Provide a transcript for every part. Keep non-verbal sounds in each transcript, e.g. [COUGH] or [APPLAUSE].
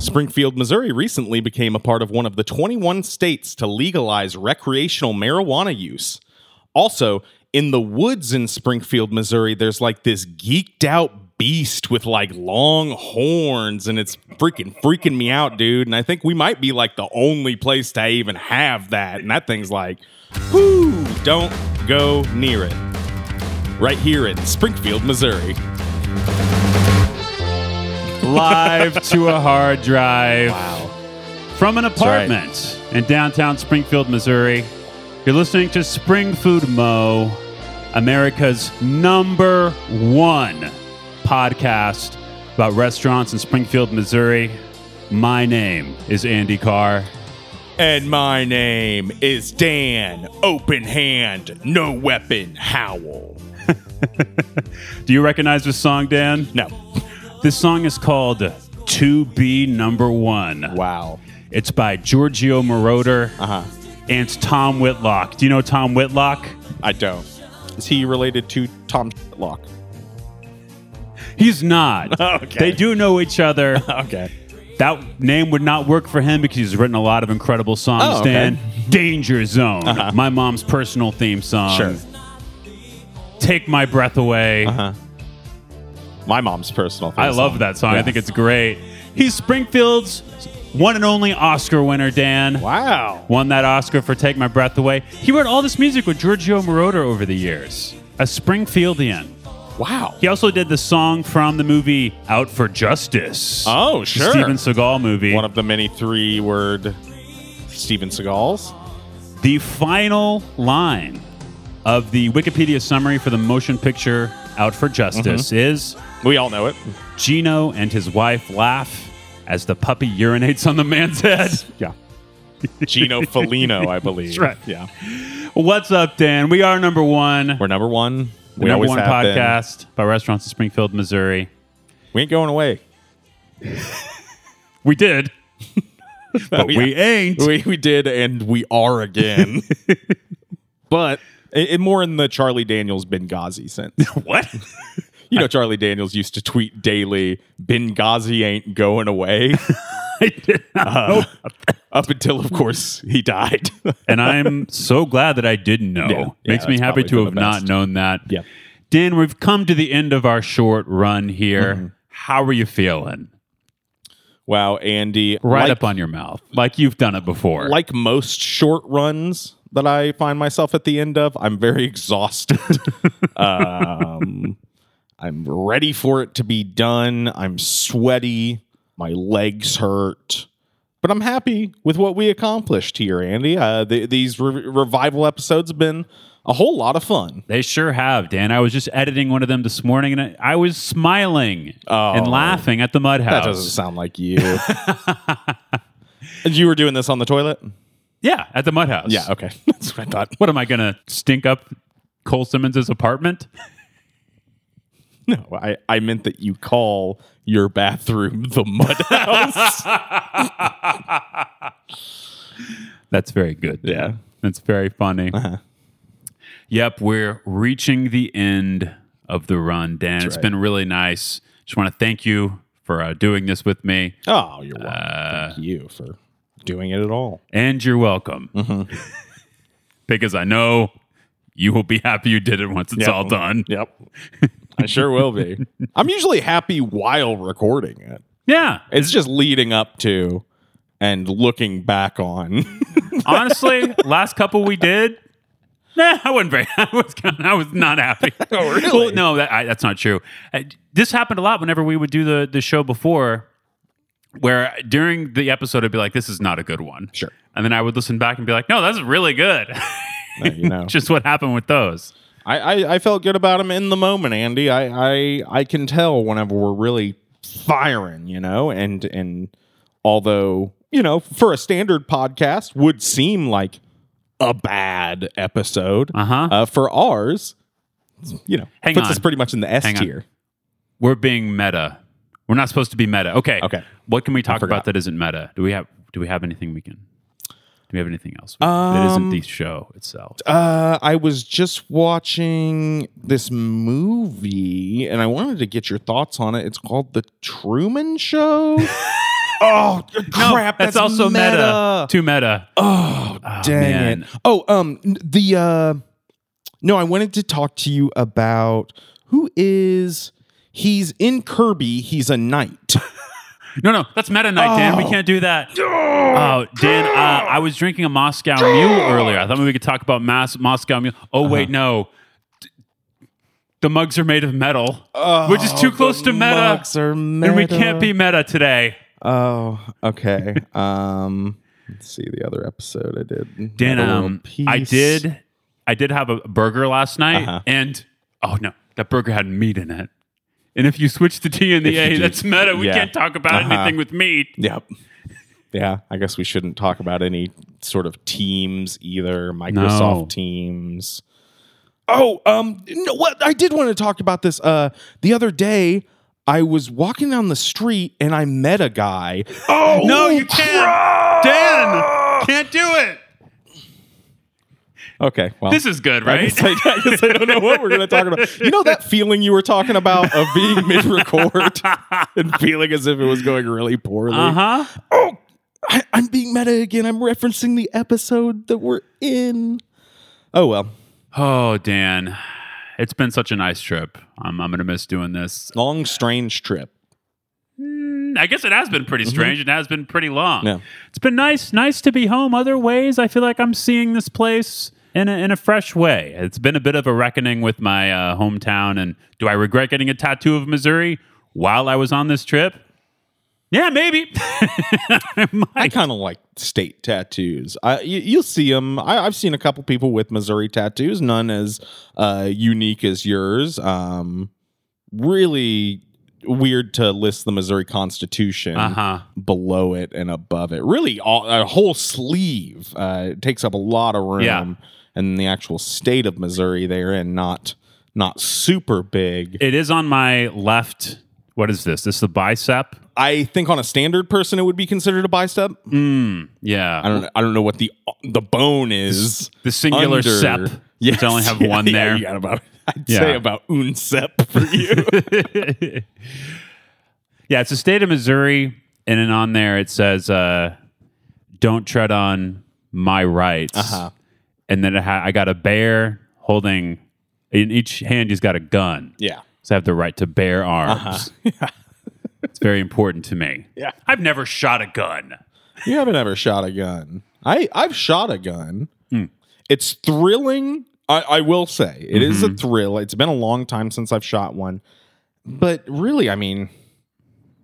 Springfield, Missouri recently became a part of one of the 21 states to legalize recreational marijuana use. Also, in the woods in Springfield, Missouri, there's like this geeked out beast with like long horns and it's freaking freaking me out, dude. And I think we might be like the only place to even have that. And that thing's like, whoo, don't go near it. Right here in Springfield, Missouri. Live to a hard drive. From an apartment in downtown Springfield, Missouri. You're listening to Spring Food Mo, America's number one podcast about restaurants in Springfield, Missouri. My name is Andy Carr. And my name is Dan Open Hand, No Weapon Howell. Do you recognize this song, Dan? No. This song is called To Be Number One. Wow. It's by Giorgio Moroder Uh huh. and Tom Whitlock. Do you know Tom Whitlock? I don't. Is he related to Tom Lock? He's [LAUGHS] not. Okay. They do know each other. [LAUGHS] Okay. that name would not work for him because he's written a lot of incredible songs. Oh, okay. Uh-huh. Dan, Danger Zone, my mom's personal theme song. Sure. Uh-huh. Take My Breath Away. My mom's personal. I love that song. I think it's great. He's Springfield's one and only Oscar winner, Dan. Wow. Won that Oscar for Take My Breath Away. He wrote all this music with Giorgio Moroder over the years. A Springfieldian. Wow. He also did the song from the movie Out for Justice. Oh, sure. Steven Seagal movie. One of the many three word Steven Seagals. The final line of the Wikipedia summary for the motion picture Out for Mm-hmm. Justice is We all know it. Gino and his wife laugh as the puppy urinates on the man's head. [LAUGHS] Yeah. [LAUGHS] Gino Felino, I believe. That's right. Yeah. What's up, Dan? We are number one. We're number one. the We number always one have been. podcast by restaurants in Springfield, Missouri. We ain't going away. We [LAUGHS] did, but Oh, yeah. we ain't. [LAUGHS] We, we did, and we are [LAUGHS] again. but it, it more in the Charlie Daniels Benghazi [LAUGHS] sense. what? You know, Charlie Daniels used to tweet daily, Benghazi ain't going away. [LAUGHS] I did not. Uh, up until, of course, he died. [LAUGHS] and I'm so glad that I didn't know. Yeah, yeah, Makes me that's happy probably to for have the not best. known that. Yeah. Dan, we've come to the end of our short run here. Mm-hmm. How are you feeling? wow, Andy. Right like, up on your mouth, like you've done it before. like most short runs that I find myself at the end of, I'm very [LAUGHS] exhausted. um, I'm ready for it to be done. I'm sweaty. My legs hurt. But I'm happy with what we accomplished here, Andy. Uh, th- these re- revival episodes have been a whole lot of fun. they sure have, Dan. I was just editing one of them this morning, and I, I was smiling and laughing at the mud Oh. That house. doesn't sound like you. And [LAUGHS] you were doing this on the toilet? yeah, at the mud house. Yeah, okay. [LAUGHS] That's what I thought. What am I gonna stink up Cole Simmons' apartment? No, I, I meant that you call your bathroom the mud house. That's very good. Dan. Yeah. Uh-huh. that's very funny. Yep, we're reaching the end of the run, Dan. It's right. been really nice. Just want to thank you for uh, doing this with me. oh, you're welcome. Uh, Thank you for doing it at all. and you're welcome. Mm-hmm. [LAUGHS] because I know you will be happy you did it once it's Yeah. all done. Yep. I sure will be. [LAUGHS] I'm usually happy while recording it. Yeah. It's just leading up to and looking back on. [LAUGHS] Honestly, last couple we did, nah, I wasn't very. [LAUGHS] I was. kind of- I was not happy. [LAUGHS] Oh, really? Well, no, that, I, that's not true. I, this happened a lot whenever we would do the the show before, where during the episode I'd be like, "This is not a good one." Sure. And then I would listen back and be like, "No, that's really good." [LAUGHS] you know. Just what happened with those. I, I, I felt good about him in the moment, Andy. I, I I can tell whenever we're really firing, you know, and and although, you know, for a standard podcast would seem like a bad episode. Uh-huh. Uh, for ours, you know, Hang puts on. us pretty much in the S Hang on. tier. We're being meta. We're not supposed to be meta. Okay. Okay. What can we talk forgot. about that isn't meta? Do we have Do we have anything we can? Do we have anything else we- that isn't Um, the show itself? Uh, I was just watching this [LAUGHS] movie and I wanted to get your thoughts on it. It's called The Truman Show. Oh No, crap! that's, also meta. Too meta. Oh, dang man. it! Oh, um, n- the uh, no, I wanted to talk to you about who is he's in Kirby. He's a knight. No, no, that's Meta Knight, Dan. We Oh. can't do that. Oh, Dan, uh, I was drinking a Moscow Mule earlier. I thought maybe we could talk about mass Moscow Mule. Oh, Uh-huh. wait, no. D- The mugs are made of metal, which is too close to meta, Oh, Mugs are and we meta. can't be meta today. Oh, okay. um, let's see the other episode I did. Dan, Had a little um, I piece. did, I did have a burger last night, Uh-huh. and oh no, that burger had meat in it. And if you switch the T and If the you A, do- that's meta. We yeah. can't talk about Uh-huh. anything with meat. Yep. Yeah, I guess we shouldn't talk about any sort of teams either. Microsoft No. Teams. Oh, um, no, what I did want to talk about this. Uh, the other day, I was walking down the street and I met a [LAUGHS] guy. Oh No, you can't, Dan. Can't do it. Okay, well, This is good, [LAUGHS] I right? guess I, [LAUGHS] I guess I don't know what we're going to talk about. You know that feeling you were talking about of being [LAUGHS] mid-record and feeling as if it was going really poorly. Uh huh. Oh, I, I'm being meta again. I'm referencing the episode that we're in. Oh well. Oh, Dan, it's been such a nice trip. I'm, I'm gonna miss doing this. Long strange trip. Mm, I guess it has been pretty strange. It has been pretty long. Yeah. It's been nice, nice to be home. Other ways, I feel like I'm seeing this place in a, in a fresh way. It's been a bit of a reckoning with my uh, hometown. And do I regret getting a tattoo of Missouri while I was on this trip? Yeah, maybe. [LAUGHS] I kind of like state tattoos. I you, you'll see them. I, I've seen a couple people with Missouri tattoos. None as uh, unique as yours. Um, really weird to list the Missouri Constitution Uh-huh. below it and above it. Really, all, a whole sleeve. Uh, it takes up a lot of room. Yeah. And the actual state of Missouri they're in, not not super big. It is on my left. What is this? This is the bicep? I think on a standard person it would be considered a bicep. Yeah. I don't I don't know what the the bone is. The singular under- [LAUGHS] sep. You Yes. should only have Yeah, one yeah, there. you got about I'd Yeah. say about un sep for you. Yeah, it's the state of Missouri, and then on there it says, uh, "Don't tread on my rights." Uh-huh. And then it ha- I got a bear holding in each hand. He's got a gun, yeah. Uh-huh. so I have the right to bear arms. [LAUGHS] it's very important to me. Yeah. I've never shot a gun. You haven't ever shot a gun. I I've shot a gun. It's thrilling. I, I will say it is a thrill. It's been a long time since I've shot one, but really, I mean,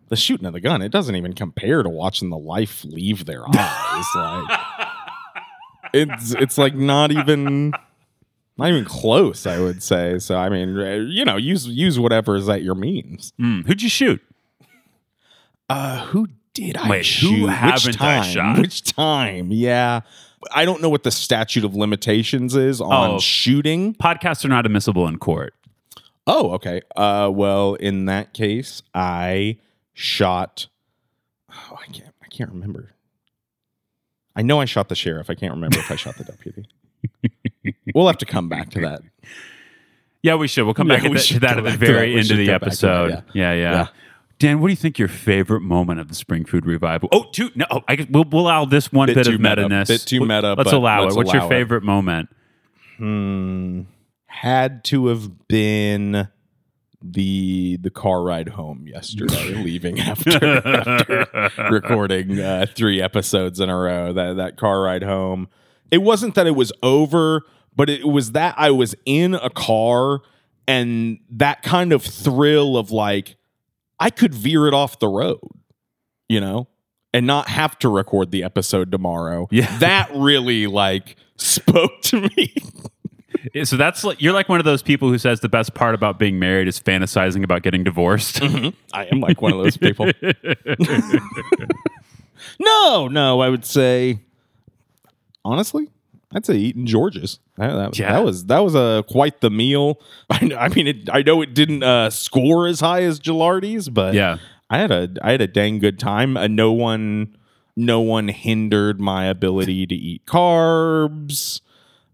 the shooting of the gun it doesn't even compare to watching the life leave their eyes. like it's it's like not even not even close. I would say so. I mean, you know, use use whatever is at your means. Hmm, Who'd you shoot? Uh, who did I Wait, who shoot? haven't I Which time? shot? Which time? Yeah, I don't know what the statute of limitations is on Oh. shooting. Podcasts are not admissible in court. Oh, okay. Uh, well, in that case, I shot. Oh, I can't. I can't remember. I know I shot the sheriff. I can't remember if I [LAUGHS] shot the deputy. we'll have to come back to that. Yeah, we should. We'll come Yeah, back at we that, should to that go at the back to that. very We end of should the go back to that, episode. yeah. Yeah, Yeah. Dan, what do you think your favorite moment of the Spring Food Revival? Oh, two. No, oh, I guess we'll, we'll allow this one Bit bit, too of meta, meta ness. bit too meta, Let's but allow let's it. What's allow your it. favorite moment? Hmm. Had to have been the the car ride home yesterday, leaving after, after recording uh, three episodes in a row. That that car ride home. It wasn't that it was over, but it was that I was in a car and that kind of thrill of like I could veer it off the road, you know, and not have to record the episode tomorrow. Yeah. That really like [LAUGHS] spoke to me. Yeah, Eh, So that's like you're like one of those people who says the best part about being married is fantasizing about [LAUGHS] getting divorced. I am like one of those people. [LAUGHS] no, no, I would say honestly, I'd say eating George's. That, that- Yeah. that was that was a quite the meal. [LAUGHS] I, kn- I mean, it, I know it didn't uh, score as high as Gilardi's, but Yeah. I had a I had a dang good time. Uh, no one no one hindered my ability to eat carbs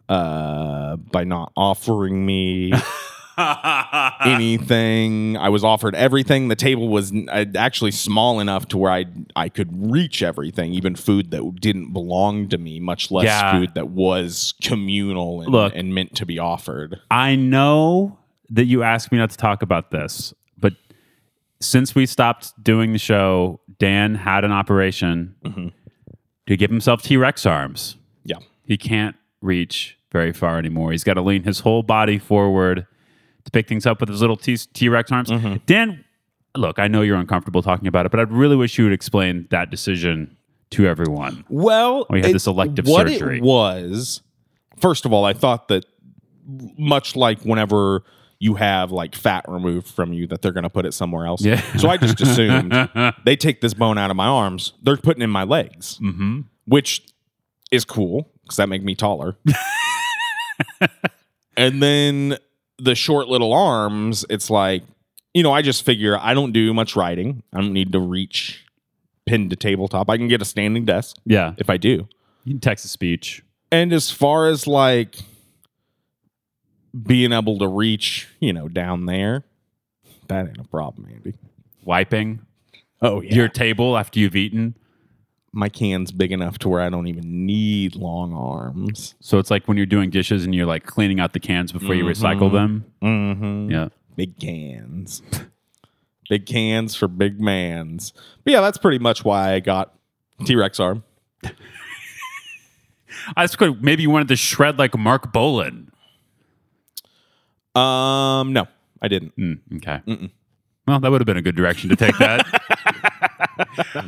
uh, by not offering me anything. I was offered everything. The table was uh, actually small enough to where I I could reach everything, even food that didn't belong to me, much less Yeah. food that was communal and, Look. and meant to be offered. I know that you asked me not to talk about this, but since we stopped doing the show, Dan had an operation Mm-hmm. to give himself T Rex arms. Yeah. He can't reach very far anymore. He's got to lean his whole body forward to pick things up with his little T Rex arms. Dan, look, I know you're uncomfortable talking about it, but I really wish you would explain that decision to everyone. [LAUGHS] Well, We had it- this elective what surgery. It was first of all, I thought that much like whenever you have like fat removed from you, that they're going to put it somewhere else. Yeah. So I [LAUGHS] just assumed they take this bone out of my arms, they're putting it in my legs, mm-hmm. which is cool because that make me taller. and then the short little arms, it's like. You know, I just figure I don't do much writing. I don't need to reach pin to tabletop. I can get a standing desk Yeah. if I do. You can text a speech. And as far as like being able to reach, you know, down there, that ain't a problem, Andy. Wiping Oh your table after you've eaten. my can's big enough to where I don't even need long arms. So it's like when you're doing dishes and you're like cleaning out the cans before you recycle them. Mm-hmm. Yeah. Big cans. big cans for big mans. But yeah, that's pretty much why I got T Rex arm. I just could maybe you wanted to shred like Mark Bolan. Um, no, I didn't. Mm, okay. Well, that would have been a good direction to [LAUGHS] take that.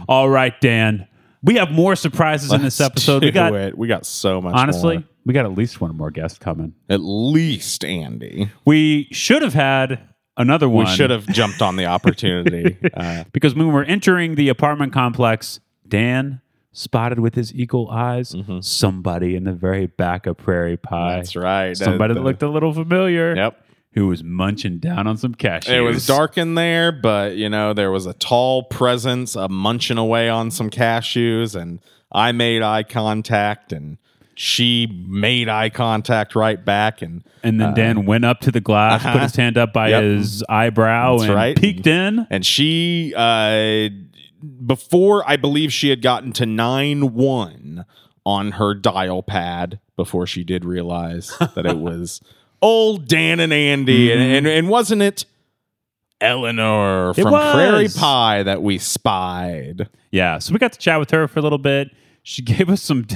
All right, Dan. We have more surprises [LAUGHS] in this Let's episode. We do got it. we got so much. honestly, more. we got at least one more guest coming. at least Andy. We should have had another We one. should have jumped on the [LAUGHS] opportunity. uh, because when we were entering the apartment complex, Dan spotted with his eagle eyes somebody in the very back of Prairie Pie. Mm-hmm. That's right. Somebody that the- looked a little familiar. Yep. Who was munching down on some cashews. It was dark in there, but you know there was a tall presence, a munching away on some cashews, and I made eye contact, and she made eye contact right back, and And then Dan went up to the glass, put his hand up by Uh-huh. Yep. his eyebrow, and right. peeked in. and she uh, before I believe she had gotten to nine one on her dial pad before she did [LAUGHS] realize that it was old Dan and Andy, and, and and wasn't it Eleanor Mm-hmm. It from Prairie was. Pie that we spied? Yeah. So we got to chat with her for a little bit. She [LAUGHS] gave us some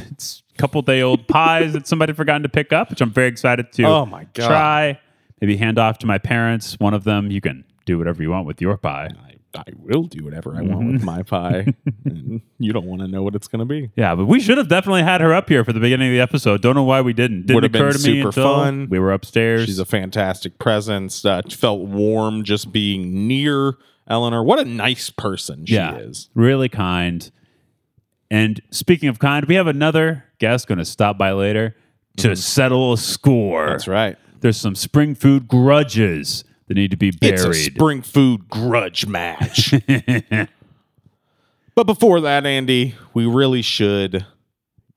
couple day old pies that somebody had forgotten to pick up, which I'm very excited to Oh my God. try. Maybe hand off to my parents. One of them, you can do whatever you want with your pie. I, I will do whatever I want Mm-hmm. with my pie. [LAUGHS] and you don't want to know what it's going to be. Yeah, but we should have definitely had her up here for the beginning of the episode. Don't know why we didn't. Didn't Would have occur been to me super until fun. We were upstairs. She's a fantastic presence. Uh, felt warm just being near Eleanor. What a nice person she yeah, is. really kind. And speaking of kind, we have another guest going to stop by later to settle a score. Mm-hmm. That's right. There's some spring food grudges that need to be It's a buried. spring food grudge match. [LAUGHS] but before that, Andy, we really should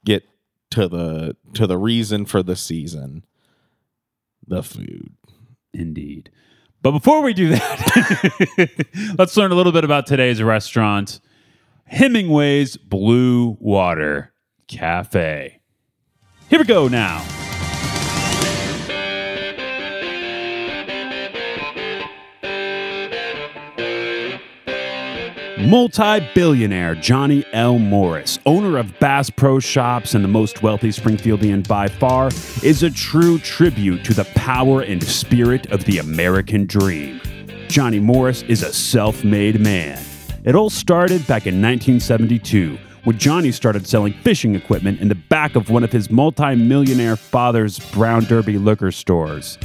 get to the to the reason for the season. The food. Indeed. But before we do that, [LAUGHS] let's learn a little bit about today's restaurant Hemingway's Blue Water Cafe. Here we go now. Multi billionaire Johnny L. Morris, owner of Bass Pro Shops and the most wealthy Springfieldian by far, is a true tribute to the power and spirit of the American dream. Johnny Morris is a self made man. It all started back in 1972 when Johnny started selling fishing equipment in the back of one of his multi millionaire father's Brown Derby liquor stores.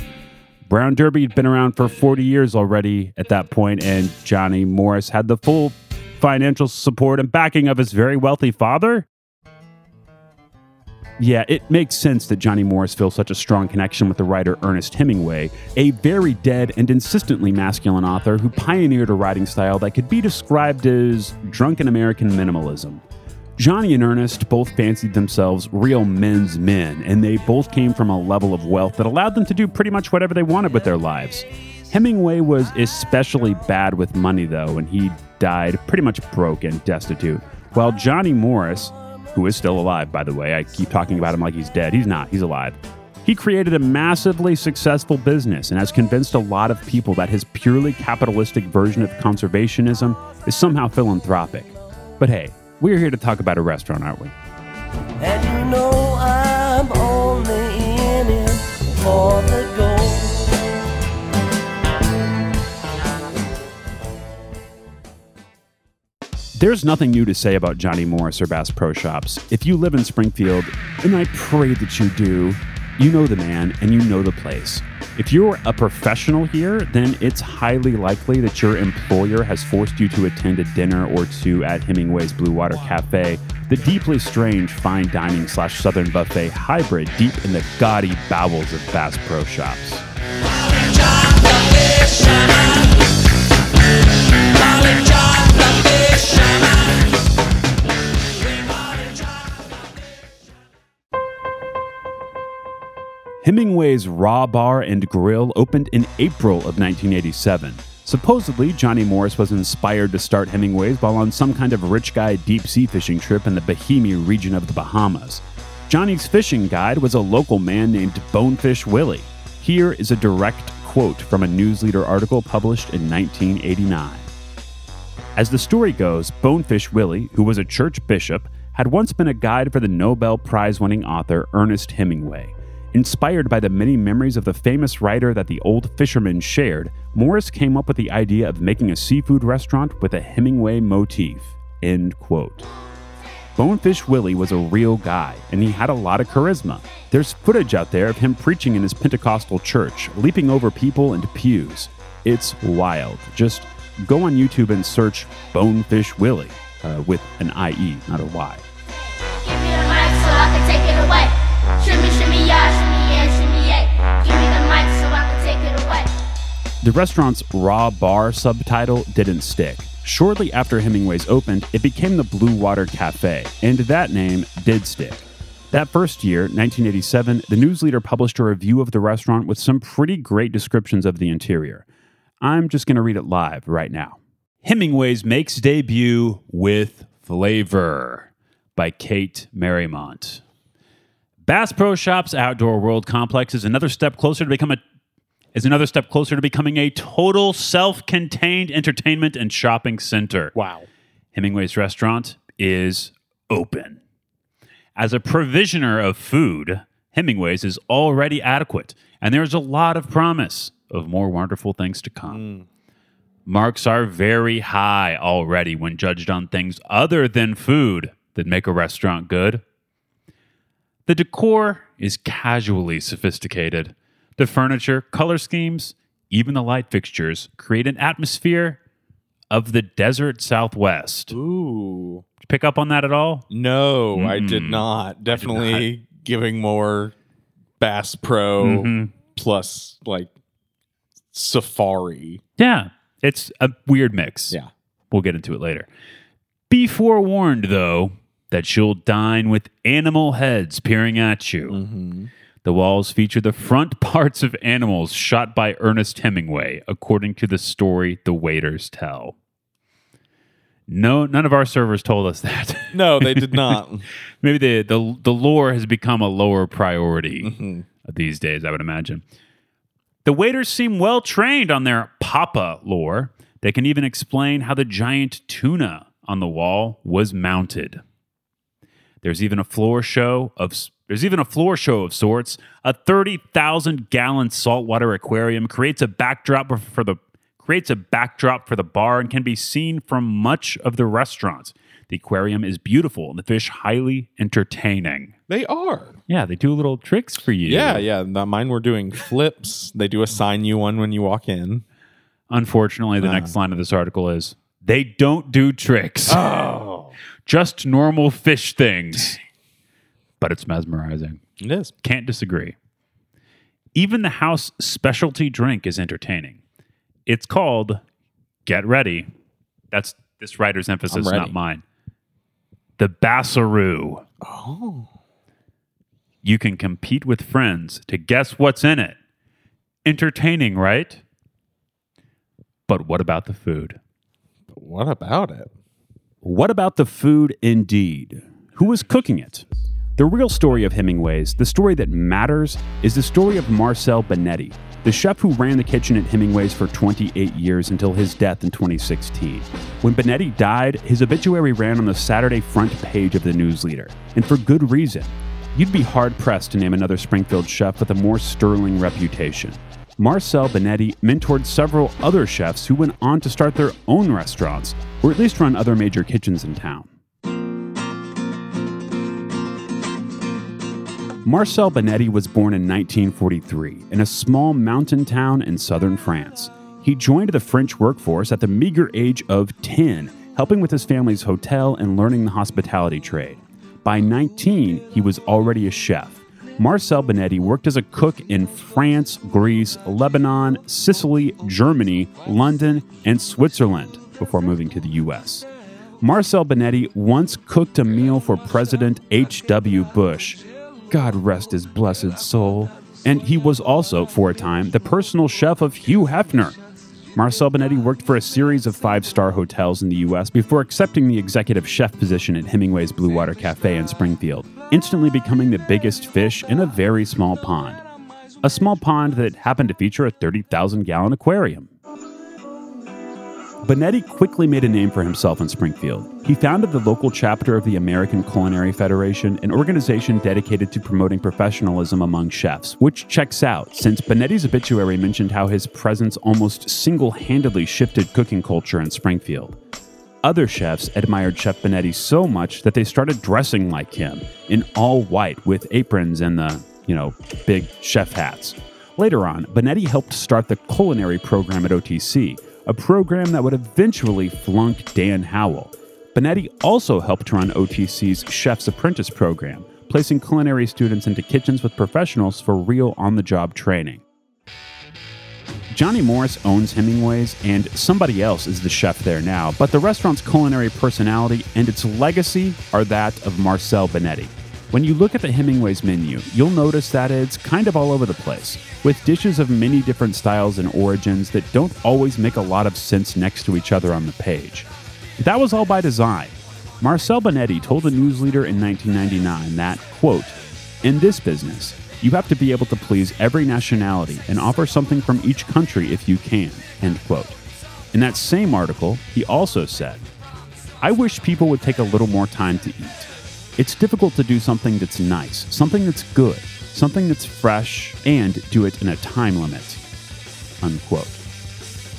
Brown Derby had been around for 40 years already at that point, and Johnny Morris had the full financial support and backing of his very wealthy father. Yeah, it makes sense that Johnny Morris feels such a strong connection with the writer Ernest Hemingway, a very dead and insistently masculine author who pioneered a writing style that could be described as drunken American minimalism. Johnny and Ernest both fancied themselves real men's men, and they both came from a level of wealth that allowed them to do pretty much whatever they wanted with their lives. Hemingway was especially bad with money, though, and he died pretty much broke and destitute. While Johnny Morris, who is still alive, by the way, I keep talking about him like he's dead. He's not, he's alive. He created a massively successful business and has convinced a lot of people that his purely capitalistic version of conservationism is somehow philanthropic. But hey, we're here to talk about a restaurant, aren't we? And you know I'm only in it for the gold. There's nothing new to say about Johnny Morris or Bass Pro Shops. If you live in Springfield, and I pray that you do, you know the man and you know the place. If you're a professional here, then it's highly likely that your employer has forced you to attend a dinner or two at Hemingway's Blue Water Cafe, the deeply strange fine dining slash southern buffet hybrid deep in the gaudy bowels of Bass Pro Shops. Hemingway's Raw Bar and Grill opened in April of 1987. Supposedly, Johnny Morris was inspired to start Hemingway's while on some kind of rich guy deep sea fishing trip in the Bohemia region of the Bahamas. Johnny's fishing guide was a local man named Bonefish Willie. Here is a direct quote from a newsleader article published in 1989. As the story goes, Bonefish Willie, who was a church bishop, had once been a guide for the Nobel Prize winning author Ernest Hemingway. Inspired by the many memories of the famous writer that the old fisherman shared, Morris came up with the idea of making a seafood restaurant with a Hemingway motif. End quote. Bonefish Willie was a real guy, and he had a lot of charisma. There's footage out there of him preaching in his Pentecostal church, leaping over people and pews. It's wild. Just go on YouTube and search Bonefish Willie uh, with an IE, not a Y. Give me the mic so I can take it away. Shimmy, shimmy, yeah, shimmy, yeah, shimmy, yeah. Give me the mic so I can take it away. The restaurant's Raw Bar subtitle didn't stick. Shortly after Hemingway's opened, it became the Blue Water Cafe, and that name did stick. That first year, 1987, the newsleader published a review of the restaurant with some pretty great descriptions of the interior. I'm just going to read it live right now. Hemingway's makes debut with flavor by Kate Merrimont. Bass Pro Shops Outdoor World Complex is another step closer to become a is another step closer to becoming a total self-contained entertainment and shopping center. Wow. Hemingway's restaurant is open. As a provisioner of food, Hemingway's is already adequate, and there's a lot of promise of more wonderful things to come. Marks are very high already when judged on things other than food that make a restaurant good. The decor is casually sophisticated. The furniture, color schemes, even the light fixtures create an atmosphere of the desert southwest. Did Ooh. you pick up on that at all? No, I did not. Mm-hmm. Definitely giving more Bass Pro plus like Safari. Yeah. It's a weird mix. Yeah. We'll get into it later. Be forewarned, though, that you'll dine with animal heads peering at you. The walls feature the front [LAUGHS] parts of animals shot by Ernest Hemingway, according to the story the waiters tell. No, none of our servers told us that. [LAUGHS] No, they did not. Maybe the, the the lore has become a lower priority these days, I would imagine. The waiters seem well trained on their papa lore. They can even explain how the giant tuna on the wall was mounted. There's even a floor show of s- there's even a floor show of sorts. A 30,000 gallon saltwater aquarium creates a backdrop for the creates a backdrop for the bar and can be seen from much of the restaurant. The aquarium is beautiful and the fish highly entertaining. [LAUGHS] they are. Yeah, they do little tricks for you. Yeah, yeah. Not mine were doing flips. They do assign you one when you walk in. Unfortunately, the next line of this article is they don't do tricks. Oh. [LAUGHS] Just normal fish things. But it's mesmerizing. It is. Can't disagree. Even the house specialty drink is entertaining. It's called Get Ready. That's this writer's emphasis, I'm ready. not mine. the Bassaroo. Oh. You can compete with friends to guess what's in it. Entertaining, right? But what about the food? What about it? What about the food indeed? Who was cooking it? The real story of Hemingway's, the story that matters, is the story of Marcel Benetti, the chef who ran the kitchen at Hemingway's for 28 years until his death in 2016. When Benetti died, his obituary ran on the Saturday front page of the newsleader, and for good reason. You'd be hard pressed to name another Springfield chef with a more sterling reputation. Marcel Benetti mentored several other chefs who went on to start their own restaurants, or at least run other major kitchens in town. Marcel Benetti was born in 1943 in a small mountain town in southern France. He joined the French workforce at the meager age of 10, helping with his family's hotel and learning the hospitality trade. By 19, he was already a chef. Marcel Benetti worked as a cook in France, Greece, Lebanon, Sicily, Germany, London, and Switzerland before moving to the US. Marcel Benetti once cooked a meal for President H.W. Bush. God rest his blessed soul. And he was also, for a time, the personal chef of Hugh Hefner. Marcel Benetti worked for a series of five star hotels in the U.S. before accepting the executive chef position at Hemingway's Blue Water Cafe in Springfield, instantly becoming the biggest fish in a very small pond. A small pond that happened to feature a 30,000 gallon aquarium. Benetti quickly made a name for himself in Springfield. He founded the local chapter of the American Culinary Federation, an organization dedicated to promoting professionalism among chefs, which checks out since Benetti's obituary mentioned how his presence almost single handedly shifted cooking culture in Springfield. Other chefs admired Chef Benetti so much that they started dressing like him in all white with aprons and the, you know, big chef hats. Later on, Benetti helped start the culinary program at OTC, a program that would eventually flunk Dan Howell. Benetti also helped run OTC's Chef's Apprentice program, placing culinary students into kitchens with professionals for real on the job training. Johnny Morris owns Hemingway's, and somebody else is the chef there now, but the restaurant's culinary personality and its legacy are that of Marcel Benetti. When you look at the Hemingway's menu, you'll notice that it's kind of all over the place, with dishes of many different styles and origins that don't always make a lot of sense next to each other on the page. That was all by design. Marcel Benetti told the newsleader in 1999 that, quote, in this business, you have to be able to please every nationality and offer something from each country if you can, end quote. In that same article, he also said, I wish people would take a little more time to eat. It's difficult to do something that's nice, something that's good, something that's fresh, and do it in a time limit. Unquote.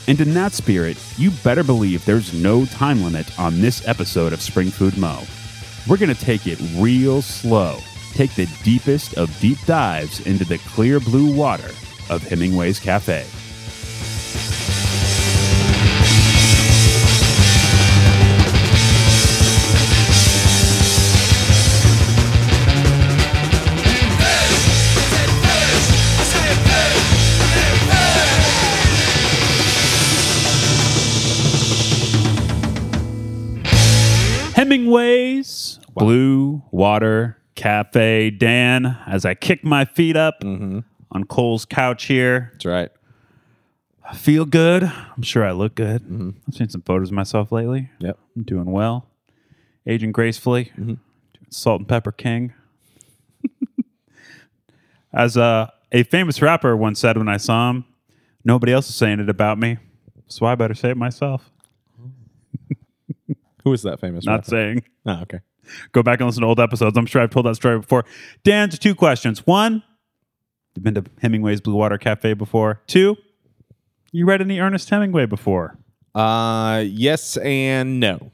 And in that spirit, you better believe there's no time limit on this episode of Spring Food Mo. We're going to take it real slow, take the deepest of deep dives into the clear blue water of Hemingway's Cafe. Hemingway's Blue Water Cafe. Dan, as I kick my feet up Mm-hmm. on Cole's couch here, That's right. I feel good. I'm sure I look good. Mm-hmm. I've seen some photos of myself lately. Yep. I'm doing well, aging gracefully. Mm-hmm. Doing Salt and pepper king. [LAUGHS] As uh, a famous rapper once said when I saw him, nobody else is saying it about me, so I better say it myself. Who is that famous? Not rapper? saying. Oh, okay. Go back and listen to old episodes. I'm sure I've told that story before. Dan's two questions. One, you've been to Hemingway's Blue Water Cafe before. Two, you read any Ernest Hemingway before? Uh, yes and no.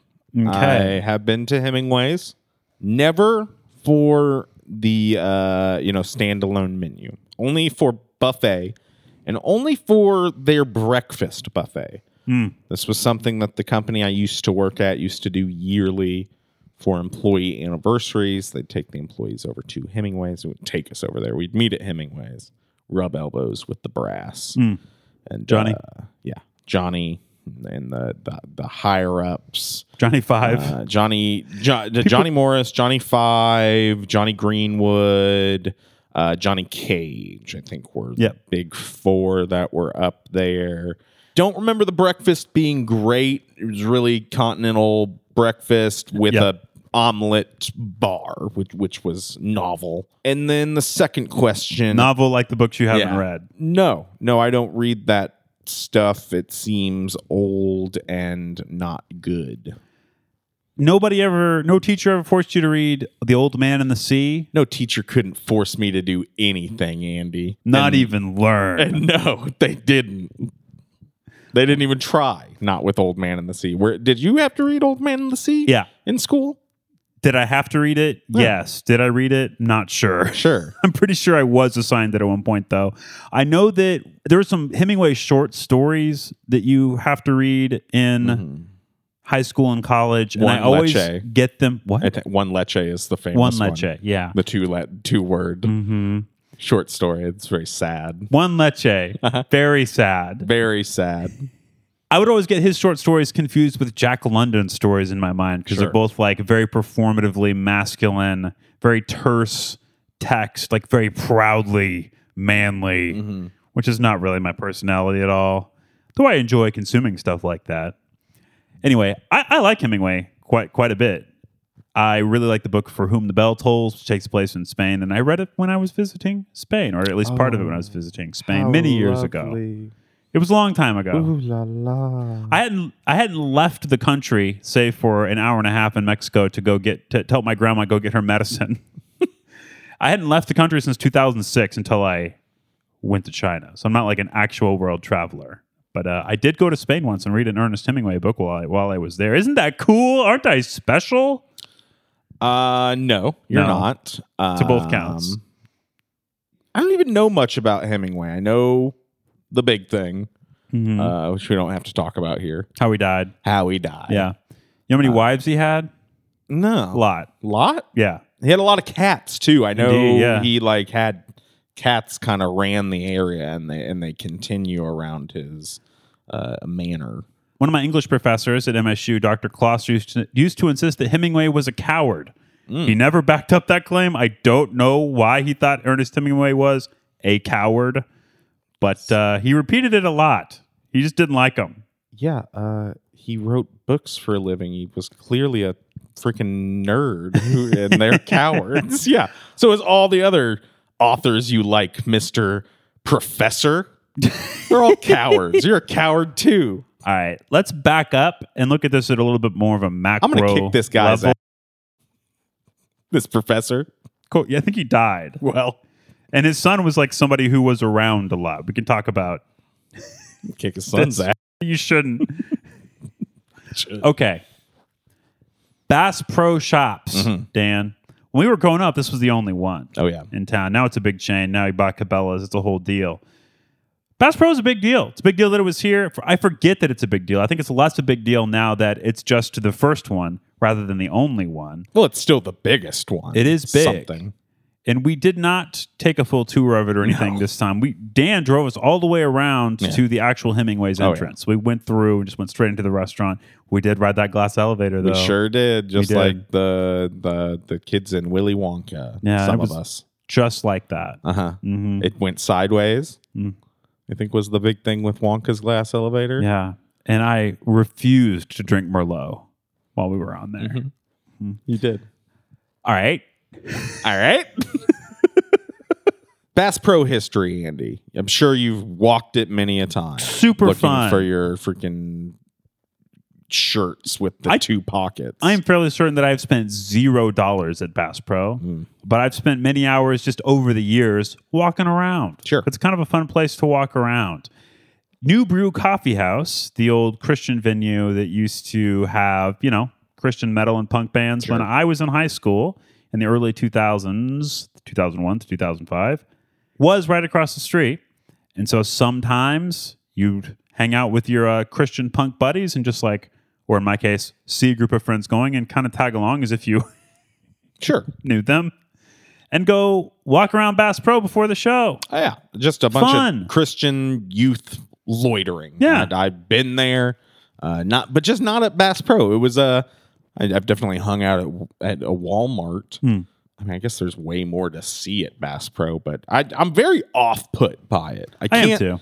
I have been to Hemingway's, never for the uh, you know standalone menu, only for buffet, and only for their breakfast buffet. This was something that the company I used to work at used to do yearly for employee anniversaries. They'd take the employees over to Hemingway's. It would take us over there. We'd meet at Hemingway's, rub elbows with the brass, and Johnny? uh, yeah, Johnny, and the the, the higher ups. Johnny Five. Uh, Johnny jo- Johnny Morris, Johnny Five, Johnny Greenwood, uh, Johnny Cage. I think were the Yep. big four that were up there. Don't remember the breakfast being great. It was really continental breakfast with Yep. a omelet bar, which which was novel. And then the second question. Novel like the books you haven't Yeah. read. No, no, I don't read that stuff. It seems old and not good. Nobody ever, no teacher ever forced you to read The Old Man and the Sea. No teacher couldn't force me to do anything, Andy. Not even learn. And [LAUGHS] no, they didn't. They didn't even try. Not with Old Man and the Sea. Where did you have to read Old Man and the Sea? Yeah. In school? Did I have to read it? Yes. Did I read it? Not sure. [LAUGHS] Sure. I'm pretty sure I was assigned it at one point, though. I know that there were some Hemingway short stories that you have to read in high school and college, and Mm-hmm. One I always leche. get them. I What think one leche is the famous one one. leche? Mm-hmm. Yeah, The two let two word short story. It's very sad. [LAUGHS] one leche. Uh-huh. Very sad. Very sad. I would always get his short stories confused with Jack London stories in my mind because Sure. they're both like very performatively masculine, very terse text, like very proudly manly, which is not really my personality at all. Though I enjoy consuming stuff like that. Anyway, I, I like Hemingway quite quite a bit. I really like the book For Whom the Bell Tolls, which takes place in Spain, and I read it when I was visiting Spain, or at least part of it when I was visiting Spain many years ago. It was a long time ago. I hadn't I hadn't left the country save for an hour and a half in Mexico to go get to, to help my grandma go get her medicine. [LAUGHS] I hadn't left the country since 2006 until I went to China. So I'm not like an actual world traveler. But uh, I did go to Spain once and read an Ernest Hemingway book while I, while I was there. Isn't that cool? Aren't I special? Uh, no, you're No. not. Um, To both counts. I don't even know much about Hemingway. I know the big thing, Mm-hmm. uh, which we don't have to talk about here. How he died. How he died. Yeah. You know how many wives he had? No. A lot. Lot? Yeah. He had a lot of cats too. I know Indeed, yeah. he like had cats kind of ran the area and they and they continue around his uh, manor. One of my English professors at MSU, Dr. Kloss, used to, used to insist that Hemingway was a coward. He never backed up that claim. I don't know why he thought Ernest Hemingway was a coward, but uh, he repeated it a lot. He just didn't like him. Yeah, uh, he wrote books for a living. He was clearly a freaking nerd, who, and [LAUGHS] they're cowards. Yeah. So is all the other authors you like, Mister [LAUGHS] Professor? They're all cowards. You're a coward too. All right, let's back up and look at this at a little bit more of a macro. I'm gonna kick this guy's level. ass. This professor. Cool. Yeah, I think he died. Well, and his son was like somebody who was around a lot. We can talk about Kick his son's ass. You shouldn't. [LAUGHS] okay. Bass Pro Shops, Dan. When we were growing up, this was the only one Mm-hmm. Oh yeah. in town. Now it's a big chain. Now you buy Cabela's. It's a whole deal. Bass Pro is a big deal. It's a big deal that it was here. For- I forget that it's a big deal. I think it's less a big deal now that it's just the first one rather than the only one. Well, it's still the biggest one. It is big. Something. And we did not take a full tour of it or anything this time. We Dan drove us all the way around to the actual Hemingway's Oh, yeah. entrance. We went through and just went straight into the restaurant. We did ride that glass elevator though. We sure did. Just did. like the the the kids in Willy Wonka. Yeah, some it was- Mm. of us. Just like that. Uh huh. Mm-hmm. It went sideways. I think was the big thing with Wonka's glass elevator. Mm. Yeah. And I refused to drink Merlot while we were on there. you did. All right. All [LAUGHS] right. Bass Pro history, Andy. I'm sure you've walked it many a time. Super looking fun. for your freaking shirts with the I- two pockets. I am fairly certain that I've spent zero dollars at Bass Pro, but I've spent many hours just over the years walking around. Sure. It's kind of a fun place to walk around. New Brew Coffee House, the old Christian venue that used to have, you know, Christian metal and punk bands when I was in high school in the early 2000s, 2001 to 2005, was right across the street. And so sometimes you'd hang out with your uh, Christian punk buddies and just like, or in my case, see a group of friends going and kind of tag along as if you [LAUGHS] sure. knew them and go walk around Bass Pro before the show. Oh, yeah, just a bunch Fun. of Christian youth loitering. Yeah. And I've been there. Uh, not, but just not at Bass Pro. It was uh, I, I've definitely hung out at, at a Walmart. Hmm. I mean, I guess there's way more to see at Bass Pro, but I, I'm very off put by it. I I can't. am too.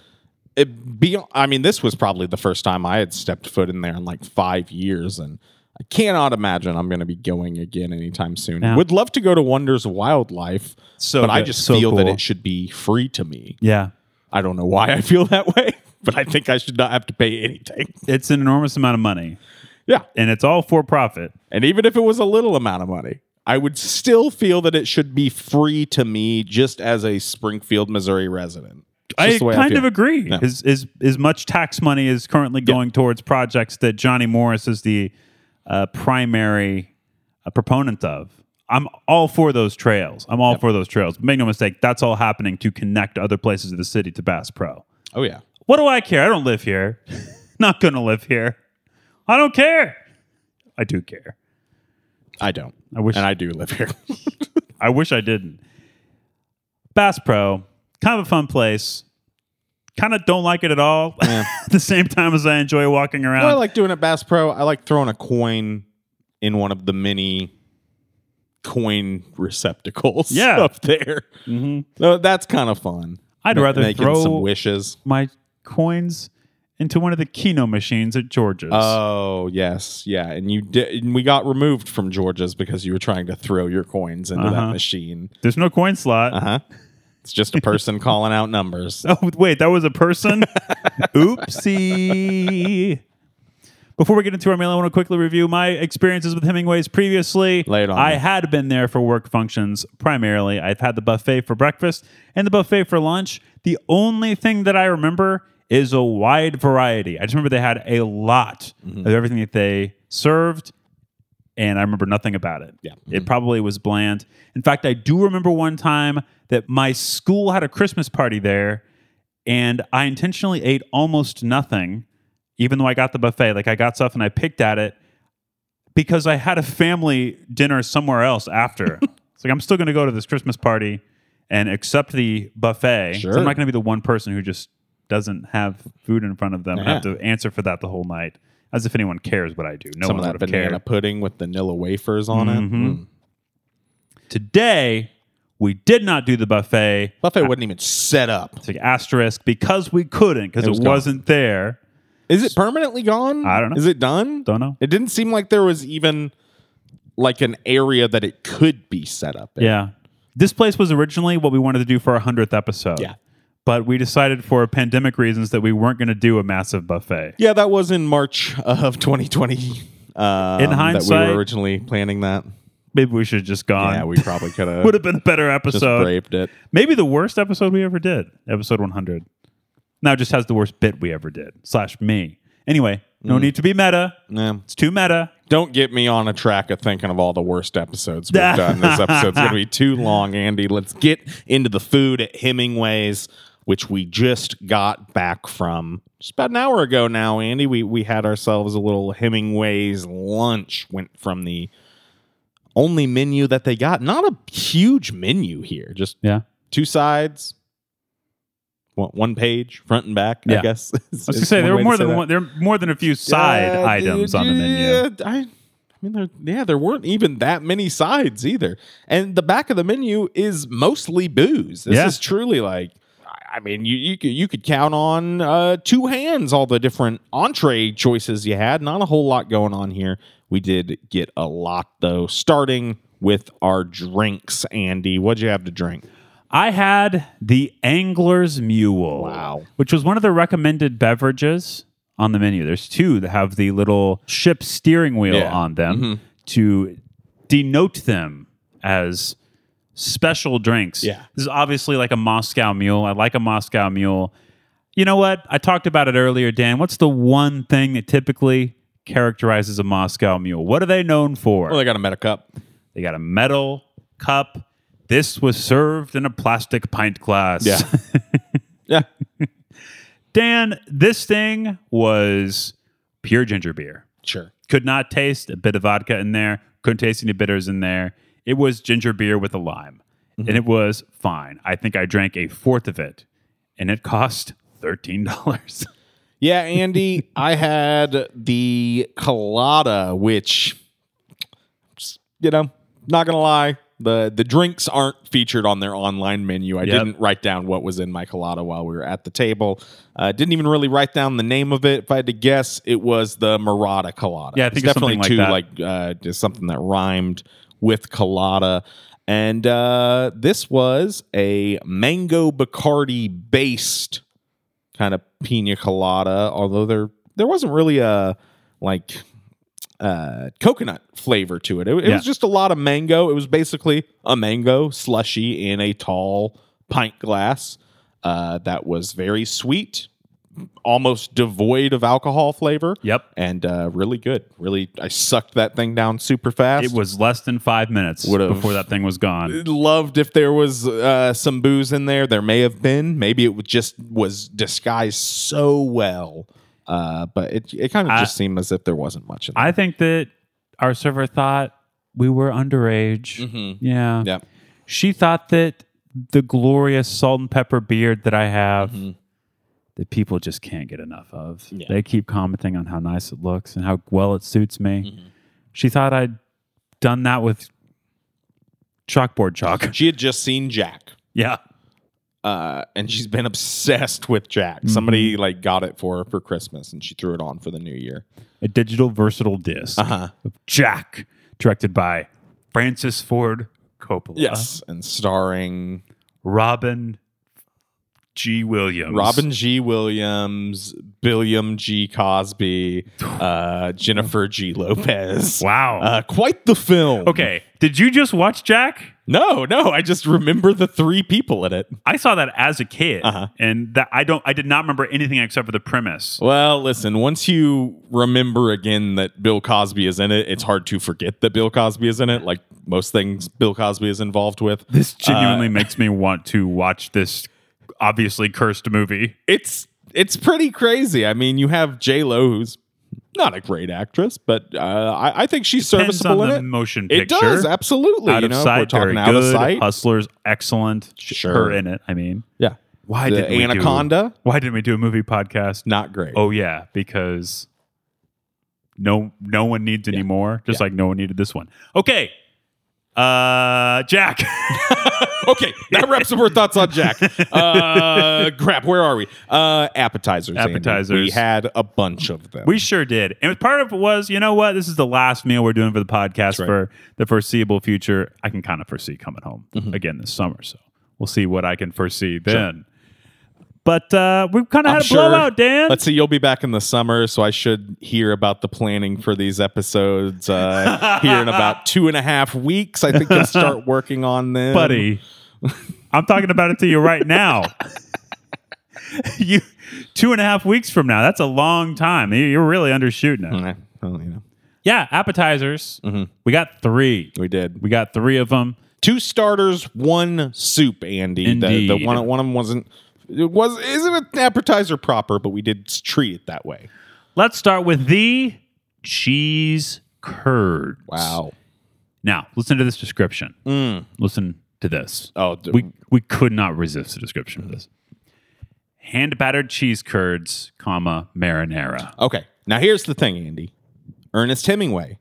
It be, I mean, this was probably the first time I had stepped foot in there in like five years, and I cannot imagine I'm going to be going again anytime soon. Yeah. Would love to go to Wonders Wildlife, So but I good, just so feel that cool. it should be free to me. Yeah. I don't know why I feel that [LAUGHS] way, but I think I should not have to pay anything. [LAUGHS] It's an enormous amount of money Yeah. and it's all for profit. And even if it was a little amount of money, I would still feel that it should be free to me just as a Springfield, Missouri resident. It's I just the way kind feel. of agree. Yeah. As, as, as much tax money is currently going towards projects that Johnny Morris is the uh, primary uh, proponent of. I'm all for those trails. I'm all for those trails. Make no mistake, that's all happening to connect other places of the city to Bass Pro. Oh, yeah. What do I care? I don't live here. [LAUGHS] Not going to live here. I don't care. I do care. I don't. I wish And I do live here. [LAUGHS] I wish I didn't. Bass Pro, kind of a fun place. Kind of don't like it at all. [LAUGHS] at the same time as I enjoy walking around. what I like doing at Bass Pro, I like throwing a coin in one of the many coin receptacles [LAUGHS] Yeah. Mm-hmm. up there. So that's kind of fun. I'd Ma- rather making throw- some wishes. My coins into one of the Kino machines at George's. Oh yes, yeah, and you did. And we got removed from Georgia's because you were trying to throw your coins into Uh-huh. that machine. There's no coin slot. Uh huh. It's just a [LAUGHS] person calling out numbers. Oh, wait, that was [LAUGHS] a person? Oopsie. Before we get into our mail, I want to quickly review my experiences with Hemingway's previously. Lay it on I me. had been there for work functions primarily. I've had the buffet for breakfast and the buffet for lunch. The only thing that I remember is a wide variety. I just remember they had a lot Mm-hmm. of everything that they served and I remember nothing about it. Yeah. Mm-hmm. It probably was bland. In fact, I do remember one time that my school had a Christmas party there and I intentionally ate almost nothing, even though I got the buffet. Like I got stuff and I picked at it because I had a family dinner somewhere [LAUGHS] else after. it's like I'm still going to go to this Christmas party and accept the buffet. So I'm Sure. not going to be the one person who just doesn't have food in front of them. I have Yeah. to answer for that the whole night. As if anyone cares what I do. No Some one of that would Mm-hmm. have banana cared. pudding with vanilla wafers on it. Mm. Today, we did not do the buffet. Buffet wasn't even set up. It's like asterisk because we couldn't because it, was was gone. not there. Is it permanently gone? I don't know. Is it done? Don't know. It didn't seem like there was even like an area that it could be set up. in. Yeah. This place was originally what we wanted to do for our 100th episode. Yeah. But we decided for pandemic reasons that we weren't going to do a massive buffet. Yeah, that was in March of 2020. Um, that hindsight- we were originally planning that. Maybe we should have just gone. Yeah, we probably could [LAUGHS] have would have been a better just episode. braved it. Maybe the worst episode we ever did, episode 100. Now it just has the worst bit we ever did, slash me. Anyway, no Mm. need to be meta. Yeah. It's too meta. Don't get me on a track of thinking of all the worst episodes we've done. This episode's going to be too long, Andy. Let's get into the food at Hemingway's, which we just got back from just about an hour ago now, Andy. We we had ourselves a little Hemingway's lunch. Went from the only menu that they got. Not a huge menu here. Just Yeah. two sides. One, one page, front and back, Yeah. I guess. [LAUGHS] is- I was gonna is say there way to say were more than that. one. There are more than a few side Yeah, items dude, on the menu. Yeah, I, I mean, there, yeah, there weren't even that many sides either, and the back of the menu is mostly booze. This Yeah. is truly like, I I mean, you you could, you could count on uh, two hands all the different entree choices you had. Not a whole lot going on here. We did get a lot though, starting with our drinks. Andy, what'd you have to drink? I had the Angler's Mule. Wow. Which was one of the recommended beverages on the menu. There's two that have the little ship steering wheel Yeah. Mm-hmm. on them to denote them as special drinks. Yeah. This is obviously like a Moscow Mule. I like a Moscow Mule. You know what? I talked about it earlier, Dan. What's the one thing that typically characterizes a Moscow Mule? What are they known for? Well, they got a meta cup. They got a metal cup. This was served in a plastic pint glass. Yeah. Yeah, [LAUGHS] Dan, this thing was pure ginger beer. sure. Could not taste a bit of vodka in there, couldn't taste any bitters in there. It was ginger beer with a lime. And it was [LAUGHS] fine. I think I drank a fourth of it, and it cost $13. Yeah, Andy, I had the colada, which, just, you know, not gonna lie, the the drinks aren't featured on their online menu. I didn't write down what was in my colada while we were at the table. Uh, didn't even really write down the name of it. If I had to guess, it was the Murata colada. Yeah, I It's think it's definitely something too like uh, just something that rhymed with colada. And uh, this was a mango Bacardi based kind of pina colada, although there there wasn't really a like uh, coconut flavor to it. It, it Yeah. was just a lot of mango. It was basically a mango slushy in a tall pint glass uh, that was very sweet, almost devoid of alcohol flavor. Yep. and uh, really good. Really, I sucked that thing down super fast. It was less than five minutes Would've- before that thing was gone. loved if there was uh, some booze in there. There may have been. Maybe it was just was disguised so well. Uh, but it it kind of just seemed as if there wasn't much in there. I think that our server thought we were underage. Yeah. yeah. She thought that the glorious salt and pepper beard that I have Mm-hmm. that people just can't get enough of. They keep commenting on how nice it looks and how well it suits me. Mm-hmm. She thought I'd done that with [LAUGHS] chalkboard chalk. She had just seen Jack. yeah. uh, and she's been [LAUGHS] obsessed with Jack. Mm-hmm. Somebody like got it for her for Christmas, and she threw it on for the New Year. A digital versatile disc Uh-huh. of Jack, directed by Francis Ford Coppola. Uh-huh. and starring Robin G. Williams. Robin G. Williams, Billiam G. Cosby, uh, Jennifer G. Lopez. [LAUGHS] Wow. uh, quite the film. okay. Did you just watch Jack? no, no, I just remember the three people in it. I saw that as a kid, and that I don't. I did not remember anything except for the premise. Well, listen, once you remember again that Bill Cosby is in it, it's hard to forget that Bill Cosby is in it. Like most things Bill Cosby is involved with. This [LAUGHS] genuinely makes me want to watch this obviously cursed movie. it's it's pretty crazy. I mean, you have J Lo, who's not a great actress, but uh, I, I think she's Depends serviceable on in the it. motion It picture. does absolutely. Out you of know, if sight, we're very talking out good. of sight. Hustlers, excellent. Sure. Her in it. I mean, yeah, why The did we Anaconda? Do, why didn't we do a movie podcast? not great. Oh yeah, because no no one needs any more. Just like no one needed this one. Okay. Uh Jack. [LAUGHS] okay, that wraps up our thoughts on Jack. Uh, crap, where are we? Uh, appetizers. Andy. Appetizers. We had a bunch of them. we sure did. And part of it was, you know what? This is the last meal we're doing for the podcast right. for the foreseeable future. I can kind of foresee coming home Mm-hmm. again this summer. So we'll see what I can foresee then. But uh, we've kind of I'm had a sure. blowout, Dan. Let's see. You'll be back in the summer, so I should hear about the planning for these episodes uh, here in [LAUGHS] about two and a half weeks. I think you'll start working on them, buddy. I'm talking about it to you [LAUGHS] right now. you two and a half weeks from now. That's a long time. You- You're really undershooting it. Mm, eh, Well, you know, Yeah, appetizers. Mm-hmm. We got three. we did. We got three of them. Two starters, one soup, Andy. The, the Indeed. one, one of them wasn't. It was isn't an appetizer proper, but we did s- treat it that way. Let's start with the cheese curd. Now listen to this description. Listen to this. Oh, d- we we could not resist the description of this. Hand battered cheese curds, comma marinara. Okay. Now here's the thing, Andy. Ernest Hemingway,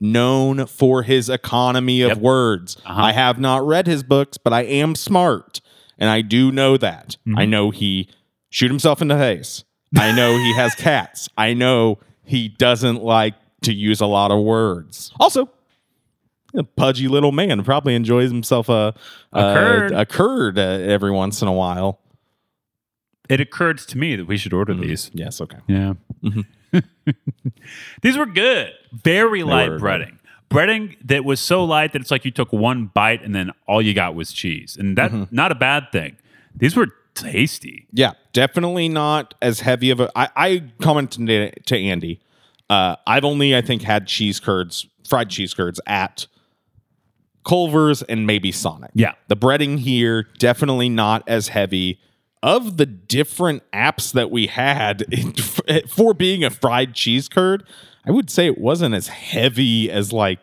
known for his economy of Yep. Uh-huh. words. I have not read his books, but I am smart, and I do know that. Mm-hmm. I know he shoot himself in the face. I know he [LAUGHS] has cats. I know he doesn't like to use a lot of words. Also, a pudgy little man probably enjoys himself a a, curd. a curd uh, every once in a while. It occurred to me that we should order these. Yes, okay. Yeah. [LAUGHS] These were good. Very light were. breading. Breading that was so light that it's like you took one bite and then all you got was cheese. And that not a bad thing. These were tasty. Yeah, definitely not as heavy of a. I, I commented to, to Andy. Uh, I've only, I think, had cheese curds, fried cheese curds at Culver's and maybe Sonic. Yeah. The breading here, definitely not as heavy. Of the different apps that we had [LAUGHS] in, for being a fried cheese curd, I would say it wasn't as heavy as like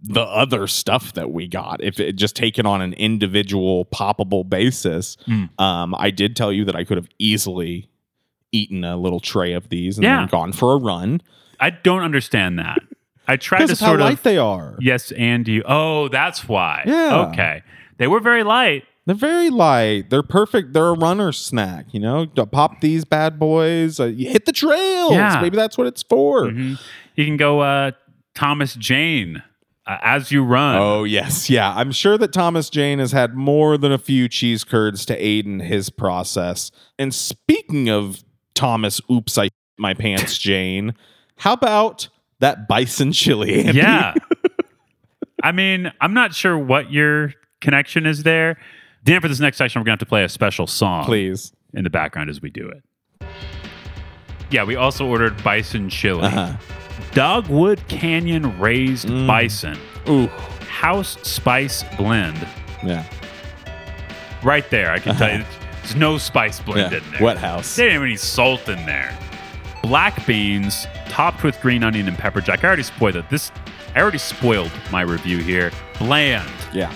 the other stuff that we got if it just taken on an Hmm. individual poppable basis um, i did tell you that i could have easily eaten a little tray of these and Yeah. then gone for a run I don't understand that. I tried because to of how sort light of they are. yes, and you. Oh, that's why. Yeah. Okay. They were very light. They're very light. They're perfect. They're a runner's snack. You know, To pop these bad boys. Uh, you hit the trails. Yeah. Mm-hmm. Maybe that's what it's for. You can go uh, Thomas Jane uh, as you run. Oh [LAUGHS] yes, yeah. I'm sure that Thomas Jane has had more than a few cheese curds to aid in his process. And speaking of Thomas, oops, I my [LAUGHS] pants, Jane. How about that bison chili? [LAUGHS] Andy? Yeah. I mean, I'm not sure what your connection is there. Dan, for this next section, we're going to have to play a special song please. in the background as we do it. Yeah, we also ordered bison chili. Uh-huh. Mm. Dogwood Canyon raised bison. Ooh, House spice blend. yeah. Right there, I can tell you. There's no spice blend Uh-huh. yeah. in there. Wet house. They didn't have any salt in there. Black beans topped with green onion and pepper jack. I already spoiled it. This I already spoiled my review here. Bland. Yeah.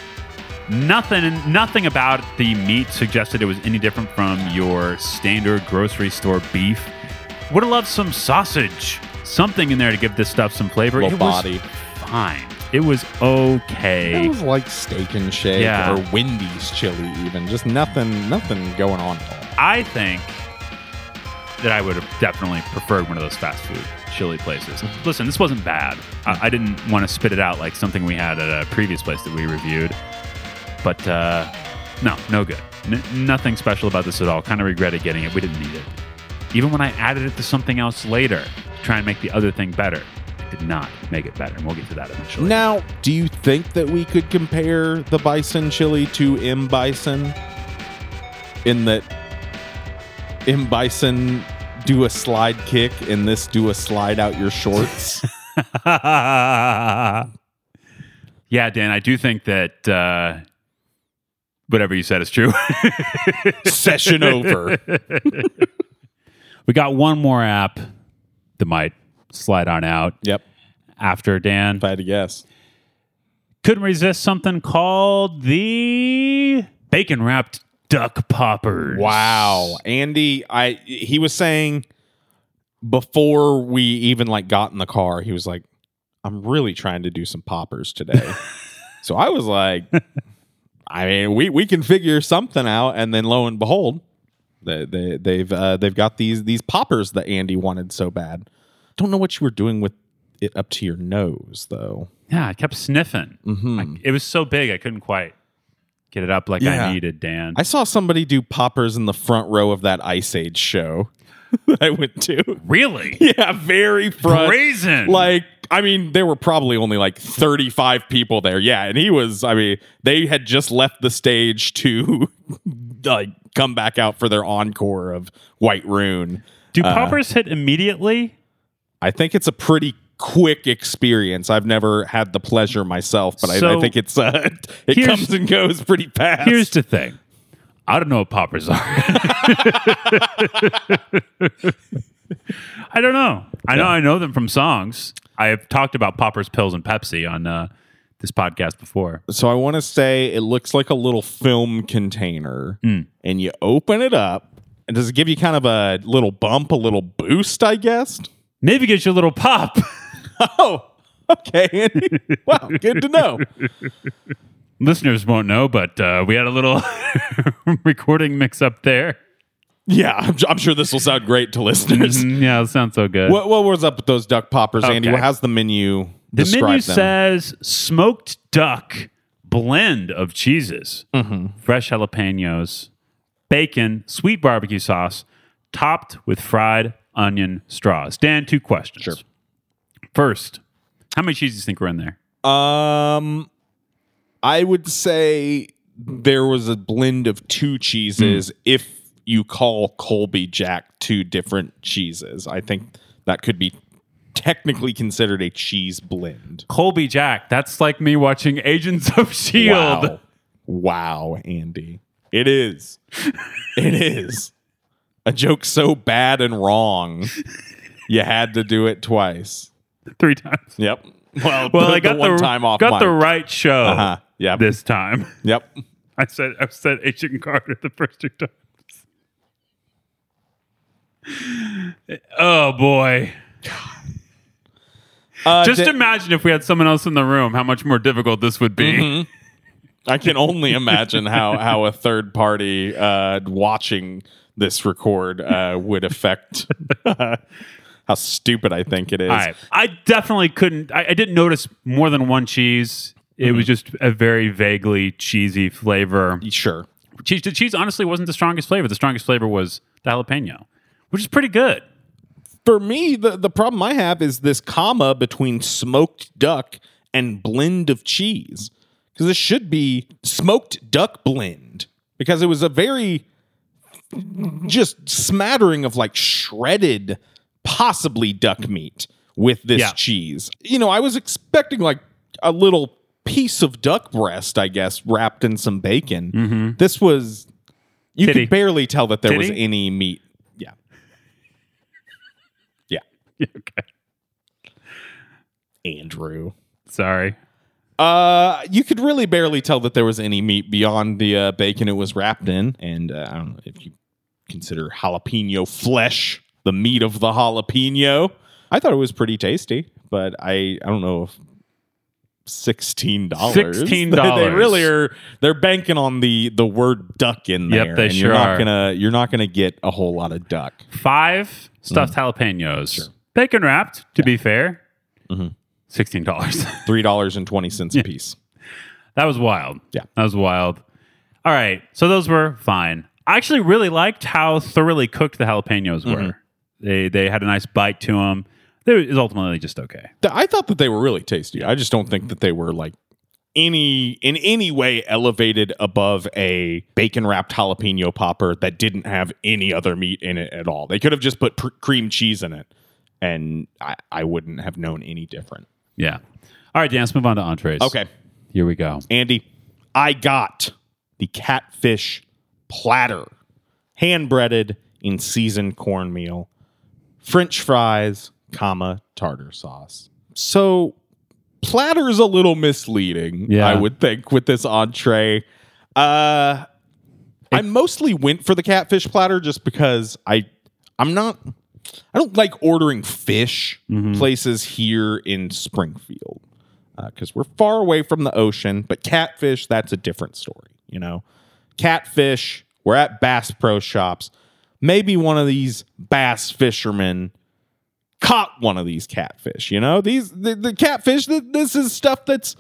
Nothing nothing about the meat suggested it was any different from your standard grocery store beef. Would have loved some sausage. Something in there to give this stuff some flavor. Little it was body. fine. It was okay. It was like steak and shake Yeah. or Wendy's chili, even. Just nothing, nothing going on at all. I think that I would have definitely preferred one of those fast food chili places. Listen, this wasn't bad. I, I didn't want to spit it out like something we had at a previous place that we reviewed, but uh, no, no good. N- nothing special about this at all. Kind of regretted getting it. We didn't need it. Even when I added it to something else later to try and make the other thing better, it did not make it better. And we'll get to that eventually. Now, do you think that we could compare the bison chili to M bison? In that M bison do a slide kick and this do a slide out your [LAUGHS] shorts? [LAUGHS] yeah, Dan, I do think that uh, whatever you said is true. [LAUGHS] Session over. [LAUGHS] we got one more app that might slide on out Yep. after Dan. If I had to guess. Couldn't resist something called the bacon wrapped duck poppers. Wow, Andy, I he was saying before we even like got in the car, he was like, "I'm really trying to do some poppers today." so I was like, "I mean, we we can figure something out." And then lo and behold, they, they they've uh, they've got these these poppers that Andy wanted so bad. Don't know what you were doing with it up to your nose though. Yeah, I kept sniffing. Mm-hmm. I- it was so big, I couldn't quite get it up like Yeah. I needed, Dan. I saw somebody do poppers in the front row of that Ice Age show [LAUGHS] that I went to. really? [LAUGHS] Yeah, very front. Brazen. Like, I mean, there were probably only like 35 people there. Yeah, and he was, I mean, they had just left the stage to [LAUGHS] like come back out for their encore of White Rune. Do poppers hit immediately? I think it's a pretty quick experience. I've never had the pleasure myself, but I, I So- think it's uh, [LAUGHS] it Here's- comes and goes pretty fast. Here's the thing. I don't know what poppers are. [LAUGHS] I don't know. I know I know them from songs. I have talked about poppers, pills, and Pepsi on uh, this podcast before. so I want to say it looks like a little film container, and you open it up, and does it give you kind of a little bump, a little boost? I guess. Maybe get you a little pop. [LAUGHS] [LAUGHS] Oh, okay. Andy. [LAUGHS] wow, good to know. Listeners won't know, but uh, we had a little [LAUGHS] recording mix up there. Yeah, I'm, I'm sure this will sound great to listeners. Mm, yeah, it sounds so good. what, what was up with those duck poppers, Andy? Okay. Well, how's the menu? the describe menu them? says smoked duck blend of cheeses, Mm-hmm. fresh jalapenos, bacon, sweet barbecue sauce, topped with fried onion straws. Dan, two questions. Sure. First, how many cheeses do you think were in there? Um, I would say there was a blend of two cheeses. If you call Colby Jack two different cheeses, I think that could be technically considered a cheese blend. Colby Jack. That's like me watching Agents of S.H.I.E.L.D. Wow. Wow, Andy. It is. it is. A joke so bad and wrong, you had to do it twice. three times. Yep. Well, Well, the, I got the, one time off. got the mic. right show Uh-huh. Yep. this time. Yep. I said I said Agent Carter the first two times. Oh boy. Uh, Just da- imagine if we had someone else in the room, how much more difficult this would be. I can only imagine how how a third party uh, watching this record uh, would affect [LAUGHS] uh, how stupid I think it is. I, I definitely couldn't. I, I didn't notice more than one cheese. It was just a very vaguely cheesy flavor. Sure. Cheese, the cheese honestly wasn't the strongest flavor. The strongest flavor was the jalapeno, which is pretty good. For me, the, the problem I have is this comma between smoked duck and blend of cheese. Because it should be smoked duck blend. Because it was a very just smattering of like shredded, possibly duck meat with this Yeah. cheese. You know, I was expecting like a little piece of duck breast, I guess, wrapped in some bacon. This was, you Mm-hmm. Titty. could barely tell that there was Titty? any meat. Yeah. Yeah. [LAUGHS] okay. Andrew. Sorry. Uh, you could really barely tell that there was any meat beyond the uh, bacon it was wrapped in, and uh, I don't know if you consider jalapeno flesh the meat of the jalapeno. I thought it was pretty tasty, but I I don't know if sixteen dollars. [LAUGHS] They $16. really are. They're banking on the the word duck in Yep, there. they and sure you're not are. gonna you're not gonna get a whole lot of duck. Five stuffed Mm-hmm. jalapenos, bacon wrapped. To be fair, sixteen dollars. [LAUGHS] Three dollars and twenty cents a piece. That was wild. Yeah. That was wild. All right. So those were fine. I actually really liked how thoroughly cooked the jalapenos Mm-hmm. were. They they had a nice bite to them. They was ultimately just okay. Th- I thought that they were really tasty. I just don't think that they were like any in any way elevated above a bacon wrapped jalapeno popper that didn't have any other meat in it at all. They could have just put pr- cream cheese in it, and I, I wouldn't have known any different. Yeah. All right, Dan, let's move on to entrees. Okay, Here we go. Andy, I got the catfish platter, hand breaded in seasoned cornmeal, French fries, comma tartar sauce. So platter's a little misleading, Yeah. I would think, with this entree. Uh, I mostly went for the catfish platter just because I I'm not I don't like ordering fish places here in Springfield because uh, we're far away from the ocean. But catfish, that's a different story, you know. Catfish, we're at Bass Pro Shops. Maybe one of these bass fishermen caught one of these catfish. You know, these the, the catfish. th- This is stuff that's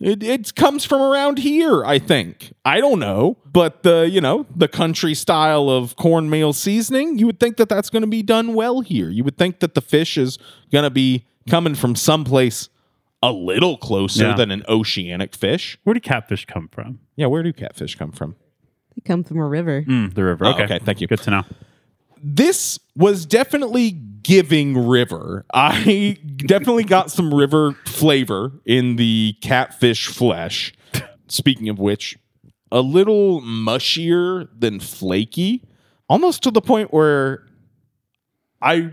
it, it comes from around here. I think I don't know, but the you know the country style of cornmeal seasoning. You would think that that's going to be done well here. You would think that the fish is going to be coming from someplace a little closer Yeah. than an oceanic fish. Where do catfish come from? Yeah, where do catfish come from? They come from a river. Mm, the river. Oh, Okay. okay, thank you. Good to know. this was definitely giving river. I [LAUGHS] definitely got some river flavor in the catfish flesh. Speaking of which, a little mushier than flaky, almost to the point where I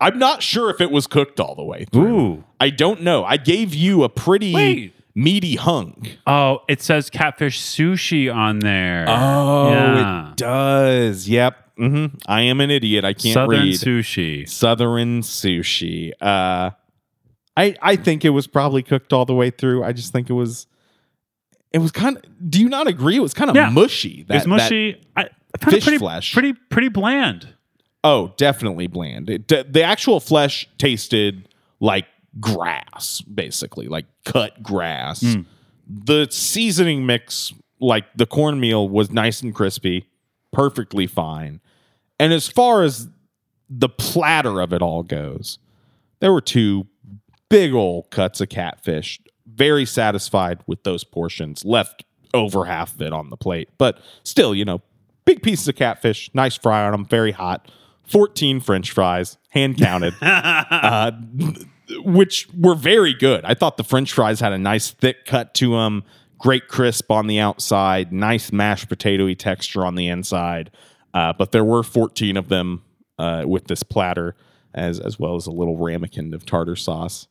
I'm not sure if it was cooked all the way through. Ooh. I don't know. I gave you a pretty Wait. meaty hunk. Oh, it says catfish sushi on there. Oh, Yeah. it does. Yep. hmm I am an idiot. I can't Southern read. sushi. Southern sushi. Uh, I I think it was probably cooked all the way through. I just think it was. It was kind of. Do you not agree? It was kind of Yeah. mushy. That, It's mushy. I, I found it fish pretty, flesh. Pretty pretty bland. that- oh, definitely bland. It, the, the actual flesh tasted like grass, basically, like cut grass. Hmm. The seasoning mix, like the cornmeal, was nice and crispy, perfectly fine. And as far as the platter of it all goes, there were two big old cuts of catfish. Very satisfied with those portions. Left over half of it on the plate, but still, you know, big pieces of catfish. Nice fry on them. Very hot. Fourteen French fries, hand counted, uh, which were very good. I thought the French fries had a nice thick cut to them. Great crisp on the outside. Nice mashed potatoy texture on the inside. Uh, but there were fourteen of them uh, with this platter, as as well as a little ramekin of tartar sauce.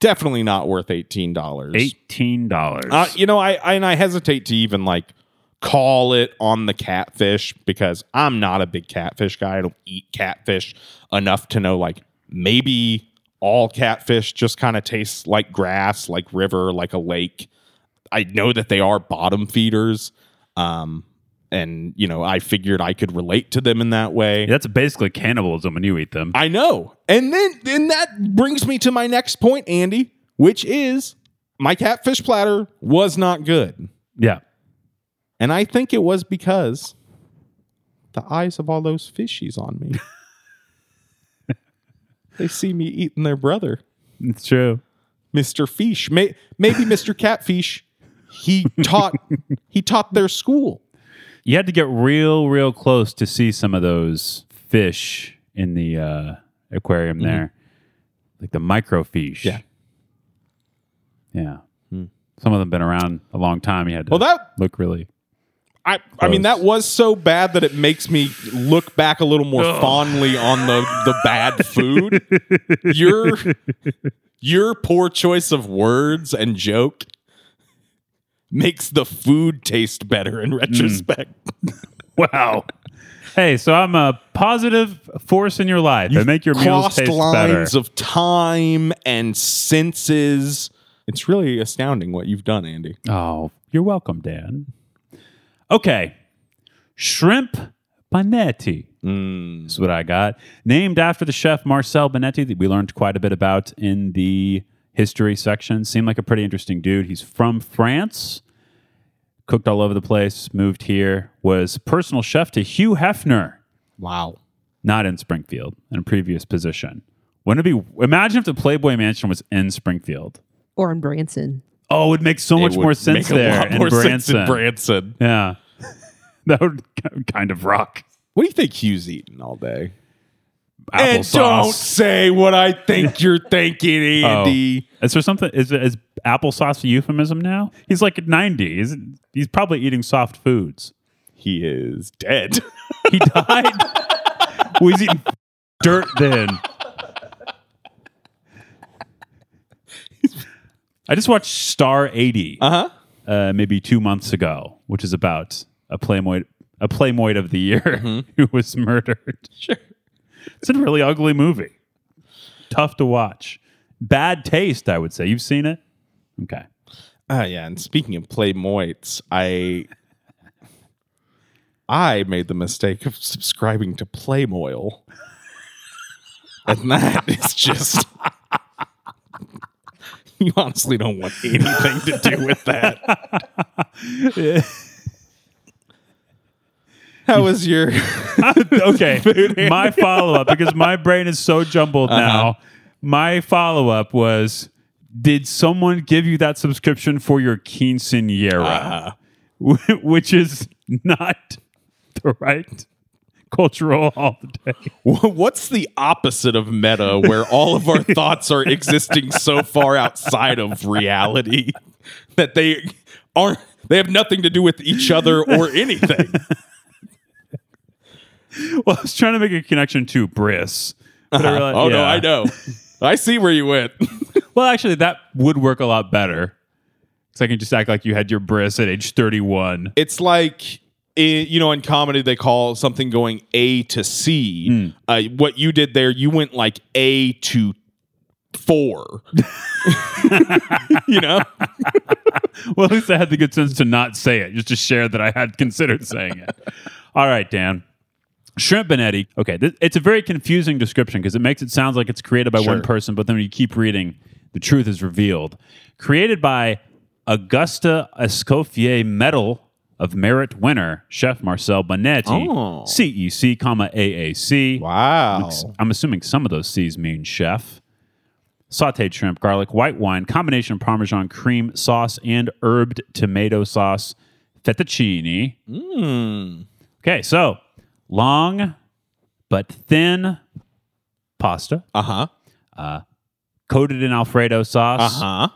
Definitely not worth eighteen dollars. Eighteen dollars. Uh, you know, I, I and I hesitate to even like call it on the catfish because I'm not a big catfish guy. I don't eat catfish enough to know like maybe all catfish just kind of tastes like grass, like river, like a lake. I know that they are bottom feeders. Um, and you know, I figured I could relate to them in that way. That's basically cannibalism when you eat them. I know. And then and that brings me to my next point, Andy, which is my catfish platter was not good. yeah. And I think it was because the eyes of all those fishies on me. they see me eating their brother, It's true. Mr. Fish. May- maybe Mr. Catfish. He taught he taught their school. You had to get real, real close to see some of those fish in the uh, aquarium there, like the microfiche. Yeah. yeah. Some of them been around a long time. You had to Well, that- look really. I, I mean Gross. that was so bad that it makes me look back a little more fondly on the the bad food. your your poor choice of words and joke makes the food taste better Mm. in retrospect. [LAUGHS] Wow. hey, so I'm a positive force in your life. I make your meals Crossed taste lines better. of time and senses. It's really astounding what you've done, Andy. oh, you're welcome, Dan. Okay, shrimp panetti. is what I got. Named after the chef Marcel Benetti that we learned quite a bit about in the history section. Seemed like a pretty interesting dude. He's from France, cooked all over the place, moved here, was personal chef to Hugh Hefner, Wow. not in Springfield, in a previous position. Wouldn't it be imagine if the Playboy Mansion was in Springfield? Or in Branson. Oh, it would make so much more sense there in Branson. Branson. yeah. [LAUGHS] that would kind of rock. What do you think Hugh's eating all day? And don't Applesauce. say what I [LAUGHS] think you're thinking, Oh. Andy. Is there something? Is is applesauce a euphemism now? He's like ninety. He's, he's probably eating soft foods. He is dead. He died. well, he's eating dirt then. I just watched Star eighty, huh. uh, maybe two months ago, which is about a playmoid, a playmoid of the year [LAUGHS] who was murdered. Sure, it's a really ugly movie. Tough to watch. Bad taste, I would say. You've seen it, okay? Ah, yeah. And speaking of play moits, I I made the mistake of subscribing to Playmoil, and that is just. You honestly don't want anything to do with [LAUGHS] that. How was your? [LAUGHS] okay. my follow up, because my brain is so jumbled Uh-huh. now. My follow up was Did someone give you that subscription for your quinceanera? Uh-huh. Wh- [LAUGHS] Which is not the right cultural holiday. What's the opposite of meta where all of [LAUGHS] our thoughts are existing so far outside of reality that they aren't they have nothing to do with each other [LAUGHS] or anything. Well, I was trying to make a connection to Briss. but I realized- oh no, yeah. I know. I see where you went. Well, actually, that would work a lot better. Because I can just act like you had your Briss at age 31. It's like i- you know in comedy they call something going A to C. Hmm. Uh, what you did there, you went like A to 4. you know? [LAUGHS] Well, at least I had the good sense to not say it, just to share that I had considered [LAUGHS] saying it. All right, Dan. Shrimp Benetti. Okay, th- it's a very confusing description because it makes it sound like it's created by one Sure. person, but then when you keep reading, the truth is revealed. Created by Augusta Escoffier Medal of Merit winner, Chef Marcel Benetti, Oh. CEC, comma, AAC. Wow. I'm assuming some of those C's mean chef. Sauteed shrimp, garlic, white wine, combination of Parmesan cream sauce and herbed tomato sauce, fettuccine. Hmm. Okay, so long but thin pasta Uh, Uh-huh. coated in Alfredo sauce. Uh-huh.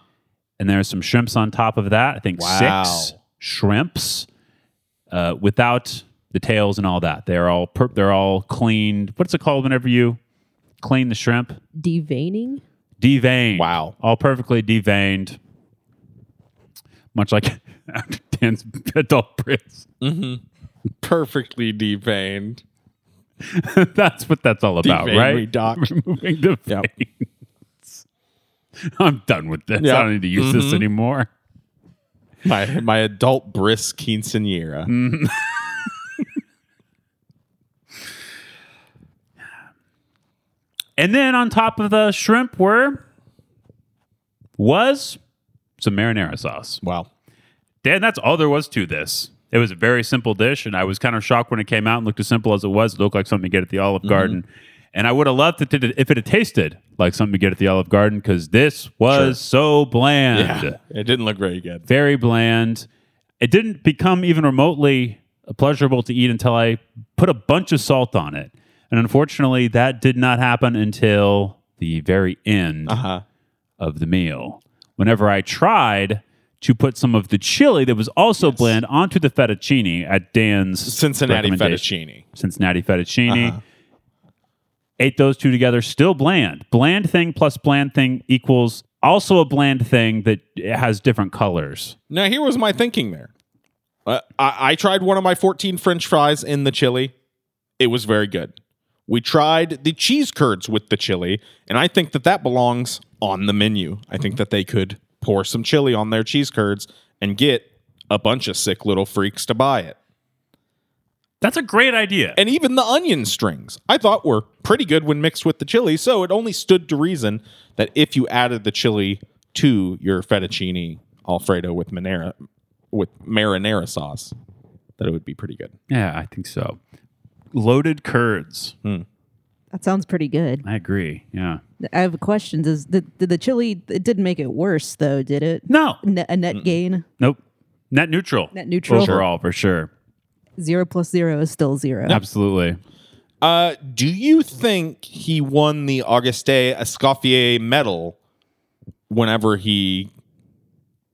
And there's some shrimps on top of that. I think Wow. six shrimps uh, without the tails and all that. They're all per- they're all cleaned. What's it called whenever you clean the shrimp? Deveining? deveined. Wow. All perfectly deveined. Much like [LAUGHS] Dan's adult prints. Perfectly deveined. [LAUGHS] that's what that's all about, Deveined, we right? docked. [LAUGHS] Removing the Yep. veins. [LAUGHS] I'm done with this. Yeah. I don't need to use Mm-hmm. this anymore. my my adult bris quinceanera. And then on top of the shrimp were was some marinara sauce. Wow. Dan, that's all there was to this. It was a very simple dish, and I was kind of shocked when it came out and looked as simple as it was. It looked like something you get at the Olive Garden. And I would have loved it to, if it had tasted like something you get at the Olive Garden because this was so bland. Yeah. It didn't look very good. Very bland. It didn't become even remotely pleasurable to eat until I put a bunch of salt on it. And unfortunately, that did not happen until the very end Uh-huh. of the meal. Whenever I tried to put some of the chili that was also bland onto the fettuccine at Dan's Cincinnati recommendation- fettuccine. Uh-huh. Cincinnati fettuccine, ate those two together, still bland. Bland thing plus bland thing equals also a bland thing that has different colors. Now here was my thinking there. Uh, I, I tried one of my 14 French fries in the chili. It was very good. We tried the cheese curds with the chili, and I think that that belongs on the menu. I think that they could pour some chili on their cheese curds and get a bunch of sick little freaks to buy it. That's a great idea. and even the onion strings I thought were pretty good when mixed with the chili. So it only stood to reason that if you added the chili to your fettuccine alfredo with manera, with marinara sauce, that it would be pretty good. yeah, I think so. Loaded curds. That sounds pretty good. I agree. Yeah. I have questions. Is the the, the chili? It didn't make it worse though, did it? No. Ne- a net gain Nope. Net neutral. Net neutral. Overall, for sure. zero plus zero is still zero. Absolutely. Uh, do you think he won the Auguste Escoffier medal whenever he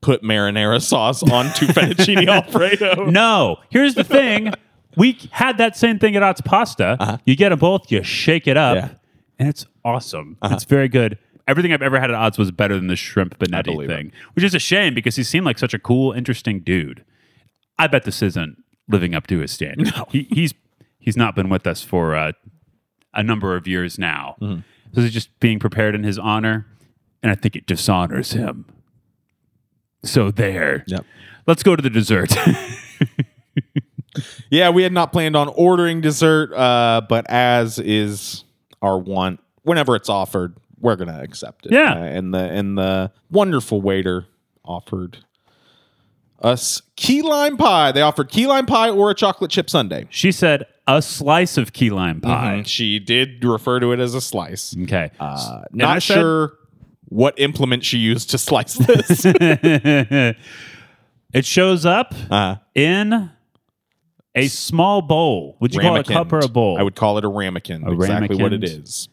put marinara sauce onto fettuccine alfredo? [LAUGHS] No. Here's the thing. we had that same thing at Ott's Pasta. You get them both, you shake it up, Uh-huh. Yeah. Uh-huh. and it's awesome. It's very good. Everything I've ever had at Odds was better than the shrimp benetti believe it. thing, which is a shame because he seemed like such a cool, interesting dude. I bet this isn't living up to his standard. He, he's he's not been with us for uh, a number of years now. Mm-hmm. This is just being prepared in his honor, and I think it dishonors him. So there. Yep. Let's go to the dessert. [LAUGHS] Yeah, we had not planned on ordering dessert, uh, but as is our want, whenever it's offered, we're gonna accept it. Yeah. Uh, and the and the wonderful waiter offered us key lime pie. They offered key lime pie or a chocolate chip sundae. She said a slice of key lime pie. And she did refer to it as a slice. Okay. Uh, And I not said- sure what implement she used to [LAUGHS] slice this. [LAUGHS] it shows up uh, in a small bowl. Would you call it a cup or a ramekined. bowl? I would call it a ramekin. A exactly what it ramekined. is.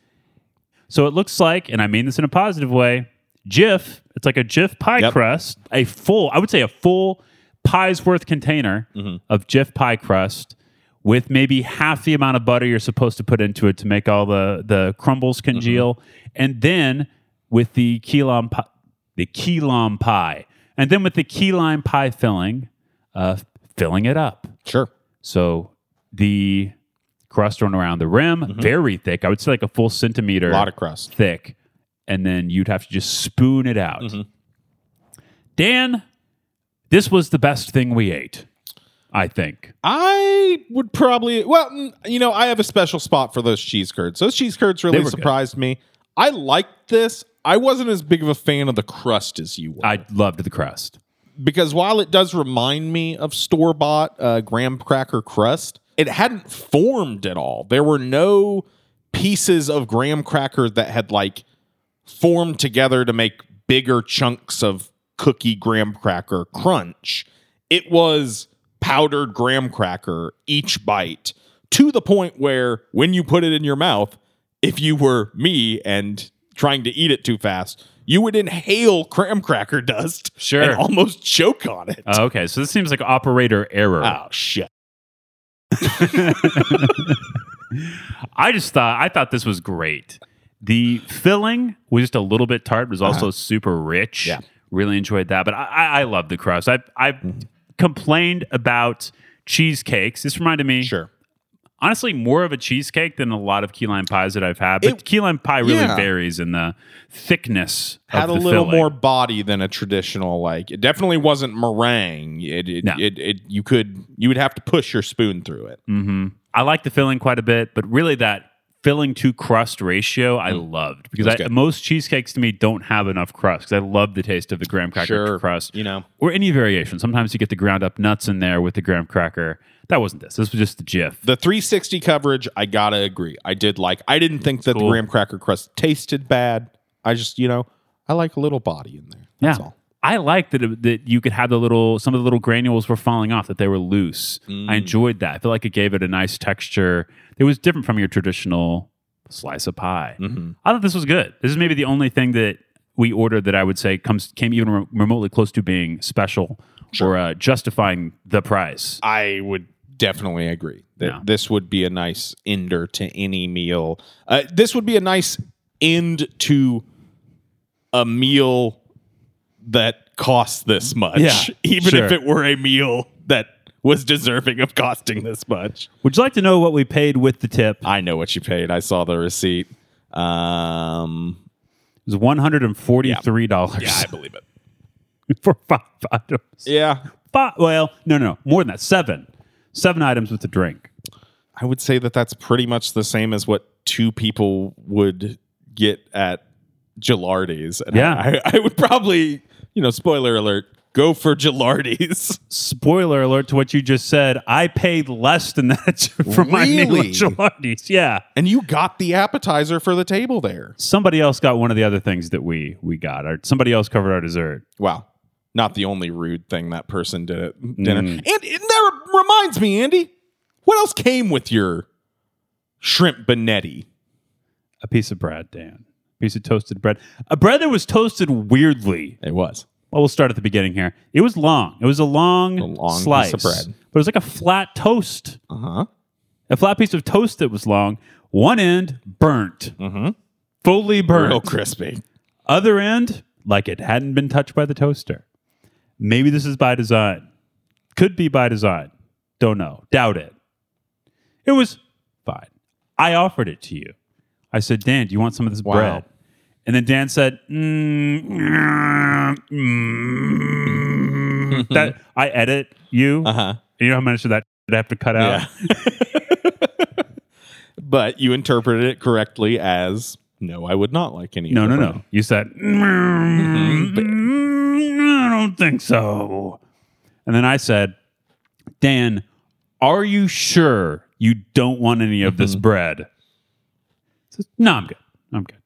So it looks like, and I mean this in a positive way, Jif. It's like a Jif pie Yep. crust, a full, I would say a full pie's worth container Mm-hmm. of Jif pie crust with maybe half the amount of butter you're supposed to put into it to make all the, the crumbles congeal. Mm-hmm. And then with the key lime pie, the key lime pie. And then with the key lime pie filling, uh, filling it up. Sure. So the crust run around the rim, very thick. I would say like a full centimeter A Mm-hmm. lot of crust. thick, and then you'd have to just spoon it out. Dan, this was the best thing we ate, I think. I would probably well, mm, you know, I have a special spot for those cheese curds. Those cheese curds They really were good. surprised me. I liked this. I wasn't as big of a fan of the crust as you were, I loved the crust. because while it does remind me of store bought uh, graham cracker crust, it hadn't formed at all. There were no pieces of graham cracker that had like formed together to make bigger chunks of cookie graham cracker crunch. It was powdered graham cracker each bite to the point where when you put it in your mouth, if you were me and trying to eat it too fast, you would inhale graham cracker dust Sure. and almost choke on it. Oh, okay, so this seems like operator error. oh shit. I just thought I thought this was great. The filling was just a little Uh-huh. bit tart, but it was also super rich. Yeah. Really enjoyed that. But I, I, I love the crust. I I complained about cheesecakes. This reminded me, Sure. honestly, more of a cheesecake than a lot of key lime pies that I've had. But It- key lime pie really yeah. varies in the thickness. Had of a the little filling. more body than a traditional like. It definitely wasn't meringue. It it, No. it it you could you would have to push your spoon through it. hmm I like the filling quite a bit, but really that filling to crust ratio I loved because Mm. That's I, good. most cheesecakes to me don't have enough crust because I love the taste of the graham cracker Sure. crust You know. or any variation. Sometimes you get the ground up nuts in there with the graham cracker. That wasn't this. This was just the GIF. The 360 coverage, I gotta agree. I did like. I didn't think that cool. the graham cracker crust tasted bad. I just you know I like a little body in there. That's all. I liked that it, that you could have the little some of the little granules were falling off that they were loose. Mm. I enjoyed that. I feel like it gave it a nice texture. It was different from your traditional slice of pie. Mm-hmm. I thought this was good. This is maybe the only thing that we ordered that I would say comes came even re- remotely close to being special or uh, justifying the price. I would definitely agree that Yeah. this would be a nice ender to any meal. Uh, this would be a nice end to a meal that costs this much, Yeah, [LAUGHS] even sure. if it were a meal that was deserving of costing this much. Would you like to know what we paid with the tip? It I know what you paid. I saw the receipt. Um, was one hundred and forty three dollars believe it. [LAUGHS] for five items. Yeah, Five, well, no, no, no, more than that. Seven, seven items with a drink. I would say that that's pretty much the same as what two people would get at Gilardi's. And Yeah. I, I would probably, you know, spoiler alert, go for Gilardi's. [LAUGHS] spoiler alert to what you just said, I paid less than that [LAUGHS] for my meal Really? at Gilardi's. Yeah. And you got the appetizer for the table there. Somebody else got one of the other things that we we got. Or somebody else covered our dessert. Wow. Not the only rude thing that person did at dinner. And, and that re- reminds me, Andy, what else came with your shrimp benetti? A piece of bread, Dan. Piece of toasted bread. A bread that was toasted weirdly. It was. Well, we'll start at the beginning here. It was long. It was a long, A long piece of slice bread. But it was like a flat toast. Uh huh. A flat piece of toast that was long. One end burnt. Mm-hmm. Fully burnt. Real crispy. Other end, like it hadn't been touched by the toaster. Maybe this is by design. Could be by design. Don't know. Doubt it. It was fine. I offered it to you. I said, Dan, do you want some of this Wow. bread? And then Dan said, mm, mm, [LAUGHS] mm. that I edit you. Uh huh. You know how much of that I have to cut out? Yeah. [LAUGHS] but you interpreted it correctly as no, I would not like any. No, of no, the no. You said, Mm-hmm. "Mm, I don't think so. And then I said, Dan, are you sure you don't want any of Mm-hmm. this bread? He says, no, I'm good. I'm good.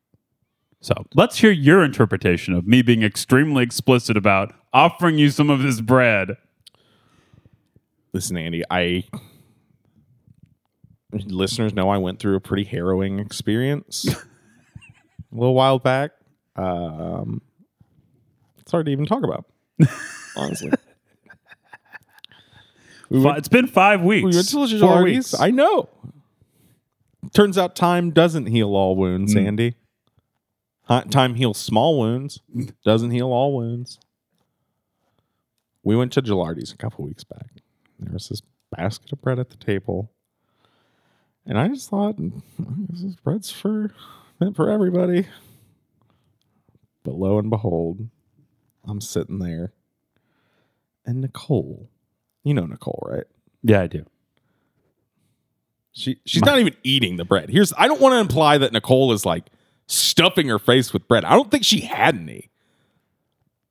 So let's hear your interpretation of me being extremely explicit about offering you some of this bread. Listen, Andy, I listeners know I went through a pretty harrowing experience [LAUGHS] a little while back. Um, it's hard to even talk about, honestly. [LAUGHS] We Fi- went- It's been five weeks. we went to the four Gilardi's. weeks. I know. Turns out time doesn't heal all wounds, Mm. Andy. Huh, Time heals small wounds, doesn't heal all wounds. We went to Gilardi's a couple weeks back. There was this basket of bread at the table. And I just thought, this is bread's for meant for everybody. But lo and behold, I'm sitting there. And Nicole, you know Nicole, right? yeah, I do. She she's not even eating the bread. Here's I don't want to imply that Nicole is like stuffing her face with bread. I don't think she had any.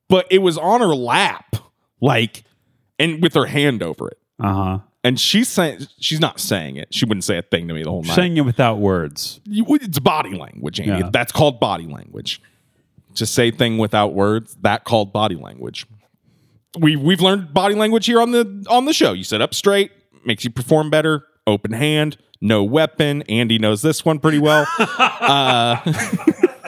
But it was on her lap, like and with her hand over it. Uh huh. And she's saying she's not saying it. She wouldn't say a thing to me the whole night. Saying it without words. You- it's body language, Andy. Yeah. That's called body language. To say thing without words, that called body language. We we've learned body language here on the on the show. You sit up straight, makes you perform better. Open hand, no weapon. Andy knows this one pretty well. Uh, [LAUGHS]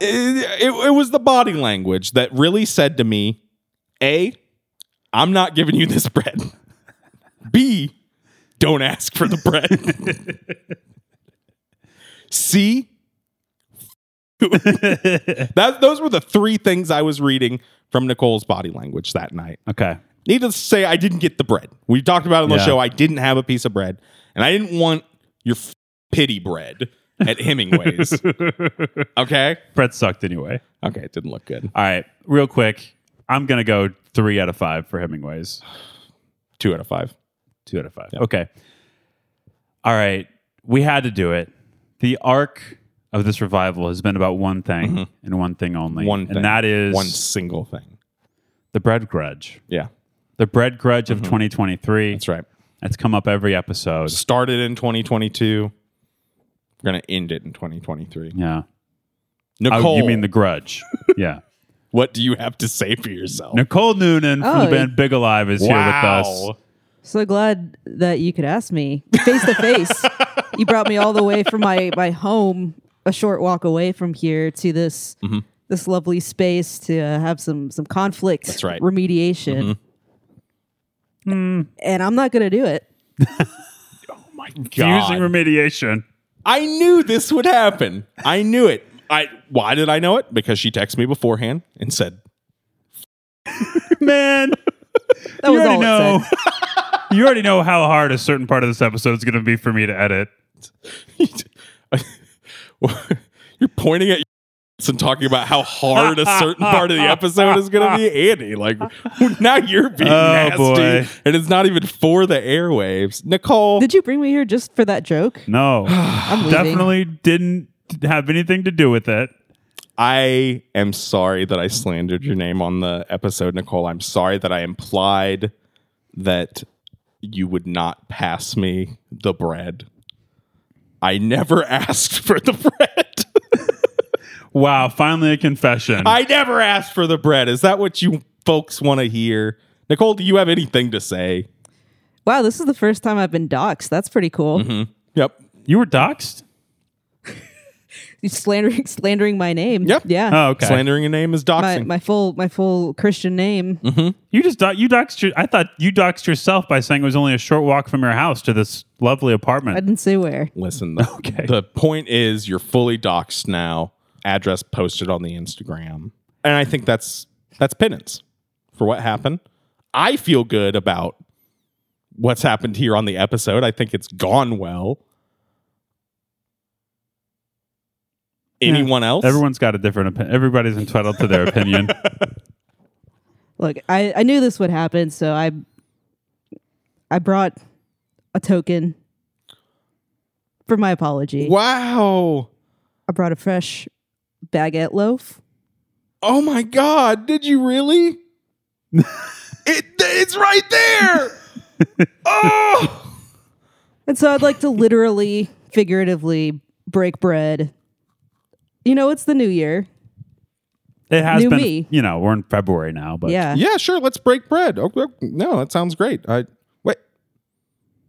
it, it, it was the body language that really said to me, A, I'm not giving you this bread. B, don't ask for the bread. [LAUGHS] [LAUGHS] C, that, those were the three things I was reading from Nicole's body language that night. Okay. Needless to say, I didn't get the bread. We talked about it on the Yeah. show. I didn't have a piece of bread, and I didn't want your f- pity bread at [LAUGHS] Hemingway's. okay, Brett sucked anyway. okay, it didn't look good. All right, real quick. I'm gonna go three out of five for Hemingway's. Two out of five. Two out of five. Okay. All right. We had to do it. The arc of this revival has been about one thing and one thing only. Mm-hmm. One and thing. that is one single thing. the bread grudge. Yeah, The bread grudge of 2023. Mm-hmm. that's right. That's come up every episode. Started in 2022. We're gonna end it in 2023. Yeah. Nicole, Oh, you Oh, mean [LAUGHS] the grudge? yeah. what do you have to say for yourself? Nicole Noonan from Oh, the band Big Alive is here with us. So glad that you could ask me face [LAUGHS] to face. You brought me all the way from my my home, a short walk away from here, to this Mm-hmm. this lovely space to uh, have some some conflict That's right. remediation. Mm-hmm. And I'm not gonna do it. God. Using remediation. I knew this would happen. I knew it. I why did I know it? Because she texted me beforehand and said, [LAUGHS] Man, That you was already all it know. said. [LAUGHS] [LAUGHS] you already know how hard a certain part of this episode is going to be for me to edit. "You're pointing at [LAUGHS] your and talking about how hard a certain part of the episode is going to be." Andy, like [LAUGHS] now you're being Oh, nasty, boy. and it's not even for the airwaves. Nicole, Did you bring me here just for that joke? [SIGHS] No, I'm leaving. definitely didn't have anything to do with it. I am sorry that I slandered your name on the episode, Nicole. I'm sorry that I implied that you would not pass me the bread. I never [LAUGHS] asked for the bread. [LAUGHS] Wow, finally a confession. I never asked for the bread. Is that what you folks want to hear? Nicole, do you have anything to say? Wow, this is the first time I've been doxxed. That's pretty cool. Yep. you were doxxed? You Slandering [LAUGHS] slandering my name. Yep. Yeah. Oh, okay. Slandering a name is my, doxing. my full my full Christian name. You just do- you doxed. Your- I thought you doxed yourself by saying it was only a short walk from your house to this lovely I apartment. didn't say where. Listen, the, Okay. the point is you're fully doxxed now. Address posted on the Instagram. And I think that's that's penance for what happened. I feel good about what's happened here on the episode. I think it's gone well. Anyone else? Everyone's got a different opinion. Everybody's entitled to their [LAUGHS] opinion. Look, I, I knew this would happen, so I I brought a token for my apology. Wow. I brought a fresh baguette loaf. Oh my god, did you really? it it's right there. oh. And so I'd like to literally, figuratively break bread. You know, it's the new year. It has New been. me. You know, we're in February now, but yeah. Yeah, sure. Let's break bread. Okay. No, that sounds great. I wait,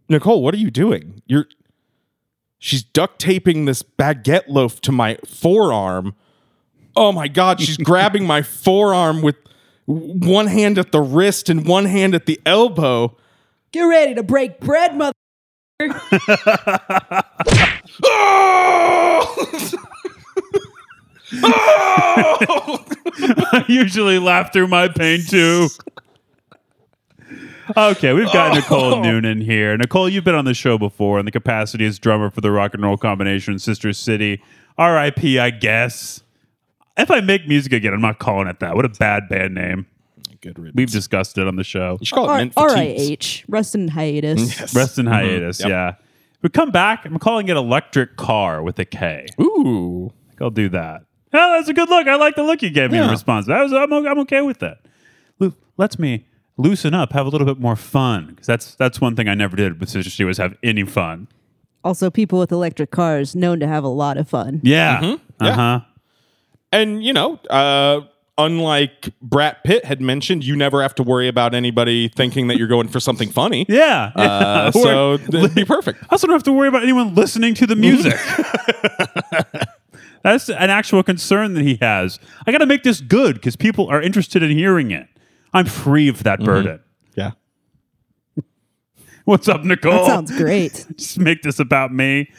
Nicole, what are you doing? You're she's duct taping this baguette loaf to my forearm. Oh my god, [LAUGHS] she's grabbing my forearm with w- one hand at the wrist and one hand at the elbow. Get ready to break bread, mother. Oh! Oh! I [LAUGHS] usually laugh through my pain too. Okay, we've got Nicole Noonan here. Nicole, you've been on the show before in the capacity as drummer for the rock and roll combination Sister City. RIP, I guess. If I make music again, I'm not calling it that. What a bad band name. Good riddance. We've discussed it on the show. You should call it R- mint for teas. RIH, rest in hiatus. Rest in hiatus, Mm-hmm. Yep. yeah. We come back. I'm calling it electric car with a K. Ooh. I'll do that. Oh, that's a good look. I like the look you gave me in Yeah. response. That was I'm, o- I'm okay with that. Lu- Let's me loosen up, have a little bit more fun because that's that's one thing I never did with Sister She was have any fun. Also, people with electric cars known to have a lot of fun. Yeah. Yeah. Mm-hmm. Uh huh. And you know, uh, unlike Brad Pitt had mentioned, you never have to worry about anybody thinking that you're going for something funny. Yeah. [LAUGHS] Uh, [LAUGHS] Or- so it'd be perfect. I also don't have to worry about anyone listening to the music. That's an actual concern that he has. I got to make this good because people are interested in hearing it. I'm free of that burden. Yeah. What's up, Nicole? That sounds great. [LAUGHS] [LAUGHS] Just make this about me.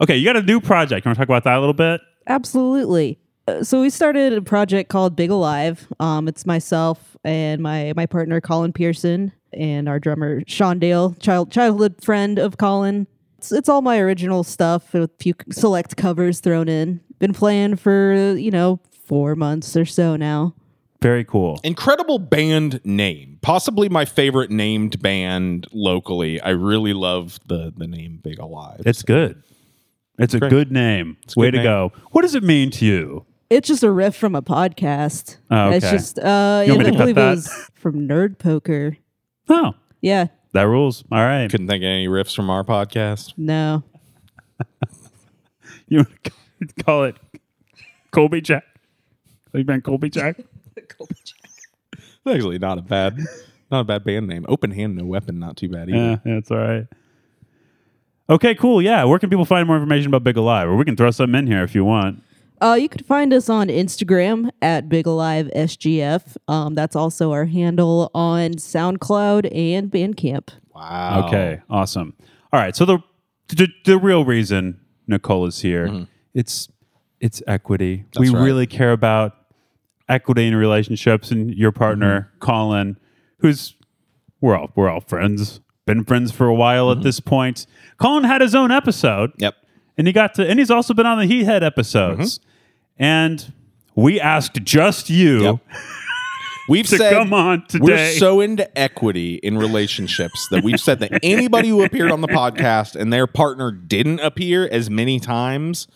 Okay, you got a new project. You want to talk about that a little bit? Absolutely. Uh, so we started a project called Big Alive. Um, it's myself and my my partner Colin Pearson and our drummer Sean Dale, child childhood friend of Colin. It's, it's all my original stuff with a few select covers thrown in. Been playing for you know four months or so now. Very cool. Incredible band name. Possibly my favorite named band locally. I really love the the name Big Alive. It's good. It's a good name. Way good to name. go. What does it mean to you? It's just a riff from a podcast. Oh, It's okay. just uh, You want and me I to cut believe that? [LAUGHS] it was from Nerd Poker. Oh, Yeah, that rules. All right. Couldn't think of any riffs from our podcast. no, You wanna [LAUGHS] ca- call it Colby Jack? Have you been Colby Jack? It's actually not a bad not a bad band name. Open hand, no weapon, not too bad either. yeah, that's all right. Okay, cool. Yeah. Where can people find more information about Big Alive? Or we can throw something in here if you want. Uh, you can find us on Instagram at Big Alive SGF. Um, that's also our handle on SoundCloud and Bandcamp. Wow. Okay, awesome. All right, so the the, the real reason Nicole is here, it's it's equity. we right. really care about equity in relationships, and your partner Colin, who's we're all we're all friends, been friends for a while at this point. Colin had his own episode, Yep. and he got to, and he's also been on the Heat Head episodes, and we asked just you Yep. We've to said come on today. We're so into equity in relationships that we've said that anybody who appeared on the podcast and their partner didn't appear as many times,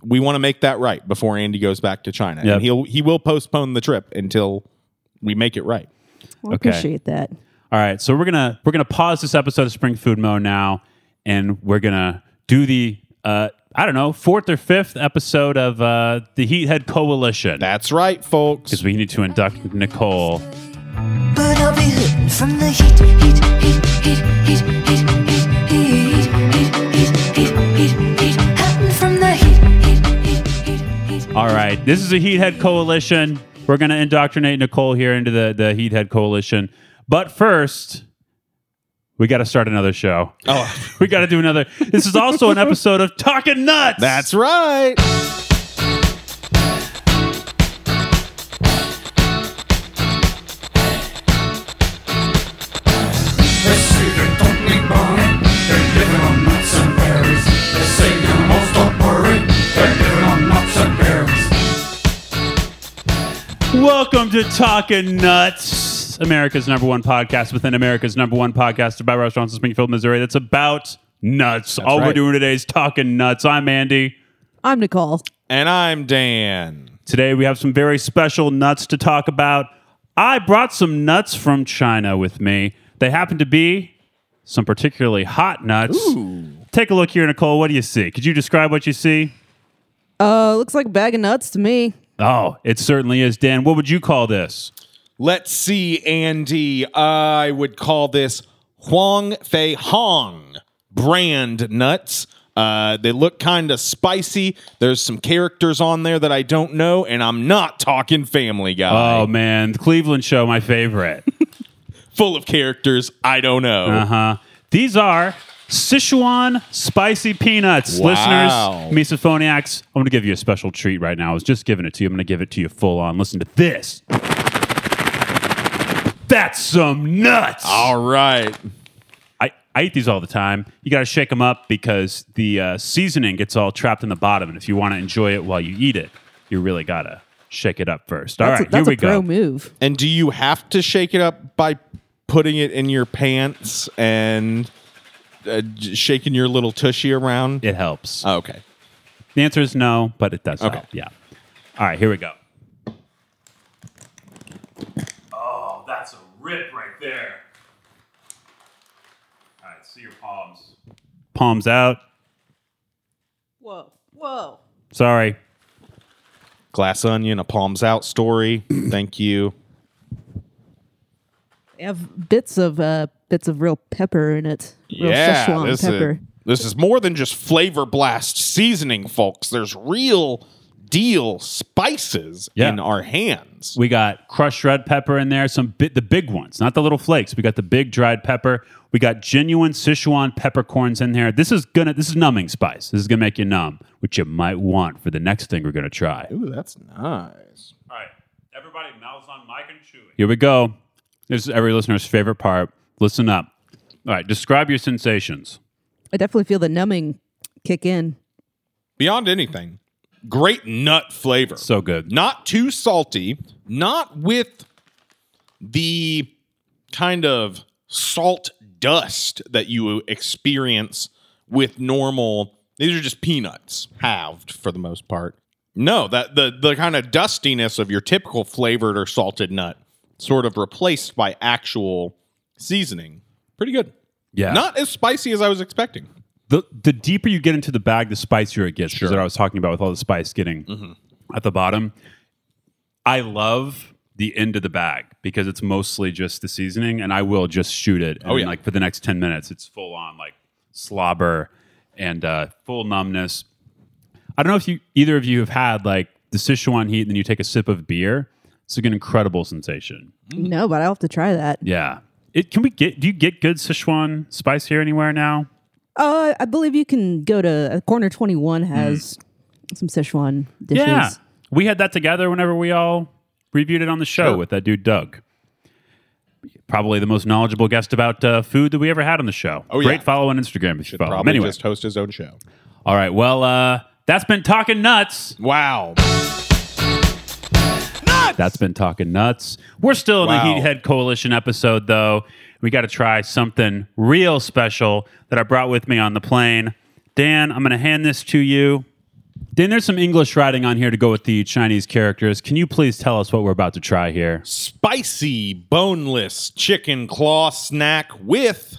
we want to make that right before Andy goes back to China. Yep. And he'll he will postpone the trip until we make it right. Well, I Okay. appreciate that. All right, so we're gonna we're gonna pause this episode of Spring Food Mo now, and we're gonna do the uh, I don't know fourth or fifth episode of uh, the Heathead Coalition That's right, folks. because we need to induct Nicole. But I'll be hurting from the heat, heat, heat, heat, heat, heat, heat, heat, heat, heat, heat, heat, heat. Hurting from the heat, heat, heat, heat, heat. All right, this is a Heathead Coalition. We're gonna indoctrinate Nicole here into the the Heathead Coalition, but first we got to start another show. Oh, [LAUGHS] We got to do another. This is also an episode of Talking Nuts. that's right. They say they don't need money. They're living on nuts and berries. They say animals don't worry. They're living on nuts and berries. Welcome to Talking Nuts, America's number one podcast within America's number one podcast about restaurants in Springfield, Missouri. That's about nuts. All we're right. doing today is talking nuts. I'm Andy. I'm Nicole. And I'm Dan. Today we have some very special nuts to talk about. I brought some nuts from China with me. They happen to be some particularly hot nuts. Take a look here, Nicole. What do you see? Could you describe what you see? Uh, looks like a bag of nuts to me. Oh, it certainly is. Dan, what would you call this? Let's see, Andy. I would call this Huang Fei Hong brand nuts. Uh, they look kind of spicy. There's some characters on there that I don't know, and I'm not talking Family Guy. Oh, man. The Cleveland show, my favorite. Full of characters I don't know. Uh-huh. These are Sichuan spicy peanuts. Wow. Listeners, misophoniacs, I'm going to give you a special treat right now. I was just giving it to you. I'm going to give it to you full on. Listen to this. That's some nuts. All right. I, I eat these all the time. You got to shake them up because the uh, seasoning gets all trapped in the bottom. And if you want to enjoy it while you eat it, you really got to shake it up first. All right, That's a, that's here we a pro go. move. And do you have to shake it up by putting it in your pants and uh, j- shaking your little tushy around? It helps. Oh, okay. The answer is no, but it does Okay. help. Yeah. All right, here we go. Oh, that's a rip right there. All right, see your palms. Palms out. Whoa, whoa. Sorry. Glass onion, a palms out story. Thank you. They have bits of uh, bits of real pepper in it. Real Szechuan this pepper. Is, this is more than just flavor blast seasoning, folks. There's real deal spices Yeah. in our hands. We got crushed red pepper in there, some bit the big ones, not the little flakes. We got the big dried pepper. We got genuine Sichuan peppercorns in there. This is gonna this is numbing spice. This is gonna make you numb, which you might want for the next thing we're gonna try. Ooh, that's nice. All right, everybody, mouths on mic and chew. Here we go. This is every listener's favorite part. Listen up. All right, describe your sensations. I definitely feel the numbing kick in. Beyond anything, great nut flavor. So good. not too salty, not with the kind of salt dust that you experience with normal. These are just peanuts halved for the most part. No, that the the kind of dustiness of your typical flavored or salted nut sort of replaced by actual seasoning. Pretty good. Yeah. Not as spicy as I was expecting. the the deeper you get into the bag, the spicier it gets. Which is what I was talking about with all the spice getting Mm-hmm. at the bottom. I love the end of the bag because it's mostly just the seasoning, and I will just shoot it. And Oh, yeah. like for the next ten minutes, it's full on like slobber and uh, full numbness. I don't know if you either of you have had like the Sichuan heat, and then you take a sip of beer. It's like an incredible sensation. [LAUGHS] No, but I'll have to try that. Yeah. It, can we get? Do you get good Sichuan spice here anywhere now? Uh, I believe you can go to uh, Corner 21 has some Sichuan dishes. Hmm. Yeah. We had that together whenever we all reviewed it on the show with that dude, Doug. Probably the most knowledgeable guest about uh, food that we ever had on the show. Oh, yeah. Great follow on Instagram if you follow him. Probably Anyway, just host his own show. all right. Well, uh, that's been Talking Nuts. Wow. That's been Talking Nuts. We're still in Wow. the Heathead Coalition episode, though. We got to try something real special that I brought with me on the plane. Dan, I'm going to hand this to you. Dan, there's some English writing on here to go with the Chinese characters. Can you please tell us what we're about to try here? spicy boneless chicken claw snack with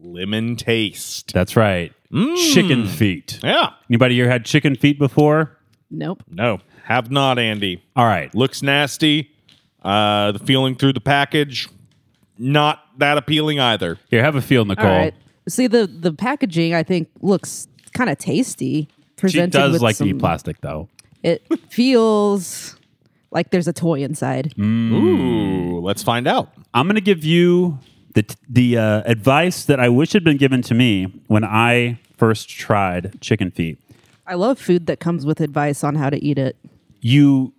lemon taste. That's right. Mm. Chicken feet. Yeah. Anybody here had chicken feet before? Nope. No, have not, Andy. All right. Looks nasty. Uh, the feeling through the package, not that appealing either. Here, have a feel, Nicole. All right. See the the packaging I think looks kind of tasty She presented does with like to some, eat plastic, though. It feels like there's a toy inside. Hmm. Ooh, let's find out. I'm going to give you the, t- the uh, advice that I wish had been given to me when I first tried chicken feet. I love food that comes with advice on how to eat it. You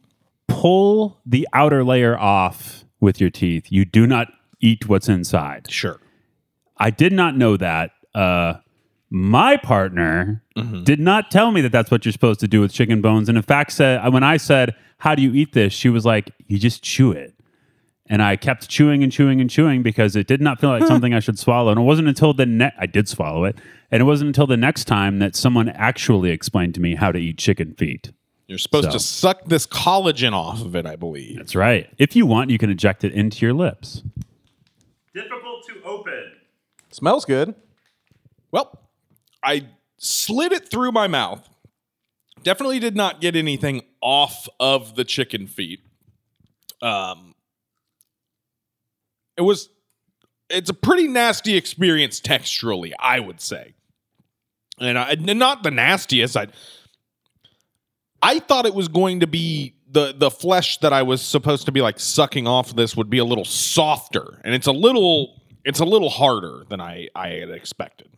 pull the outer layer off with your teeth, you do not eat what's inside. Sure. I did not know that. Uh, my partner did not tell me that that's what you're supposed to do with chicken bones. And in fact, said when I said, "How do you eat this?" she was like, "You just chew it." And I kept chewing and chewing and chewing because it did not feel like something I should swallow. And it wasn't until the ne I did swallow it, and it wasn't until the next time that someone actually explained to me how to eat chicken feet. You're supposed So. to suck this collagen off of it, I believe. That's right. If you want, you can eject it into your lips. Difficult to open. Smells good. Well, I slid it through my mouth. Definitely did not get anything off of the chicken feet. Um, it was, it's a pretty nasty experience texturally, I would say. And I, and not the nastiest. I, I thought it was going to be the the flesh that I was supposed to be like sucking off this would be a little softer, and it's a little it's a little harder than I I had expected.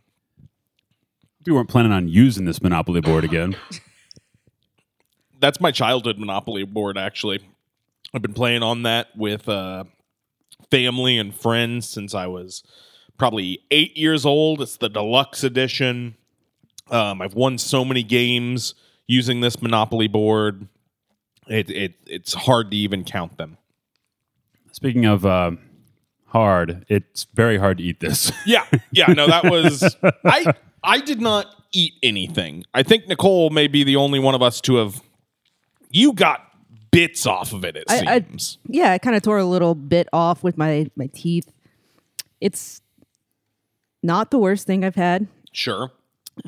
We weren't planning on using this Monopoly board again. That's my childhood Monopoly board actually. I've been playing on that with uh, family and friends since I was probably eight years old. It's the deluxe edition. Um, I've won so many games using this Monopoly board. It, it it's hard to even count them. Speaking of uh, hard, it's very hard to eat this. [LAUGHS] Yeah, [LAUGHS] yeah. No, that was I. I did not eat anything. I think Nicole may be the only one of us to have. You got bits off of it. It I- I- seems. Yeah, I kind of tore a little bit off with my my teeth. It's not the worst thing I've had. sure.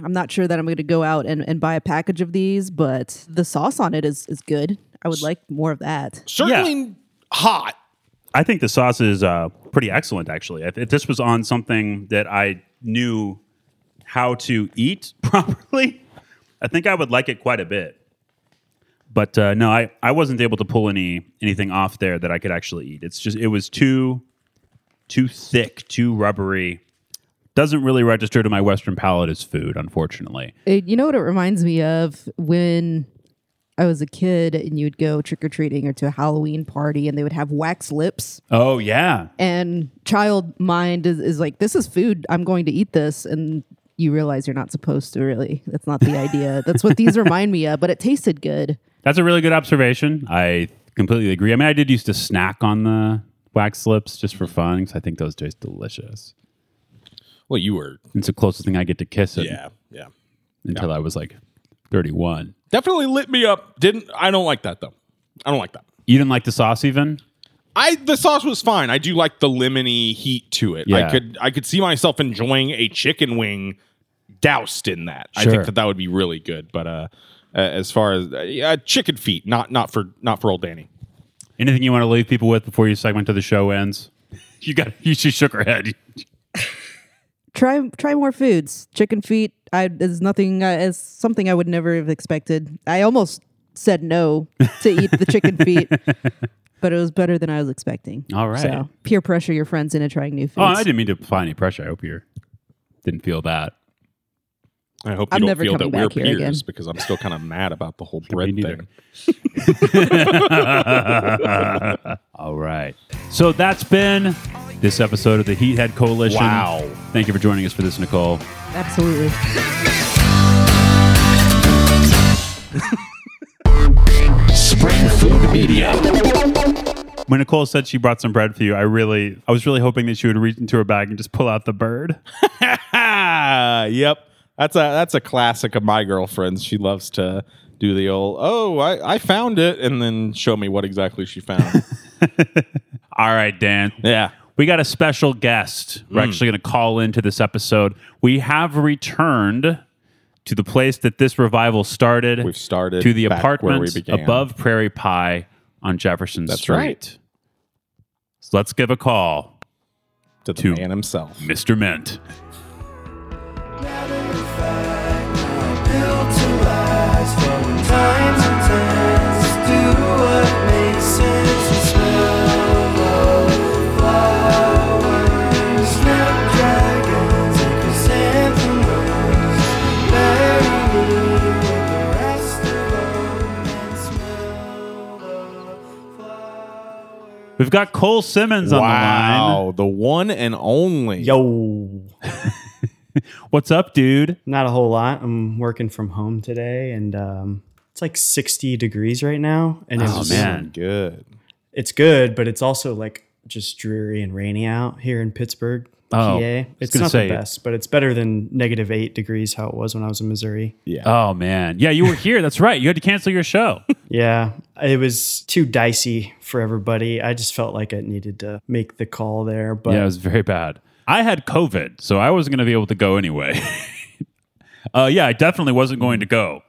I'm not sure that I'm going to go out and, and buy a package of these, but the sauce on it is, is good. I would like more of that. Certainly hot. I think the sauce is uh, pretty excellent, actually. If, if this was on something that I knew [LAUGHS] how to eat properly, I think I would like it quite a bit. But uh, no, I, I wasn't able to pull any anything off there that I could actually eat. It's just it was too too thick, too rubbery. Doesn't really register to my Western palate as food, unfortunately. It, you know what it reminds me of when I was a kid and you would go trick or treating or to a Halloween party and they would have wax lips Oh yeah, and child mind is, is like this is food I'm going to eat this and you realize you're not supposed to really that's not the idea that's what [LAUGHS] these remind me of but it tasted good That's a really good observation. I completely agree. I mean, I did used to snack on the wax lips just for fun because I think those taste delicious. Well, you were. It's the closest thing I get to kissing Yeah, yeah. until I was like 31. Definitely lit me up. Didn't I? Don't like that though. I don't like that. You didn't like the sauce even? I the sauce was fine. I do like the lemony heat to it. Yeah. I could I could see myself enjoying a chicken wing doused in that. I Sure. think that that would be really good. But uh, uh, as far as uh, yeah, chicken feet, not not for not for old Danny. Anything you want to leave people with before your segment of the show ends? [LAUGHS] You got you she shook her head. try try more foods chicken feet I is nothing uh, is something I would never have expected I almost said no to eat the [LAUGHS] chicken feet but it was better than I was expecting All right. so peer pressure your friends into trying new foods Oh, I didn't mean to apply any pressure. I hope you didn't feel that. I hope you I'm don't never feel that coming we're back here peers again. because I'm still kind of mad about the [LAUGHS] whole bread neither. thing. All right. So that's been this episode of the Heathead Coalition. Wow. Thank you for joining us for this, Nicole. absolutely When Nicole said she brought some bread for you, I really, I was really hoping that she would reach into her bag and just pull out the bird. Ah, [LAUGHS] yep. That's a that's a classic of my girlfriend's. She loves to do the old oh I, I found it and then show me what exactly she [LAUGHS] found. [LAUGHS] All right, Dan. yeah. Hmm. We got a special guest. We're actually going to call into this episode. We have returned to the place that this revival started. We've started to the back where we apartment began. above Prairie Pie on Jefferson That's Street. right. So let's give a call, To the To- man himself. Mr. Mint. We've got Cole Simmons on the line. Wow, the one and only. Yo, What's up, dude? not a whole lot. I'm working from home today, and um, it's like 60 degrees right now, and Oh, it's man. good. it's good, but it's also like just dreary and rainy out here in Pittsburgh, Oh, I was PA. It's gonna not say- the best, but it's better than negative eight degrees how it was when I was in Missouri. Uh, Oh man, yeah, you were here. That's right. You had to cancel your show. [LAUGHS] Yeah, it was too dicey for everybody. I just felt like I needed to make the call there, but yeah, it was very bad. I had COVID, so I wasn't going to be able to go anyway. [LAUGHS] uh, yeah, I definitely wasn't going to go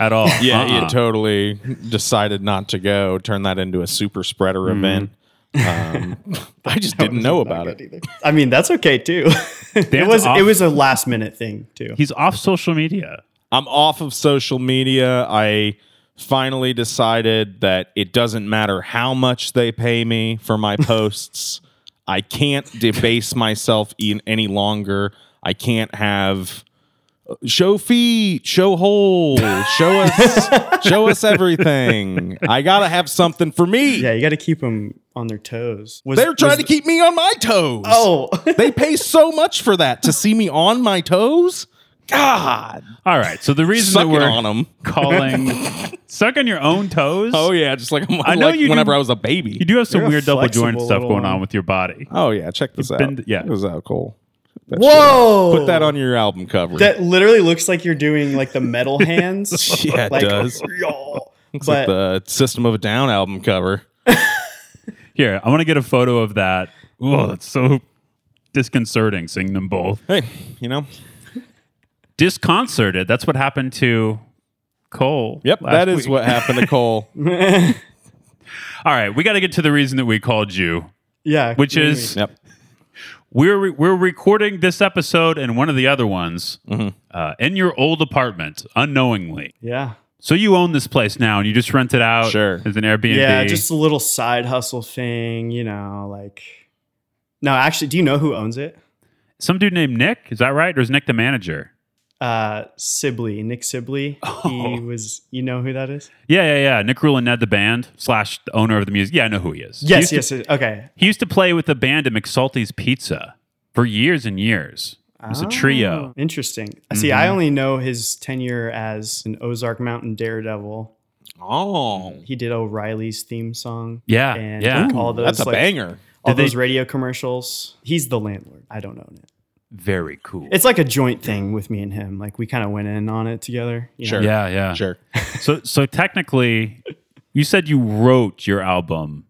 at all. [LAUGHS] Yeah, Uh-uh. you totally decided not to go, turn that into a super spreader [LAUGHS] event. Um, Mm-hmm. I just didn't know about it. I mean that's okay too. [LAUGHS] it Dan's was off- it was a last minute thing too. He's off social media. I'm off of social media. I finally decided that it doesn't matter how much they pay me [LAUGHS] for my posts. I can't debase myself in any longer. I can't have uh, show feet, show hole, show [LAUGHS] us, show us everything. I gotta have something for me. Yeah, you got to keep them on their toes. Was, They're trying was to keep me on my toes. [LAUGHS] [LAUGHS] Oh, they pay so much for that to see me on my toes. God, All right, so the reason sucking that we're [LAUGHS] on them. calling suck on your own toes. Oh yeah, just like [LAUGHS] I'm, I know like you whenever do- I was a baby. you do have some You're a weird double joint flexible stuff little going one. on with your body. oh yeah, check this out. bend- yeah. it was out cool. whoa! Put that on your album cover. That literally looks like you're doing like the metal [LAUGHS] hands. yeah, it like, does. [LAUGHS] Y'all. It's like But the System of a Down album cover. Here, I want to get a photo of that. Oh, that's so disconcerting. Seeing them both Hey, you know, disconcerted. That's what happened to Cole. yep, last that is week. what happened to [LAUGHS] Cole. All right, we got to get to the reason that we called you. yeah, which anyway, is Yep. we're re- we're recording this Mm-hmm. episode and one of the other ones uh, in your old apartment unknowingly. yeah. So you own this place now, and you just rent it out Sure. as an Airbnb. Yeah, just a little side hustle thing, you know, like. No, actually, do you know who owns it? some dude named Nick. Is that right, or is Nick the manager? Uh, Sibley, Nick Sibley. He was, you know who that is? Yeah, yeah, yeah. Nick Rule and Ned the band slash the owner of the music. Yeah, I know who he is. He Yes, used to- yes. yes, okay. he used to play with the band at McSalty's Pizza for years and years. It was a Oh. trio. Interesting. See, Mm-hmm. I only know his tenure as an Ozark Mountain Daredevil. Oh, He did O'Reilly's theme song. Yeah, and yeah. like, all those that's a like, banger. All Did they- those radio commercials. He's the landlord. I don't own it. Very cool. It's like a joint thing with me and him. Like we kind of went in on it together. you know? Sure. yeah, yeah. [LAUGHS] Sure. So, so technically, you said you wrote your album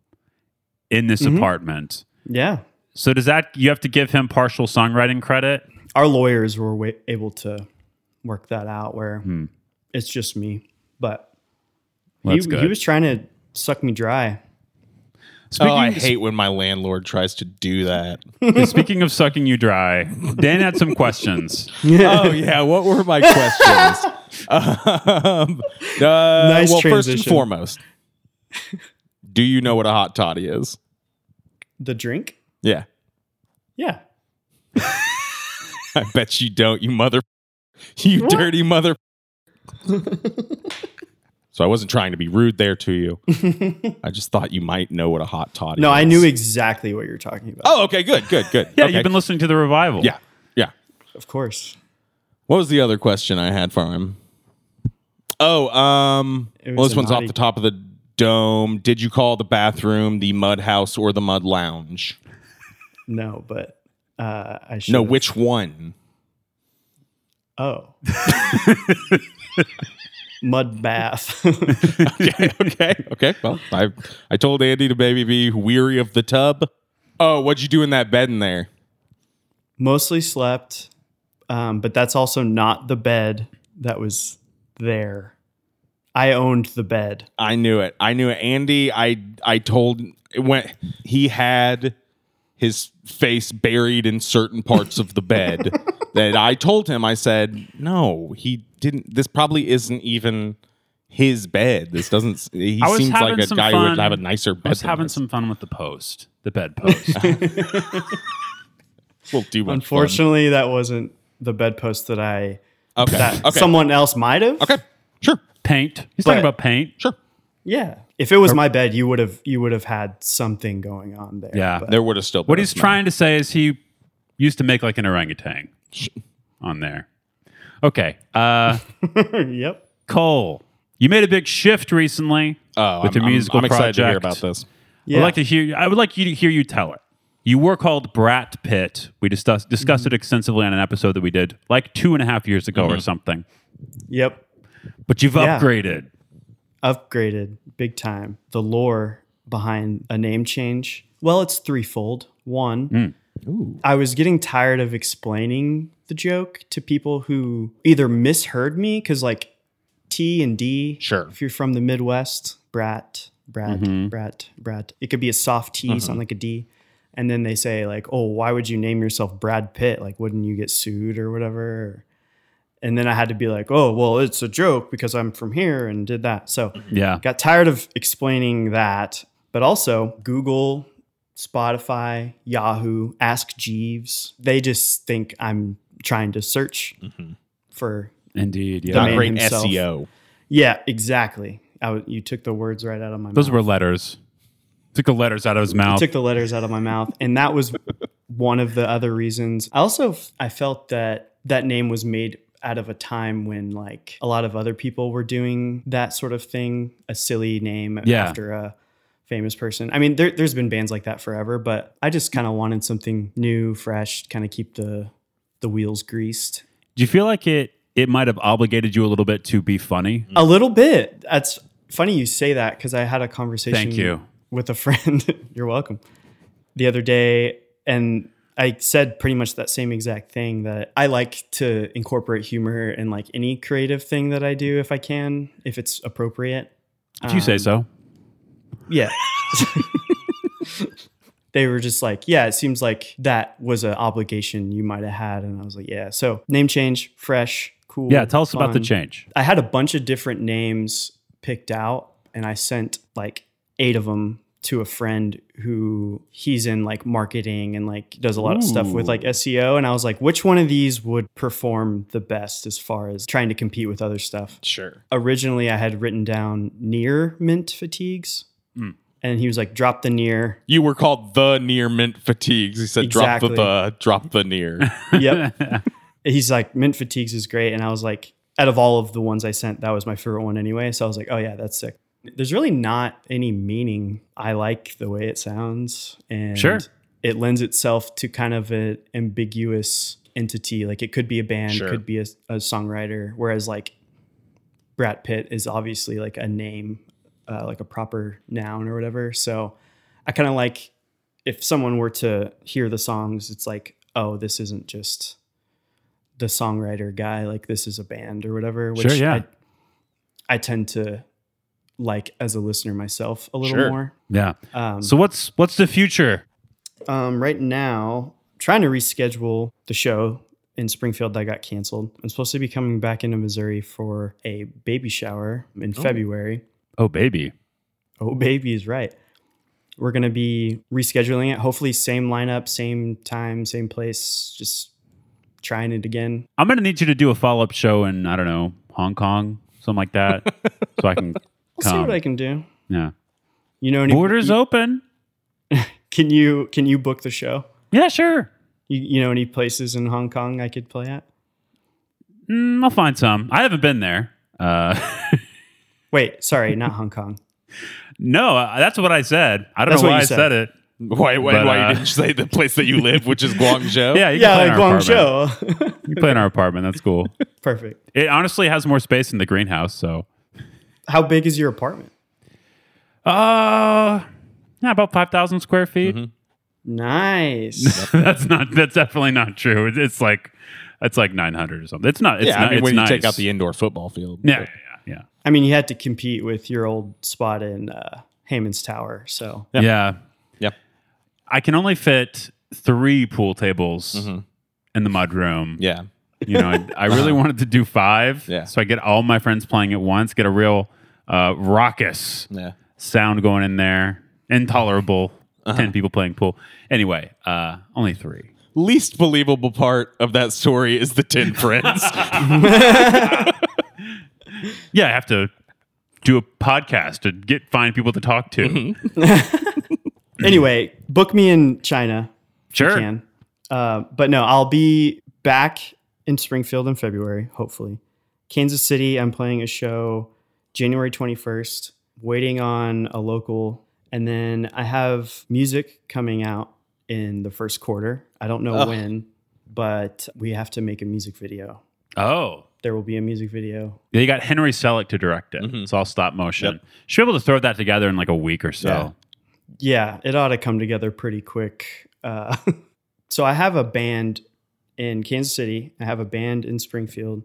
in this apartment. Mm-hmm. Yeah. So does that you have to give him partial songwriting credit? Our lawyers were wa- able to work that out where it's just me, but Hmm. Well, he, that's he good. was trying to suck me dry. oh, I hate when my landlord tries to do [LAUGHS] that. Speaking of sucking you dry, Dan had some questions. oh [LAUGHS] yeah, what were my [LAUGHS] questions? um, uh, well, first and transition. foremost, do you know what a hot toddy is? The drink? Yeah, Yeah. [LAUGHS] I bet you don't, you mother, you [LAUGHS] dirty mother. so I wasn't trying to be rude there [LAUGHS] to you. I just thought you might know what a hot toddy. No, is. I knew exactly what you're talking about. Oh, okay, good, good, [LAUGHS] good. Yeah, okay. you've been listening to the revival. yeah, yeah. Of course. What was the other question I had for him? Oh, um, It well, was a this one's off naughty- the top of the dome. Did you call the bathroom the mud house or the mud lounge? No, but uh, I should. No, which one? Oh. [LAUGHS] Mud bath. [LAUGHS] okay, okay, okay. Well, I I told Andy to maybe be weary of the tub. Oh, what'd you do in that bed in there? Mostly slept, um, but that's also not the bed that was there. I owned the bed. I knew it. I knew it. Andy, I I told it went he had his face buried in certain parts of the [LAUGHS] bed that I told him I said, "No, he didn't this probably isn't even his bed. This doesn't he I was seems having like a some guy who fun- would have a nicer bed. I was than having us. some fun with the post, the [LAUGHS] bed post. Well, too much fun. Unfortunately, that wasn't the bedpost that I. Okay. That okay. someone else might have. okay. Sure. paint. He's But- talking about paint. Sure. Yeah. If it was my bed, you would have you would have had something going on there. Yeah. but- There would have still been What a he's smell. trying to say is he used to make like an orangutan on there. Okay. Uh, [LAUGHS] yep. Cole, you made a big shift recently Oh, with I'm, your musical I'm, I'm excited project. to hear about this. Yeah. I'd like to hear. I would like you to hear you tell it. You were called Brat Pit. We discussed discussed Mm-hmm. it extensively on an episode that we did like two and a half years ago or Mm-hmm. something. Yep. But you've Yeah. upgraded. upgraded big time the lore behind a name change. Well, it's threefold. One, I was getting tired of explaining the joke to people who either misheard me because, like, T and D. Sure. If you're from the Midwest, brat, brat, brat, brat. It could be a soft T, something like a D. And then they say, like, oh, why would you name yourself Brad Pitt? Like, wouldn't you get sued or whatever? And then I had to be like, oh, well, it's a joke because I'm from here and did that. So Yeah. got tired of explaining that. But also, Google, Spotify, Yahoo, Ask Jeeves, they just think I'm trying to search Mm-hmm. for. Indeed. The Yeah. man Not great himself. SEO. Yeah, exactly. I w- you took the words right out of my Those mouth. were letters. Took the letters out of his mouth. took the letters out of my mouth and that [LAUGHS] was one of the other reasons i also f- i felt that that name was made out of a time when like a lot of other people were doing that sort of thing a silly name Yeah. after a famous person i mean there, there's been bands like that forever but i just kind of wanted something new fresh kind of keep the the wheels greased Do you feel like it it might have obligated you a little bit to be funny? a little bit that's funny you say that because i had a conversation Thank you. with a [LAUGHS] friend. You're welcome. The other day, and I said pretty much that same exact thing that I like to incorporate humor in like any creative thing that I do if I can, if it's appropriate. If you say Um, so. Yeah. [LAUGHS] they were just like, yeah, it seems like that was an obligation you might have had. And I was like, yeah. So name change, fresh, cool. Yeah, tell us about the fun. change. I had a bunch of different names picked out, and I sent like eight of them to a friend who he's in like marketing and like does a lot of stuff with like SEO. And I was like, which one of these would perform the best as far as trying to compete with other stuff? Sure. Originally, I had written down near mint fatigues, and he was like, drop the near. You were called the near mint fatigues. He said, Exactly. "Drop the the, drop the [LAUGHS] near." Yep. [LAUGHS] he's like, mint fatigues is great. And I was like, out of all of the ones I sent, that was my favorite one anyway. So I was like, oh yeah, that's sick. There's really not any meaning. I like the way it sounds. And Sure. it lends itself to kind of an ambiguous entity. Like it could be a band, Sure. could be a, a songwriter. Whereas like Brad Pitt is obviously like a name, uh, like a proper noun or whatever. So I kind of like if someone were to hear the songs, it's like, oh, this isn't just the songwriter guy. Like this is a band or whatever. Which Sure, yeah. I, I tend to like as a listener myself a little Sure. more. Yeah. Um, So what's what's the future? um, right now, trying to reschedule the show in Springfield that got canceled. I'm supposed to be coming back into Missouri for a baby shower in February. Oh baby. Oh, baby is right. We're going to be rescheduling it. Hopefully, same lineup, same time, same place. Just trying it again. I'm gonna need you to do a follow up show in I don't know Hong Kong, something like that, [LAUGHS] so I can I'll see come. what I can do. yeah. You know, any, Borders open. Can you can you book the show? Yeah, sure. You, you know any places in Hong Kong I could play at? Mm, I'll find some. I haven't been there. Uh, [LAUGHS] Wait, sorry, not Hong Kong. no, uh, that's what I said. I don't That's know what why you I said. said it. Why? Why, But, why uh, you didn't say the place that you live, [LAUGHS] which is Guangzhou? Yeah, you can Yeah, play like in our apartment. Guangzhou. You can play in our apartment. That's [LAUGHS] cool. [LAUGHS] Perfect. It honestly has more space in the greenhouse, so How big is your apartment? uh yeah, about five thousand square feet. [LAUGHS] Nice. that's not. That's definitely not true. It's, it's like it's like nine hundred or something. It's not. It's yeah. not, I mean, it's when nice. you take out the indoor football field. yeah, yeah, yeah, yeah. I mean, you had to compete with your old spot in uh, Heyman's Tower. So Yeah. Yeah. Yep. I can only fit three pool tables in the mud room. Mm-hmm. Yeah. You know, I, [LAUGHS] I really wanted to do five. Yeah. So I get all my friends playing at once, get a real uh, raucous Yeah. sound going in there, intolerable. Uh-huh. 10 people playing pool. Anyway, uh, only three. Least believable part of that story is the tin [LAUGHS] friends. Yeah, I have to do a podcast to get find people to talk to. Mm-hmm. anyway, book me in China. if you Sure. can. Uh, but no, I'll be back in Springfield in February, hopefully. Kansas City, I'm playing a show January 21st, waiting on a local. And then I have music coming out in the first quarter. I don't know when, but we have to make a music video. Oh. There will be a music video. They got Henry Selick to direct Mm-hmm. it. It's all stop motion. Should be able to throw that together in like a week or so. Yeah. yeah, it ought to come together pretty quick. Uh, [LAUGHS] so I have a band in Kansas City. I have a band in Springfield,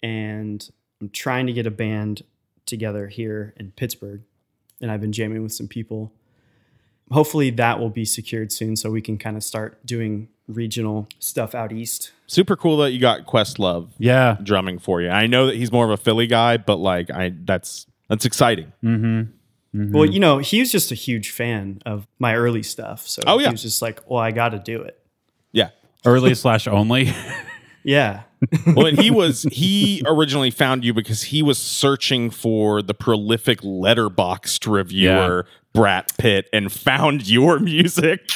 and I'm trying to get a band together here in Pittsburgh. And I've been jamming with some people. Hopefully, that will be secured soon, so we can kind of start doing regional stuff out east. Super cool that you got Questlove Yeah. drumming for you. I know that he's more of a Philly guy, but like, I that's that's exciting. Mm-hmm. Well, you know, he was just a huge fan of my early stuff, so Oh, yeah. he was just like, "Well, I got to do it." Yeah. Early slash only. [LAUGHS] Yeah, well, and he was he originally found you because he was searching for the prolific letterboxed reviewer Brat Pitt and found your music.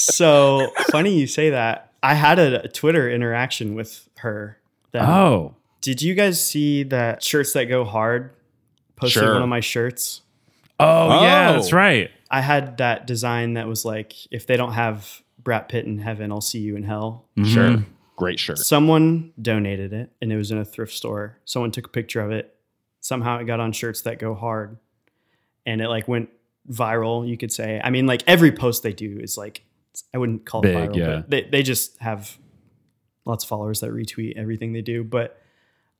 so funny you say that. I had a Twitter interaction with her. That, [LAUGHS] oh. Did you guys see that shirts that go hard? Posted Sure. one of my shirts. Oh, yeah, Oh. that's right. I had that design that was like, if they don't have Brad Pitt in heaven, I'll see you in hell. Sure. Great shirt. Someone donated it and it was in a thrift store. Someone took a picture of it. Somehow it got on shirts that go hard and it like went viral, you could say. I mean, like every post they do is like, I wouldn't call Big, it viral, yeah. but they, they just have lots of followers that retweet everything they do. But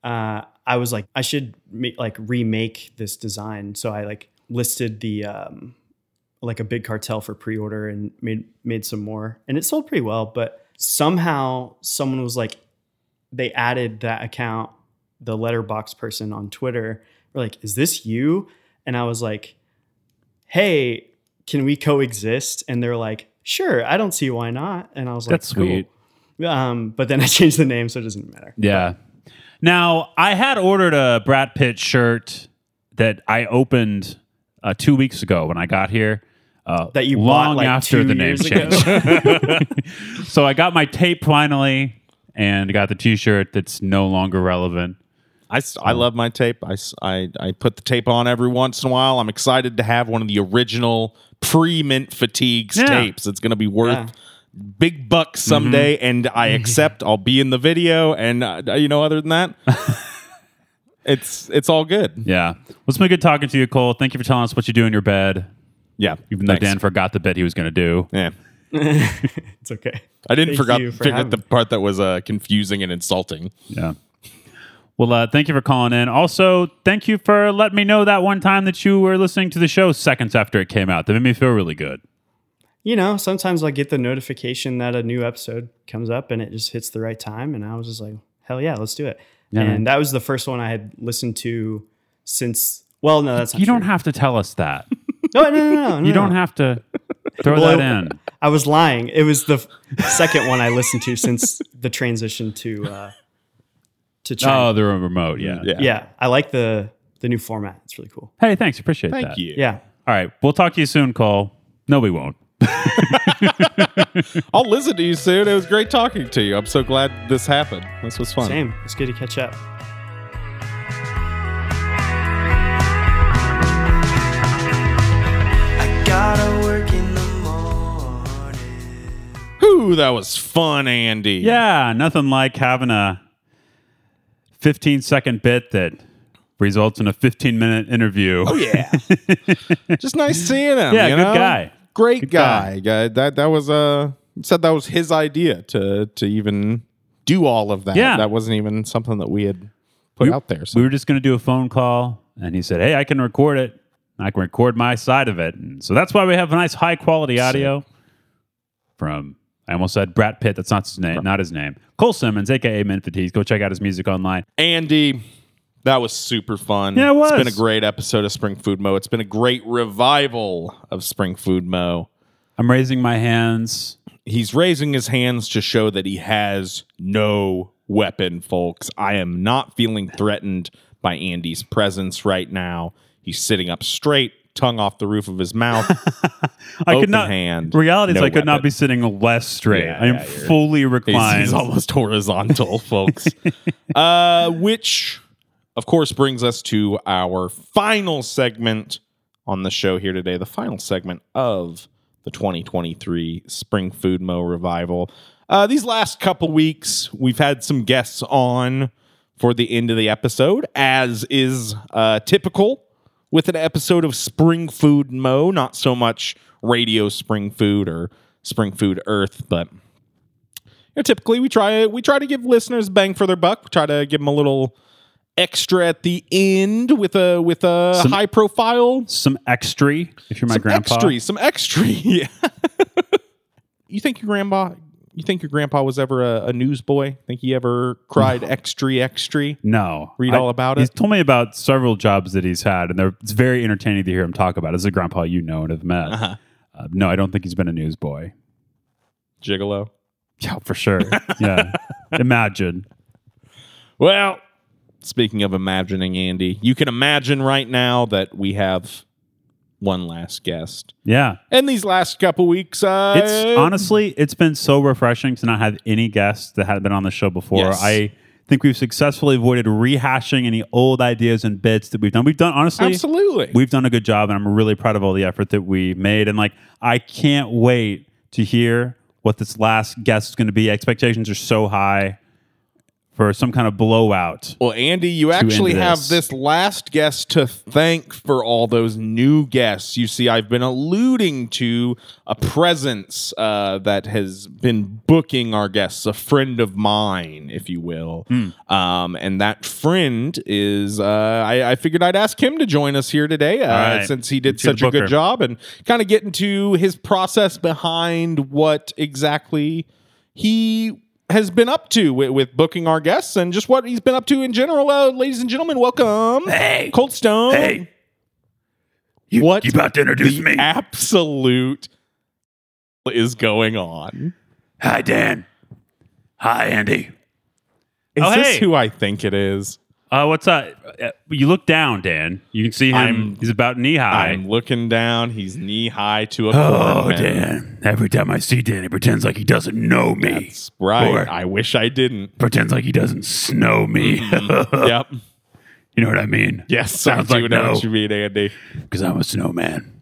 uh, I was like, I should ma- like remake this design. So I like listed the, um, like a big cartel for pre-order and made made some more and it sold pretty well but somehow someone was like they added that account, the letterbox person on Twitter. We're like, is this you? And I was like, hey, can we coexist? And they're like, sure, I don't see why not. And I was like, That's sweet. cool. Um, but then [LAUGHS] I changed the name, so it doesn't matter. Yeah. Now, I had ordered a Brad Pitt shirt that I opened uh, two weeks ago when I got here. Uh, That you bought, long like, after two the name years ago. [LAUGHS] change. [LAUGHS] so I got my tape finally, and got the T-shirt that's no longer relevant. I, s- I love my tape. I, s- I- I put the tape on every once in a while. I'm excited to have one of the original pre mint fatigues Yeah. tapes. It's going to be worth Yeah. big bucks someday. And I accept I'll be in the video. And, uh, you know, other than that, it's it's all good. Yeah. Well, it's been good talking to you, Cole. Thank you for telling us what you do in your bed. Yeah. Even though Thanks. Dan forgot the bit he was going to do. Yeah. [LAUGHS] It's okay. I didn't Thank forgot, you for forget having the me. part that was uh, confusing and insulting. Yeah. Well, uh, thank you for calling in. Also, thank you for letting me know that one time that you were listening to the show seconds after it came out. That made me feel really good. You know, sometimes I get the notification that a new episode comes up and it just hits the right time. And I was just like, hell yeah, let's do it. and man. that was the first one I had listened to since. Well, no, that's not You don't true. Oh, have to tell us that. No, no, no, no. no [LAUGHS] You don't have to throw Well, that in. I was lying. It was the f- second one I listened to since the transition to uh, to Oh, China. the remote. Yeah. Yeah. yeah, I like the the new format. It's really cool. Hey, thanks. Appreciate Thank that. you. Yeah, All right. We'll talk to you soon, Cole. No, we won't. I'll listen to you soon. It was great talking to you. I'm so glad this happened. This was fun. same. It's good to catch up. Whew, that was fun, Andy. Yeah. Nothing like having a 15 second bit that results in a 15 minute interview. Oh yeah. [LAUGHS] Just nice seeing him. Yeah, you good know? guy. Great Good guy. guy. guy. That that was uh he said that was his idea to to even do all of that. Yeah. That wasn't even something that we had put We- out there. We So were just going to do a phone call, and he said, "Hey, I can record it. I can record my side of it." And so that's why we have nice, high quality audio from. I almost said Brad Pitt. That's not his name. Not his name. Cole Simmons, aka Men Fatigues. Go check out his music online. Andy, that was super fun. Yeah, it was. It's been a great episode of Spring Food Mo. It's been a great revival of Spring Food Mo. I'm raising my hands. He's raising his hands to show that he has no weapon, folks. I am not feeling threatened by Andy's presence right now. He's sitting up straight, tongue off the roof of his mouth. I could Open not. hand, reality is, no I could not weapon. be sitting less straight. Yeah, I am yeah, you're- fully he's, reclined. he's almost [LAUGHS] horizontal, folks. Uh, which, of course, brings us to our final segment on the show here today, the final segment of the 2023 Spring Food Mo Revival. Uh, these last couple weeks, we've had some guests on for the end of the episode, as is uh, typical with an episode of Spring Food Mo, not so much Radio Spring Food or Spring Food Earth, but you know, typically we try we try to give listeners bang for their buck. We try to give them a little extra at the end with a with a Some- high profile some extra, if you're my some grandpa. extra, some extra. [LAUGHS] Yeah. you think your grandpa you think your grandpa was ever a, a newsboy? Think he ever [LAUGHS] cried extra extra? No. Read all about He's it? told me about several jobs that he's had, and they're, it's very entertaining to hear him talk about. As a grandpa you know and have met. Uh-huh. uh no, I don't think he's been [LAUGHS] a newsboy. Gigolo. Yeah, for sure. [LAUGHS] yeah. Imagine. Well, speaking of imagining Andy, you can imagine right now that we have one last guest. Yeah. And these last couple weeks, uh, It's honestly, it's been so refreshing to not have any guests that had been on the show before. Yes. I think we've successfully avoided rehashing any old ideas and bits that we've done. We've done honestly absolutely. we've done a good job and i'm really proud of all the effort that we made and like i can't wait to hear what this last guest is going to be expectations are so high for some kind of blowout Well, Andy, you end actually this. have this last guest to thank for all those new guests. You see, I've been alluding to a presence uh, that has been booking our guests, a friend of mine, if you will. Hmm. Um, and that friend is, uh, I, I figured I'd ask him to join us here today uh, right. since he did Let's hear the such a booker. good job and kind of get into his process behind what exactly he has been up to with, with booking our guests and just what he's been up to in general. Uh, ladies and gentlemen, welcome. Hey. Cold Stone. Hey. You, What You about to introduce the me? absolute is going on? Hi, Dan. Hi, Andy. Is Oh, this hey. who I think it is? Uh, what's up? Uh, You look down, Dan. You can see him. I'm- he's about knee high. I'm looking down. He's knee high to a Oh, cornman. Dan. Every time I see Dan, he pretends like he doesn't know me. That's right. Or I wish I didn't. pretends like he doesn't snow me. Mm-hmm. [LAUGHS] yep. You know what I mean? Yes, Sounds I do like know no. what you mean, Andy. Because I'm a snowman.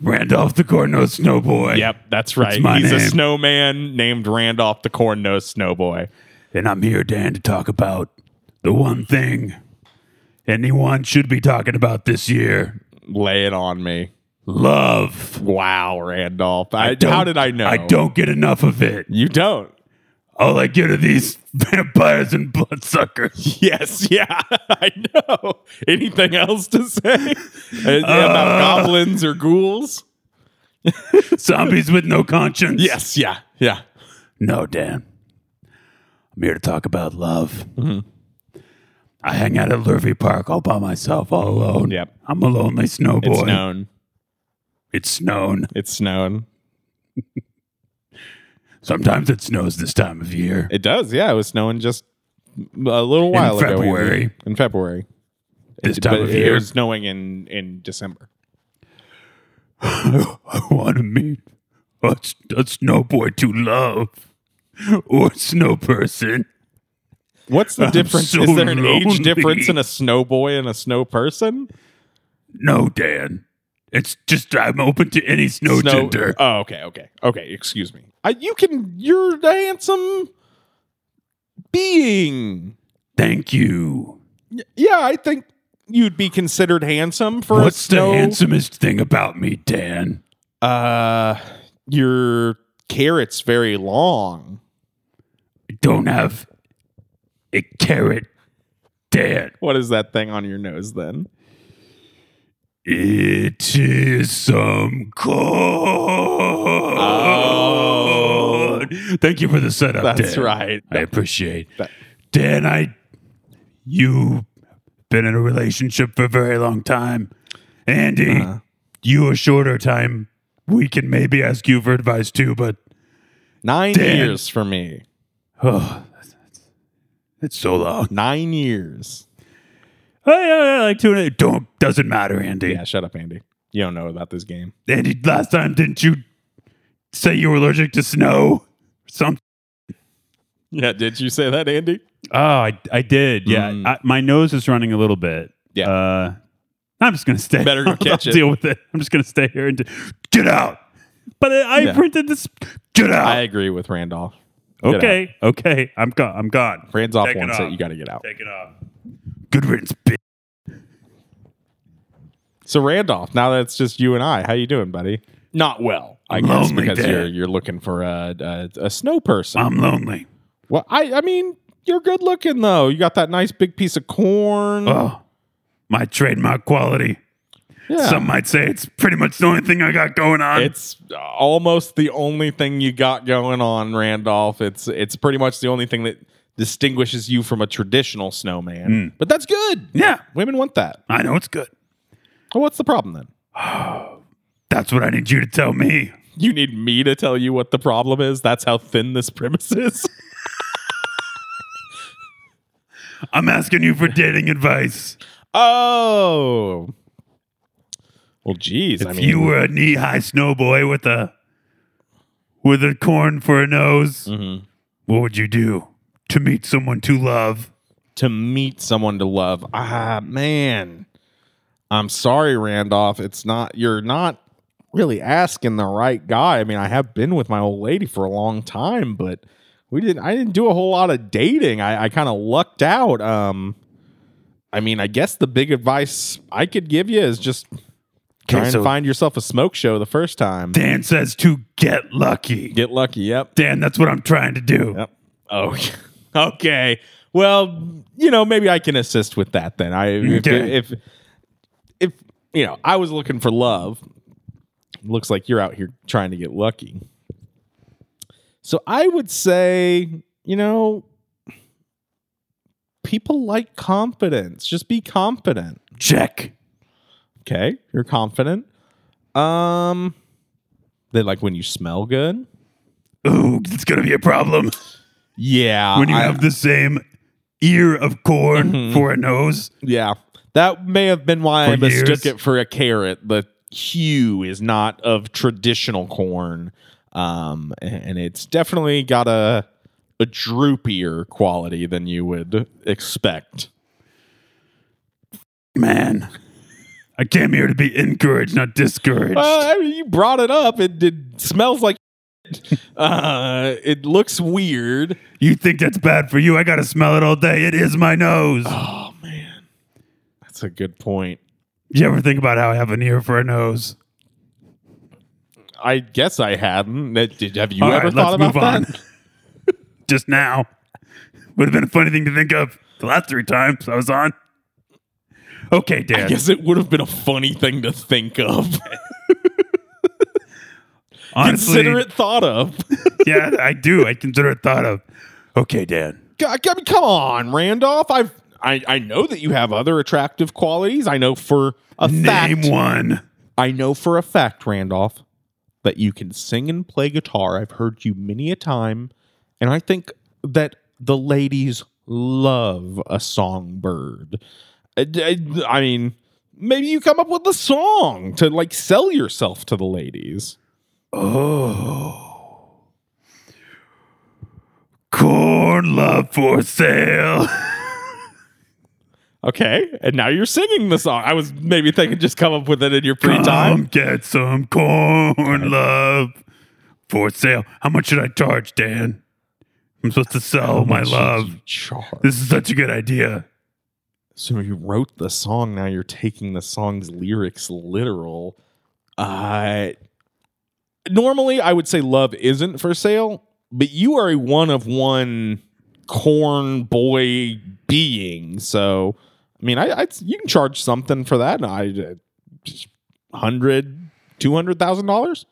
Randolph the Cornrows Snowboy. Yep, that's right. my He's a name. snowman named Randolph the Corn Nose Snowboy. And I'm here, Dan, to talk about the one thing anyone should be talking about this year Lay it on me. love. Wow, Randolph. I, don't- how did I know? I don't get enough of it. You don't. [LAUGHS] All I get are these [LAUGHS] vampires and [LAUGHS] bloodsuckers. Yes, yeah, I know. Anything else to say Uh, about goblins or ghouls? Zombies with no conscience. Yes, yeah, yeah. No, Dan. I'm here to talk about love. Mm-hmm. I hang out at Lurvy Park all by myself, all alone. Yep. I'm a lonely snowboy. It's known. It's snown. It's known. Sometimes it snows this time of year. It does. Yeah, it was snowing just a little while ago. Andy. February. In February. this It- time but of it year. [LAUGHS] was snowing in in December. I want to meet a, s- a snowboy to love [LAUGHS] or snow person. What's the I'm difference? so Is there an age lonely. difference in a snow boy and a snow person? No, Dan. It's just I'm open to any snow, gender. Oh, okay, okay, okay. Excuse me. I, you can. You're a handsome being. Thank you. Yeah, I think you'd be considered handsome for a What's snow. the handsomest thing about me, Dan? Uh, your carrot's very long. I don't have a carrot, Dan. What is that thing on your nose then? It is some corn. Oh. Thank you for the setup. That's Dan. right. I appreciate. That- Dan, I you been in a relationship for a very long time. Andy, Uh-huh. you a shorter time. We can maybe ask you for advice too, but Nine Dan. years for me. oh, it's so long. Nine years. Oh, yeah, yeah, like two and a- Don't doesn't matter, Andy. Yeah, shut up, Andy. You don't know about this game. Andy, last time didn't you say you were allergic to snow? Some Yeah, did you say that, Andy? oh, I, I did. Yeah, Mm. I, my nose is running a little bit. Yeah. Uh, I'm just gonna stay. Better [LAUGHS] go I'll- catch I'll it. Deal with it. I'm just gonna stay here and. do- get out, but I, I Yeah. printed this. get out. I agree with Randolph. Get Okay. Okay. I'm gone. I'm gone. Randolph Take it once off. that you got to get out. Take it off. Good riddance, bitch. So Randolph, now that it's just you and I, how you doing, buddy? Not well, I guess, Lonely because day. you're you're looking for a a, a snow person. I'm lonely. well, I I mean, you're good looking though. You got that nice big piece of corn. Oh, my trademark quality. yeah, Some might say it's pretty much the only thing I got going on. it's almost the only thing you got going on, Randolph. It's it's pretty much the only thing that distinguishes you from a traditional snowman. But that's good. Hmm. yeah, Women want that. I know it's good. Well, what's the problem then? That's what I need you to tell me. You need me to tell you what the problem is. That's how thin this [LAUGHS] premise is. I'm asking you for dating advice. Oh. Well, geez. I If mean, you were a knee-high snowboy with a with a corn for a nose, Mm-hmm. what would you do to meet someone to love? to meet someone to love, ah, man. I'm sorry, Randolph. It's not, you're not really asking the right guy. I mean, I have been with my old lady for a long time, but we didn't, I didn't do a whole lot of dating. I, I kind of lucked out. Um, I mean, I guess the big advice I could give you is just try and so- find yourself a smoke show the first time. Dan says to get lucky. Get lucky. Yep. Dan, that's what I'm trying to do. Yep. Oh, [LAUGHS] okay. Well, you know, maybe I can assist with that then. I if, Okay. if if you know, I was looking for love. Looks like you're out here trying to get lucky. So I would say, you know, people like confidence. Just be confident. Check. Okay, you're confident. Um, they like when you smell good. Ooh, it's gonna be a problem Yeah, when you I- Mm-hmm. have the same ear of corn for a nose. yeah, that may have been why I For years. mistook it for a carrot. The hue is not of traditional corn, um, a- and it's definitely got a a droopier quality than you would expect. Man, I came here to be encouraged, not discouraged. Well, Uh, I mean, you brought it up. It, it smells like. [LAUGHS] uh, it looks weird. you think that's bad for you? I gotta smell it all day. It is my nose. Oh man, that's a good point. You ever think about how I have an ear for a nose? I guess I hadn't. That- did- have you All ever right, thought about that? [LAUGHS] Just now. Would have been a funny thing to think of the last three times I was on. [LAUGHS] Okay, I Dan. guess it would have been a funny thing to think of. Honestly, Consider it thought [LAUGHS] of. [LAUGHS] yeah, I do. I consider it thought of. Okay, Dan. God, I mean, come on, Randolph. I've I, I know that you have other attractive qualities. I know for a fact. Name one. I know for a fact, Randolph, that you can sing and play guitar. I've heard you many a time, and I think that the ladies love a songbird. Uh, I, I- I mean, maybe you come up with a song to like sell yourself to the ladies. Oh. Corn love for sale. [LAUGHS] Okay, and now you're singing the song. I was maybe thinking just come up with it in your free Come time. get some corn love for sale. How much should I charge, Dan? I'm supposed to sell Oh, my love. Charge. This is such a good idea. So you wrote the song. Now you're taking the song's lyrics literal. Uh, normally, I would say love isn't for sale, but you are a one of one corn boy being. So, I mean, I, I you can charge something for that. I uh, just hundred, two hundred thousand dollars.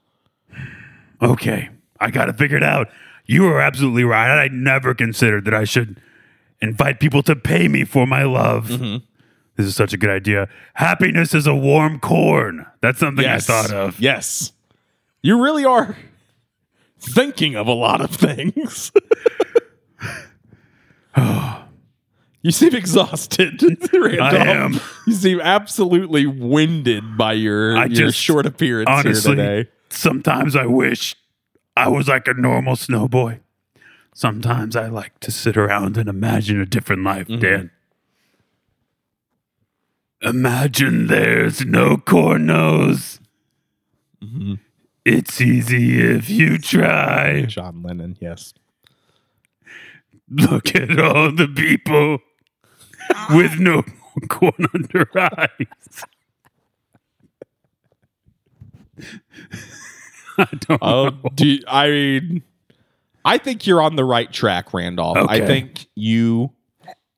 Okay, I got to figure it out. You are absolutely right. I never considered that I should invite people to pay me for my love. Mm-hmm. This is such a good idea. Happiness is a warm corn. That's something I thought [LAUGHS] of. Yes, you really are thinking of a lot of things. [SIGHS] you seem exhausted, [LAUGHS] Randolph. am. You seem absolutely winded by your I your just- short appearance Honestly, here today. sometimes I wish I was like a normal snowboy. Sometimes I like to sit around and imagine a different life, Mm-hmm. Dan. Imagine there's no cornos. Mm-hmm. It's easy if you try. John Lennon, yes. Look at all the people with no corn under eyes. [LAUGHS] I [LAUGHS] don't Oh, [LAUGHS] know. do you- I mean, I think you're on the right track, Randolph. I Okay. think you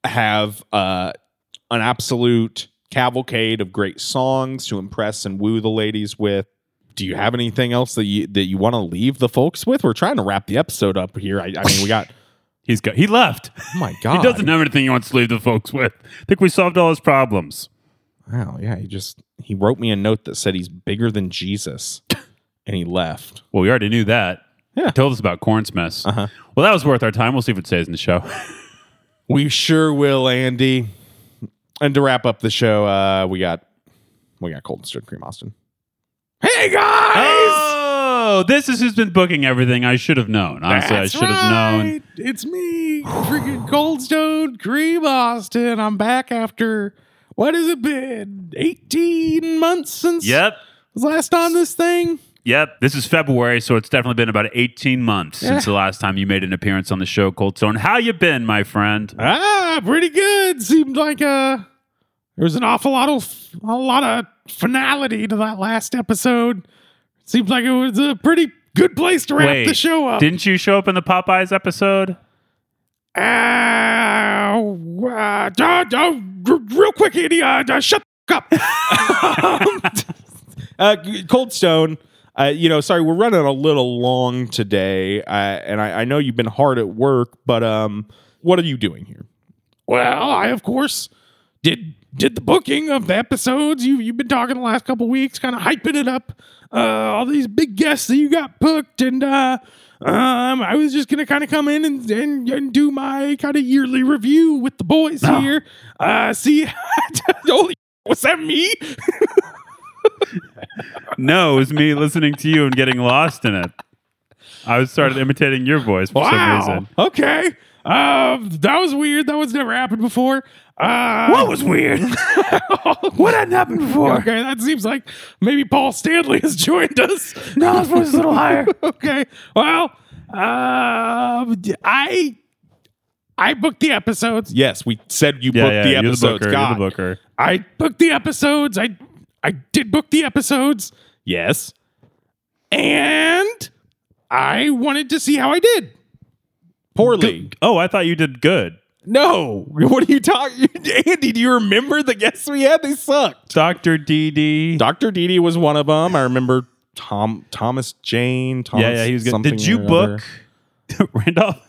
have uh, an absolute cavalcade of great songs to impress and woo the ladies with. Do you have anything else that you that you want to leave the folks with? We're trying to wrap the episode up here. I, I mean, we [LAUGHS] got. He's got. He left. Oh my god! He doesn't have anything he wants to leave the folks with. I think we solved all his problems. Wow. Yeah. He just he wrote me a note that said he's bigger than Jesus, and he left. Well, we already knew that. Yeah. He told us about Corn's mess. Uh-huh. Well, that was worth our time. We'll see if it stays in the [LAUGHS] show. We sure will, Andy. And to wrap up the show, uh, we got we got Colton Stirred Cream Austin. Hey guys! oh, this is who's been booking everything. I should have known. Honestly, I That's should have known. right. It's me, freaking Cold Stone Cream Austin. I'm back after what has it been? 18 months since Yep. was last on this thing? Yep. This is February, so it's definitely been about 18 months since the last time you made an appearance on the show, Cold Stone. How you been, my friend? Ah, pretty good. Seemed like uh there was an awful lot of a lot of finality to that last episode. Seems like it was a pretty good place to wrap the show up. Didn't you show up in the Popeyes episode? Ow, uh, duh, duh, r- real quick, [LAUGHS] Andy, uh, duh, shut the f- up. um, uh, Cold Stone, Uh, you know, sorry, we're running a little long today, uh, and I, I know you've been hard at work, but um, what are you doing here? Well, I of course did did the booking of the episodes. You you've been talking the last couple weeks, kind of hyping it up. Uh, all these big guests that you got booked, and uh, um, I was just gonna kind of come in and, and and do my kind of yearly review with the boys here. Uh, see, [LAUGHS] holy, was that me? No, it was me listening to you and getting lost in it. I was started imitating your voice for some reason. Okay. Um, that was weird. That was never happened before. Uh, What was [LAUGHS] weird? what hadn't happened before? Okay, that seems like maybe Paul Stanley has [LAUGHS] joined us. No, this voice is a little higher. [LAUGHS] okay. Well, um, d- I I booked the episodes. Yes, we said you Yeah, booked yeah, the you're the episodes. booker. You're the God. booker. I booked the episodes. I I did book the episodes. Yes. And I wanted to see how I did. Poorly. Oh, I thought you did good. No. [LAUGHS] What are you talking? Andy, do you remember the guests we had? They sucked. Dr. DD. Dr. Didi was one of them. I remember Tom Thomas Jane. Thomas yeah, yeah, he was good. something Did you or other. book [LAUGHS] Randolph?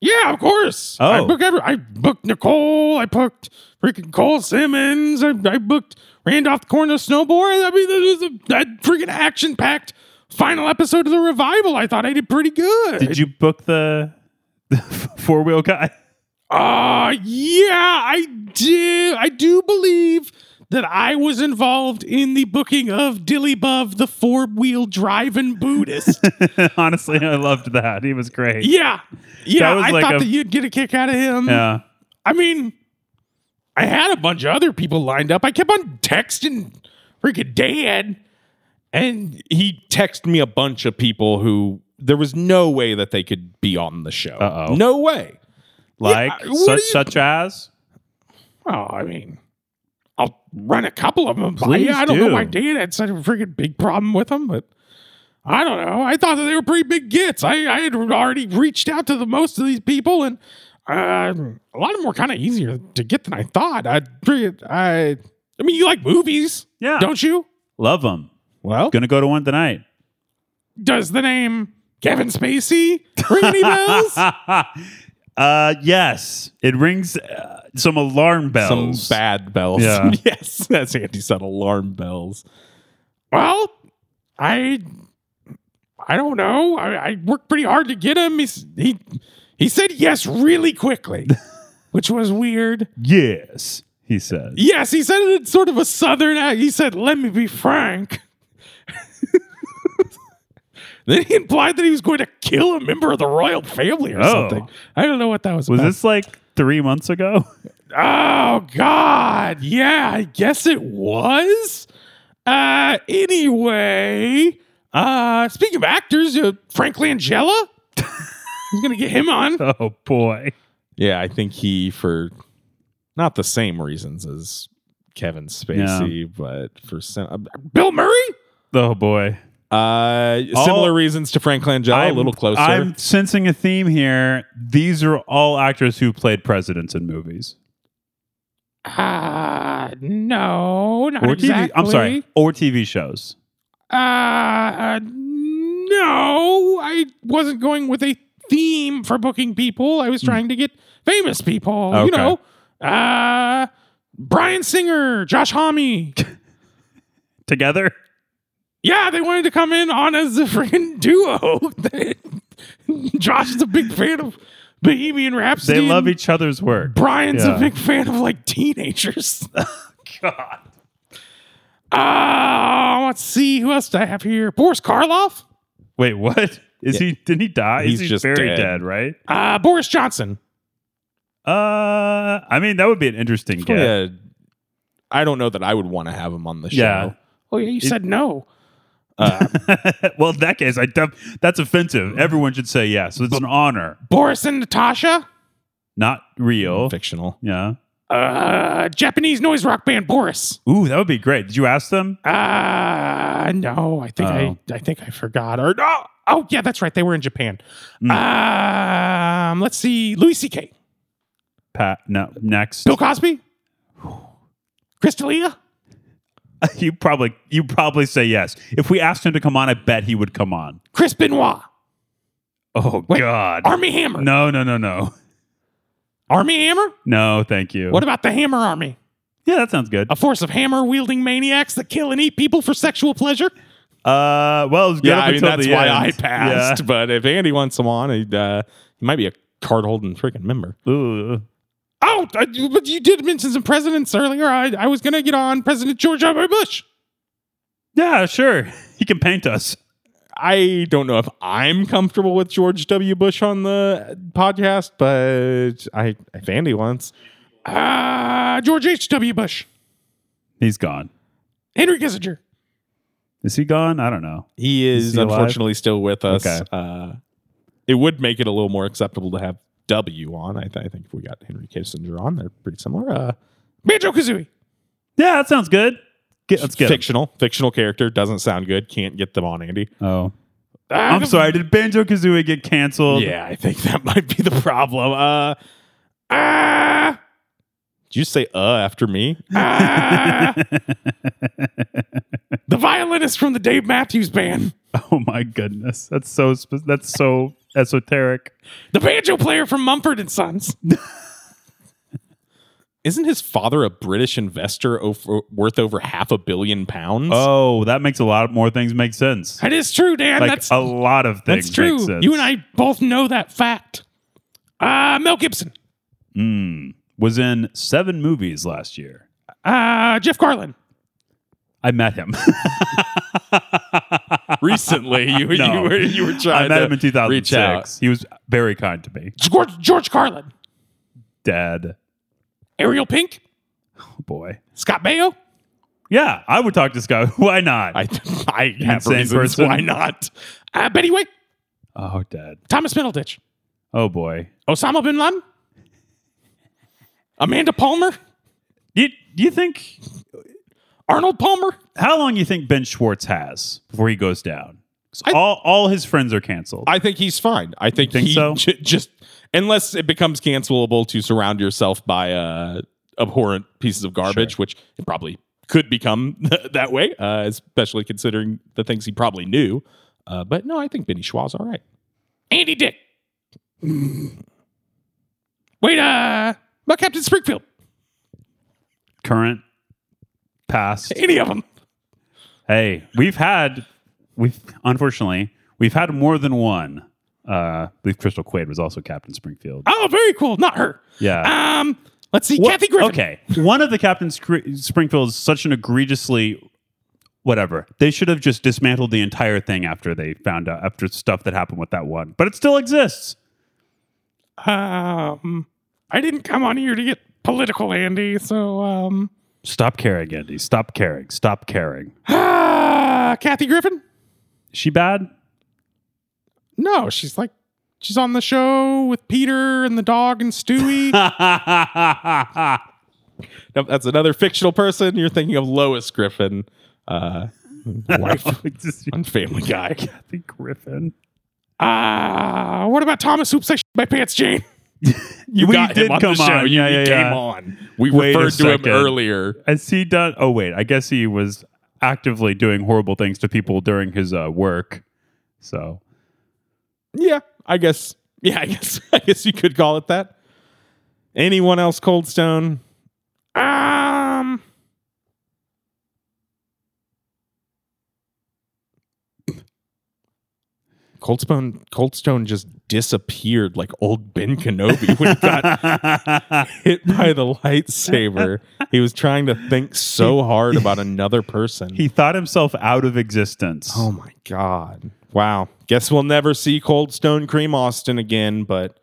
Yeah, of course. Oh. I booked every I booked Nicole. I booked freaking Cole Simmons. I, I booked Randolph the Corner Snowboard. I mean, this was a that freaking action packed final episode of the revival. I thought I did pretty good. Did you book the, the [LAUGHS] four wheel guy? [LAUGHS] Uh yeah, I do I do believe that I was involved in the booking of Dilly Buv, the four-wheel driving Buddhist. [LAUGHS] Honestly, I loved that. He was great. yeah. Yeah, was I like thought a- that you'd get a kick out of him. Yeah. I mean, I had a bunch of other people lined up. I kept on texting freaking Dan, and he texted me a bunch of people who there was no way that they could be on the show. Uh-oh. No way. Like Yeah, what such do you- such as Well, I mean, I'll run a couple of them. by Please you. I don't do. know why Dan had such a freaking big problem with them, but I don't know. I thought that they were pretty big gets. I, I had already reached out to the most of these people, and um a lot of them were kind of easier to get than I thought. I, I, I mean, you like movies, Yeah. Don't you? love him. Well, Gonna go to one tonight. [LAUGHS] does the name Kevin Spacey ring [LAUGHS] any bells? uh yes. It rings uh, some alarm bells. Some bad bells. Yeah. [LAUGHS] yes, that's Andy said alarm bells. Well, I I don't know. I, I worked pretty hard to get him. He's, he he said yes really [LAUGHS] quickly, which was weird. Yes, he says. Yes, he said it in sort of a southern act. He said, "Let me be frank." [LAUGHS] then he implied that he was going to kill a member of the royal family or Oh. something. I don't know what that was. Was about. this like three months ago? [LAUGHS] Oh God, yeah, I guess it was. Uh, anyway, uh, speaking of actors, uh, Frank Langella, [LAUGHS] I'm gonna get him on. Oh boy. Yeah, I think he for not the same reasons as Kevin Spacey, but for some, uh, Bill Murray. Oh boy. Uh, All- similar reasons to Frank Langella, a little closer. I'm sensing a theme here. These are all actors who played presidents in movies. uh, no, not Or TV exactly. I'm sorry. Or TV shows. Uh, uh, no, I wasn't going with a theme for booking people. I was trying to get famous people, you Hmm. Okay. know. Uh, Brian Singer, Josh [LAUGHS] Homme. [LAUGHS] Together? yeah, they wanted to come in on as a freaking duo. [LAUGHS] Josh is a big fan of Bohemian Rhapsody. They love and each other's work. Brian's Yeah. Oh, a big fan of like [LAUGHS] teenagers. God. Ah, let's see who else do I have here. Boris Karloff, Wait, what? Is he didn't he die? He's Is he just very dead. dead. right? uh, Boris Johnson. Uh I mean that would be an interesting guess. Probably a- I don't know that I would want to have him on the show. Yeah. Oh yeah, you said no. [LAUGHS] well, in that case, I def- that's offensive. Everyone should say yes. It's an honor, Boris and Natasha, not real. fictional. Yeah. Uh, Japanese noise rock band Boris. Ooh, that would be great. Did you ask them? Uh no, I think Oh. I I think I forgot. Or no. Oh yeah, that's right. They were in Japan. Hmm. Um, let's see. Louis C.K. Pat, no. Next, Bill Cosby. Crystalia. [LAUGHS] you probably you probably say yes. If we asked him to come on, I bet he would come on. Chris Benoit, Oh God. Army Hammer, no, no, no, no. [LAUGHS] Army Hammer. No, thank you. What about the Hammer Army? yeah, that sounds good. A force of hammer wielding maniacs that kill and eat people for sexual pleasure. Uh, well, it was good Yeah, up I mean until that's the why end. I passed. Yeah. But if Andy wants him on, he'd, uh, he might be a card holding freaking member. [LAUGHS] Ooh. Oh, I- but you did mention some presidents earlier. I, I was gonna get on President George W. Bush. Yeah, sure. [LAUGHS] He can paint us. I don't know if I'm comfortable with George W. Bush on the podcast, but I if Andy wants, uh, George H. W. Bush, He's gone. Henry Kissinger. Is he gone? I don't know. He is, he alive? unfortunately still with us. Okay. Uh, it would make it a little more acceptable to have W on. I, th- I think if we got Henry Kissinger on, they're pretty similar. Uh, Banjo Kazooie, Yeah, that sounds good. Get, let's get him. fictional, fictional character doesn't sound good. Can't get them on, Andy. Oh, Ah, I'm sorry. Did Banjo Kazooie get canceled? Yeah, I think that [LAUGHS] might be the problem. Uh, ah. Did you say uh after me? [LAUGHS] Ah. the violinist from the Dave Matthews Band, [LAUGHS] Oh my goodness, that's so spe- that's so esoteric. the banjo player from Mumford and Sons. [LAUGHS] Isn't his father a British investor over, worth over half a billion pounds? Oh, that makes a lot more things make sense. that is true, Dan. Like that's a lot of things. that's true. Make sense. You and I both know that fact. Uh, Mel Gibson, was in seven movies last year. uh, Jeff Garlin. I met him. [LAUGHS] Recently, you, No. you were you were trying. I met to him in Reach out. 2006. He was very kind to me. George, George Carlin, Dad, Ariel Pink, oh boy. Scott Baio. Yeah, I would talk to Scott. [LAUGHS] Why not? I [LAUGHS] I have Insane reasons person. why not. Uh, Betty White, oh, Dad. Thomas Middleditch, Oh boy. Osama bin Laden, Amanda Palmer, You, do you think Arnold Palmer. how long you think Ben Schwartz has before he goes down? 'Cause I- all all his friends are canceled. I think he's fine. I think, think he so? ju- just unless it becomes cancelable to surround yourself by uh, abhorrent pieces of garbage, which it probably could become [LAUGHS] that way, uh, especially considering the things he probably knew. Uh, but no, I think Benny Schwa's all right. Andy Dick. Wait, uh, about Captain Springfield. Current, past. Any of them. Hey, we've had we've unfortunately we've had more than one. Uh, I believe Crystal Quaid was also Captain Springfield. Oh, very cool. Not her. Yeah. Um, let's see. What- Kathy Griffin. Okay. One of the Captain Scr- Springfield is such an egregiously whatever. They should have just dismantled the entire thing after they found out after stuff that happened with that one. But it still exists. Um, I didn't come on here to get political, Andy. So, um, [SIGHS] Stop caring, Andy. Stop caring. Stop caring. Ah, Kathy Griffin? Is [LAUGHS] she bad? No, she's like she's on the show with Peter and the dog and Stewie. [LAUGHS] Nope, that's another fictional person. You're thinking of Lois Griffin, [LAUGHS] uh, wife Just- on Family Guy. Kathy Griffin. Ah, what about Thomas? Oops, I shit my pants, Jane. You We got him did on come the show. on. You- Yeah, you yeah, came yeah. on. We Wait a referred to him second. earlier. Has he done? Oh wait, I guess he was actively doing horrible things to people during his uh, work. [LAUGHS] So Yeah, I guess. Yeah, I guess. [LAUGHS] I guess you could call it that. Anyone else, Cold Stone? Um. Coldstone, Coldstone just disappeared like old Ben Kenobi when he [LAUGHS] got hit by the lightsaber. He was trying to think so hard about another person. he thought himself out of existence. Oh my god. Wow. Guess we'll never see Cold Stone Cream Austin again, but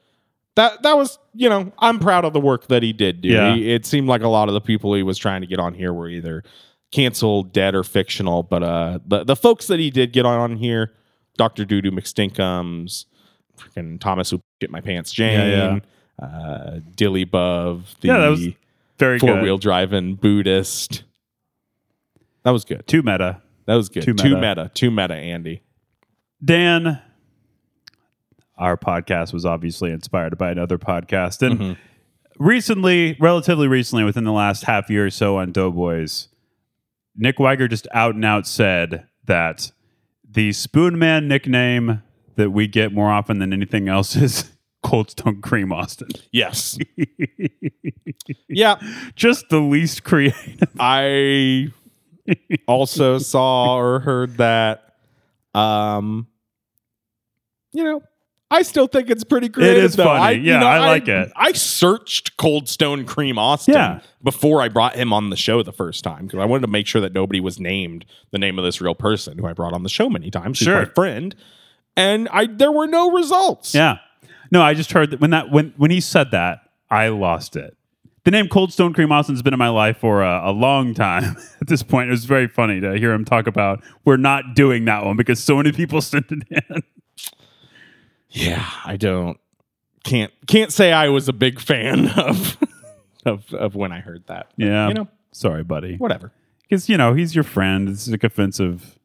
that that was, you know, I'm proud of the work that he did, dude. Yeah. He- it seemed like a lot of the people he was trying to get on here were either canceled, dead, or fictional. But uh the, the folks that he did get on here, Dr. Doodoo McStinkums, freaking Thomas who get my pants Jane, Yeah, uh Dilly Bove, the Yeah, that was Very good. four wheel driving Buddhist. That was good. Too meta. That was good. Too Too meta. meta. Too meta, Andy. Dan, our podcast was obviously inspired by another podcast. And recently, relatively recently, within the last half year or so on Doughboys, Nick Weiger just out and out said that the Spoon Man nickname that we get more often than anything else [LAUGHS] is Colts Don't Cream Austin. [LAUGHS] Yes. yeah. Just the least creative. I also saw or heard that. Um, you know, I still think it's pretty creative. is though. funny. I, Yeah, I like it. I searched Cold Stone Cream Austin Yeah. before I brought him on the show the first time because I wanted to make sure that nobody was named the name of this real person who I brought on the show many times. who's Sure. my friend. And I there were no results. Yeah. No, I just heard that when that when when he said that, I lost it. The name Cold Stone Cream Austin has been in my life for a, a long time. [LAUGHS] At this point, it was very funny to hear him talk about we're not doing that one because so many people [LAUGHS] sent it in. yeah i don't can't can't say i was a big fan [LAUGHS] of of of when i heard that But, Yeah, you know sorry, buddy. whatever Because you know he's your friend. It's like offensive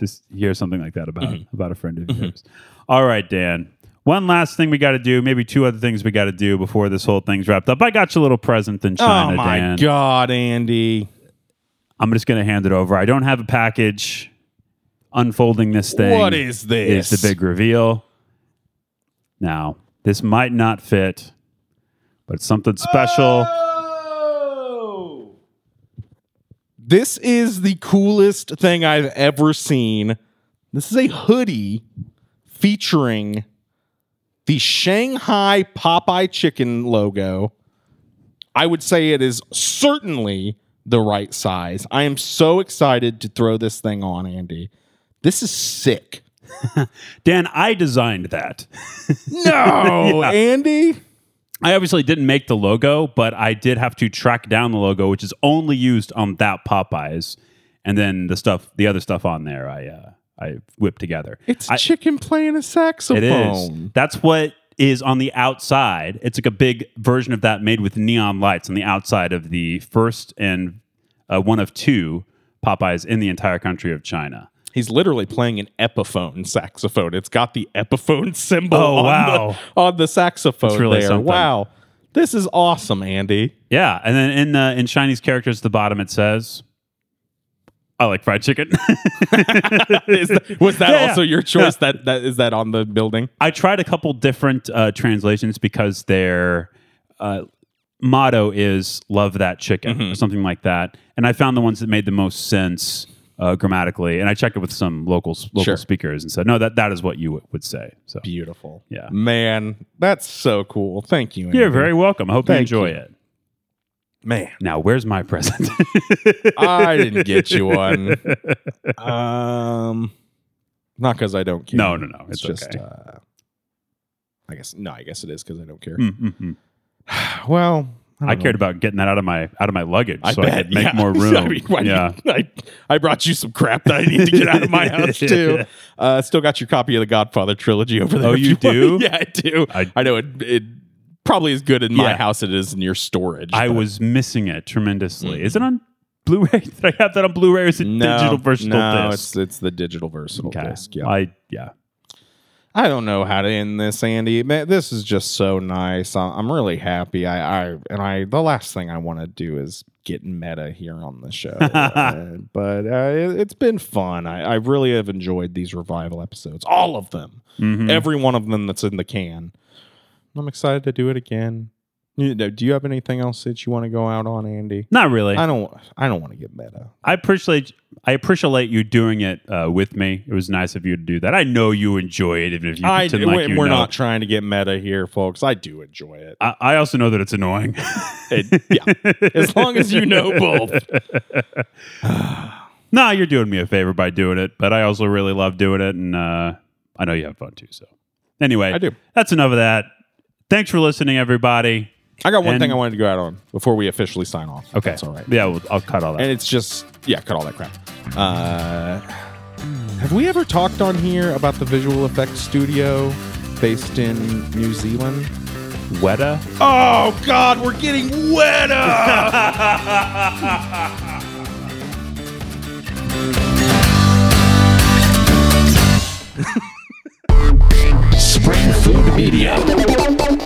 to s- hear something like that about Mm-hmm. about a friend of yours. All right, Dan. One last thing we got to do. Maybe two other things we got to do before this whole thing's wrapped up. I got you a little present in China, oh my Dan. god andy I'm just going to hand it over. I don't have a package. Unfolding this thing. What is this? Is the big reveal. Now, this might not fit, but it's something special. Uh. this is the coolest thing i've ever seen this is a hoodie featuring the shanghai popeye chicken logo I would say it is certainly the right size. I am so excited to throw this thing on, Andy. This is sick. Dan, I designed that. [LAUGHS] No, Andy. I obviously didn't make the logo, but I did have to track down the logo, which is only used on that Popeyes, and then the stuff, the other stuff on there, I uh, I whipped together. It's I, chicken playing a saxophone. it is. That's what is on the outside. It's like a big version of that made with neon lights on the outside of the first and uh, one of two Popeyes in the entire country of China. He's literally playing an Epiphone saxophone. It's got the Epiphone symbol Oh, on, wow. the, on the saxophone That's really there. something. Wow. This is awesome, Andy. Yeah, and then in uh, in Chinese characters at the bottom it says, "I like fried chicken." [LAUGHS] Is that- was that Yeah, yeah. also your choice? That that is that on the building? I tried a couple different uh, translations because their uh, motto is "Love that chicken" Mm-hmm. or something like that, and I found the ones that made the most sense uh, grammatically. And I checked it with some local local Sure. speakers and said, "No, that that is what you w- would say." So Beautiful. Yeah. Man, that's so cool. Thank you. Andy. you're very welcome. I hope Thank you enjoy you. it. man. Now, where's my present? [LAUGHS] I didn't get you one. Um, not because I don't care. No, no, no, it's okay. uh, I guess no. I guess it is because I don't care. Mm, mm, mm. [SIGHS] Well, I, don't know. cared about getting that out of my out of my luggage I so bet I could make yeah. [LAUGHS] more room. I, mean, why do you- yeah. I, I brought you some crap that I need to get out of [LAUGHS] my house too. Uh, still got your copy of the Godfather trilogy over there. Oh, if you want. do? [LAUGHS] yeah, I do. I- I, know it. It probably is good in my Yeah. house. as It is in your storage. I but- was missing it tremendously. Is it on Blu-ray? [LAUGHS] Did I have that on Blu-ray or is it digital versatile Mm. no, disc? It's, it's the digital versatile disc. Yeah. I yeah. I don't know how to end this, Andy. Man, this is just so nice. I- I'm really happy. I, I and I. The last thing I want to do is get meta here on the [LAUGHS] show. Uh, but uh, it, it's been fun. I, I really have enjoyed these revival episodes, all of them, Mm-hmm. every one of them that's in the can. I'm excited to do it again. You know, do you have anything else that you want to go out on, Andy? Not really. I I, don't. I don't want to get meta. appreciate I appreciate you doing it uh, with me. It was nice of you to do that. I know you enjoy it, even if you I, pretend like we- you we're know. not trying to get meta here, folks. I do enjoy [LAUGHS] it. I, I also know that it's annoying. It- yeah, [LAUGHS] as long as [LAUGHS] you know both. nah, you're doing me a favor by doing it, but I also really love doing it, and uh, I know you have fun too. So anyway, I do. That's enough of that. Thanks for listening, everybody. [LAUGHS] I got one And- thing I wanted to go out on before we officially sign off. if Okay, that's all right. Yeah, well, I'll cut all that. And it's just yeah, cut all that crap. Uh, have we ever talked on here about the visual effects studio based in New Zealand? Weta. [LAUGHS] Oh God, we're getting wet up. Ah! Spring Food Media.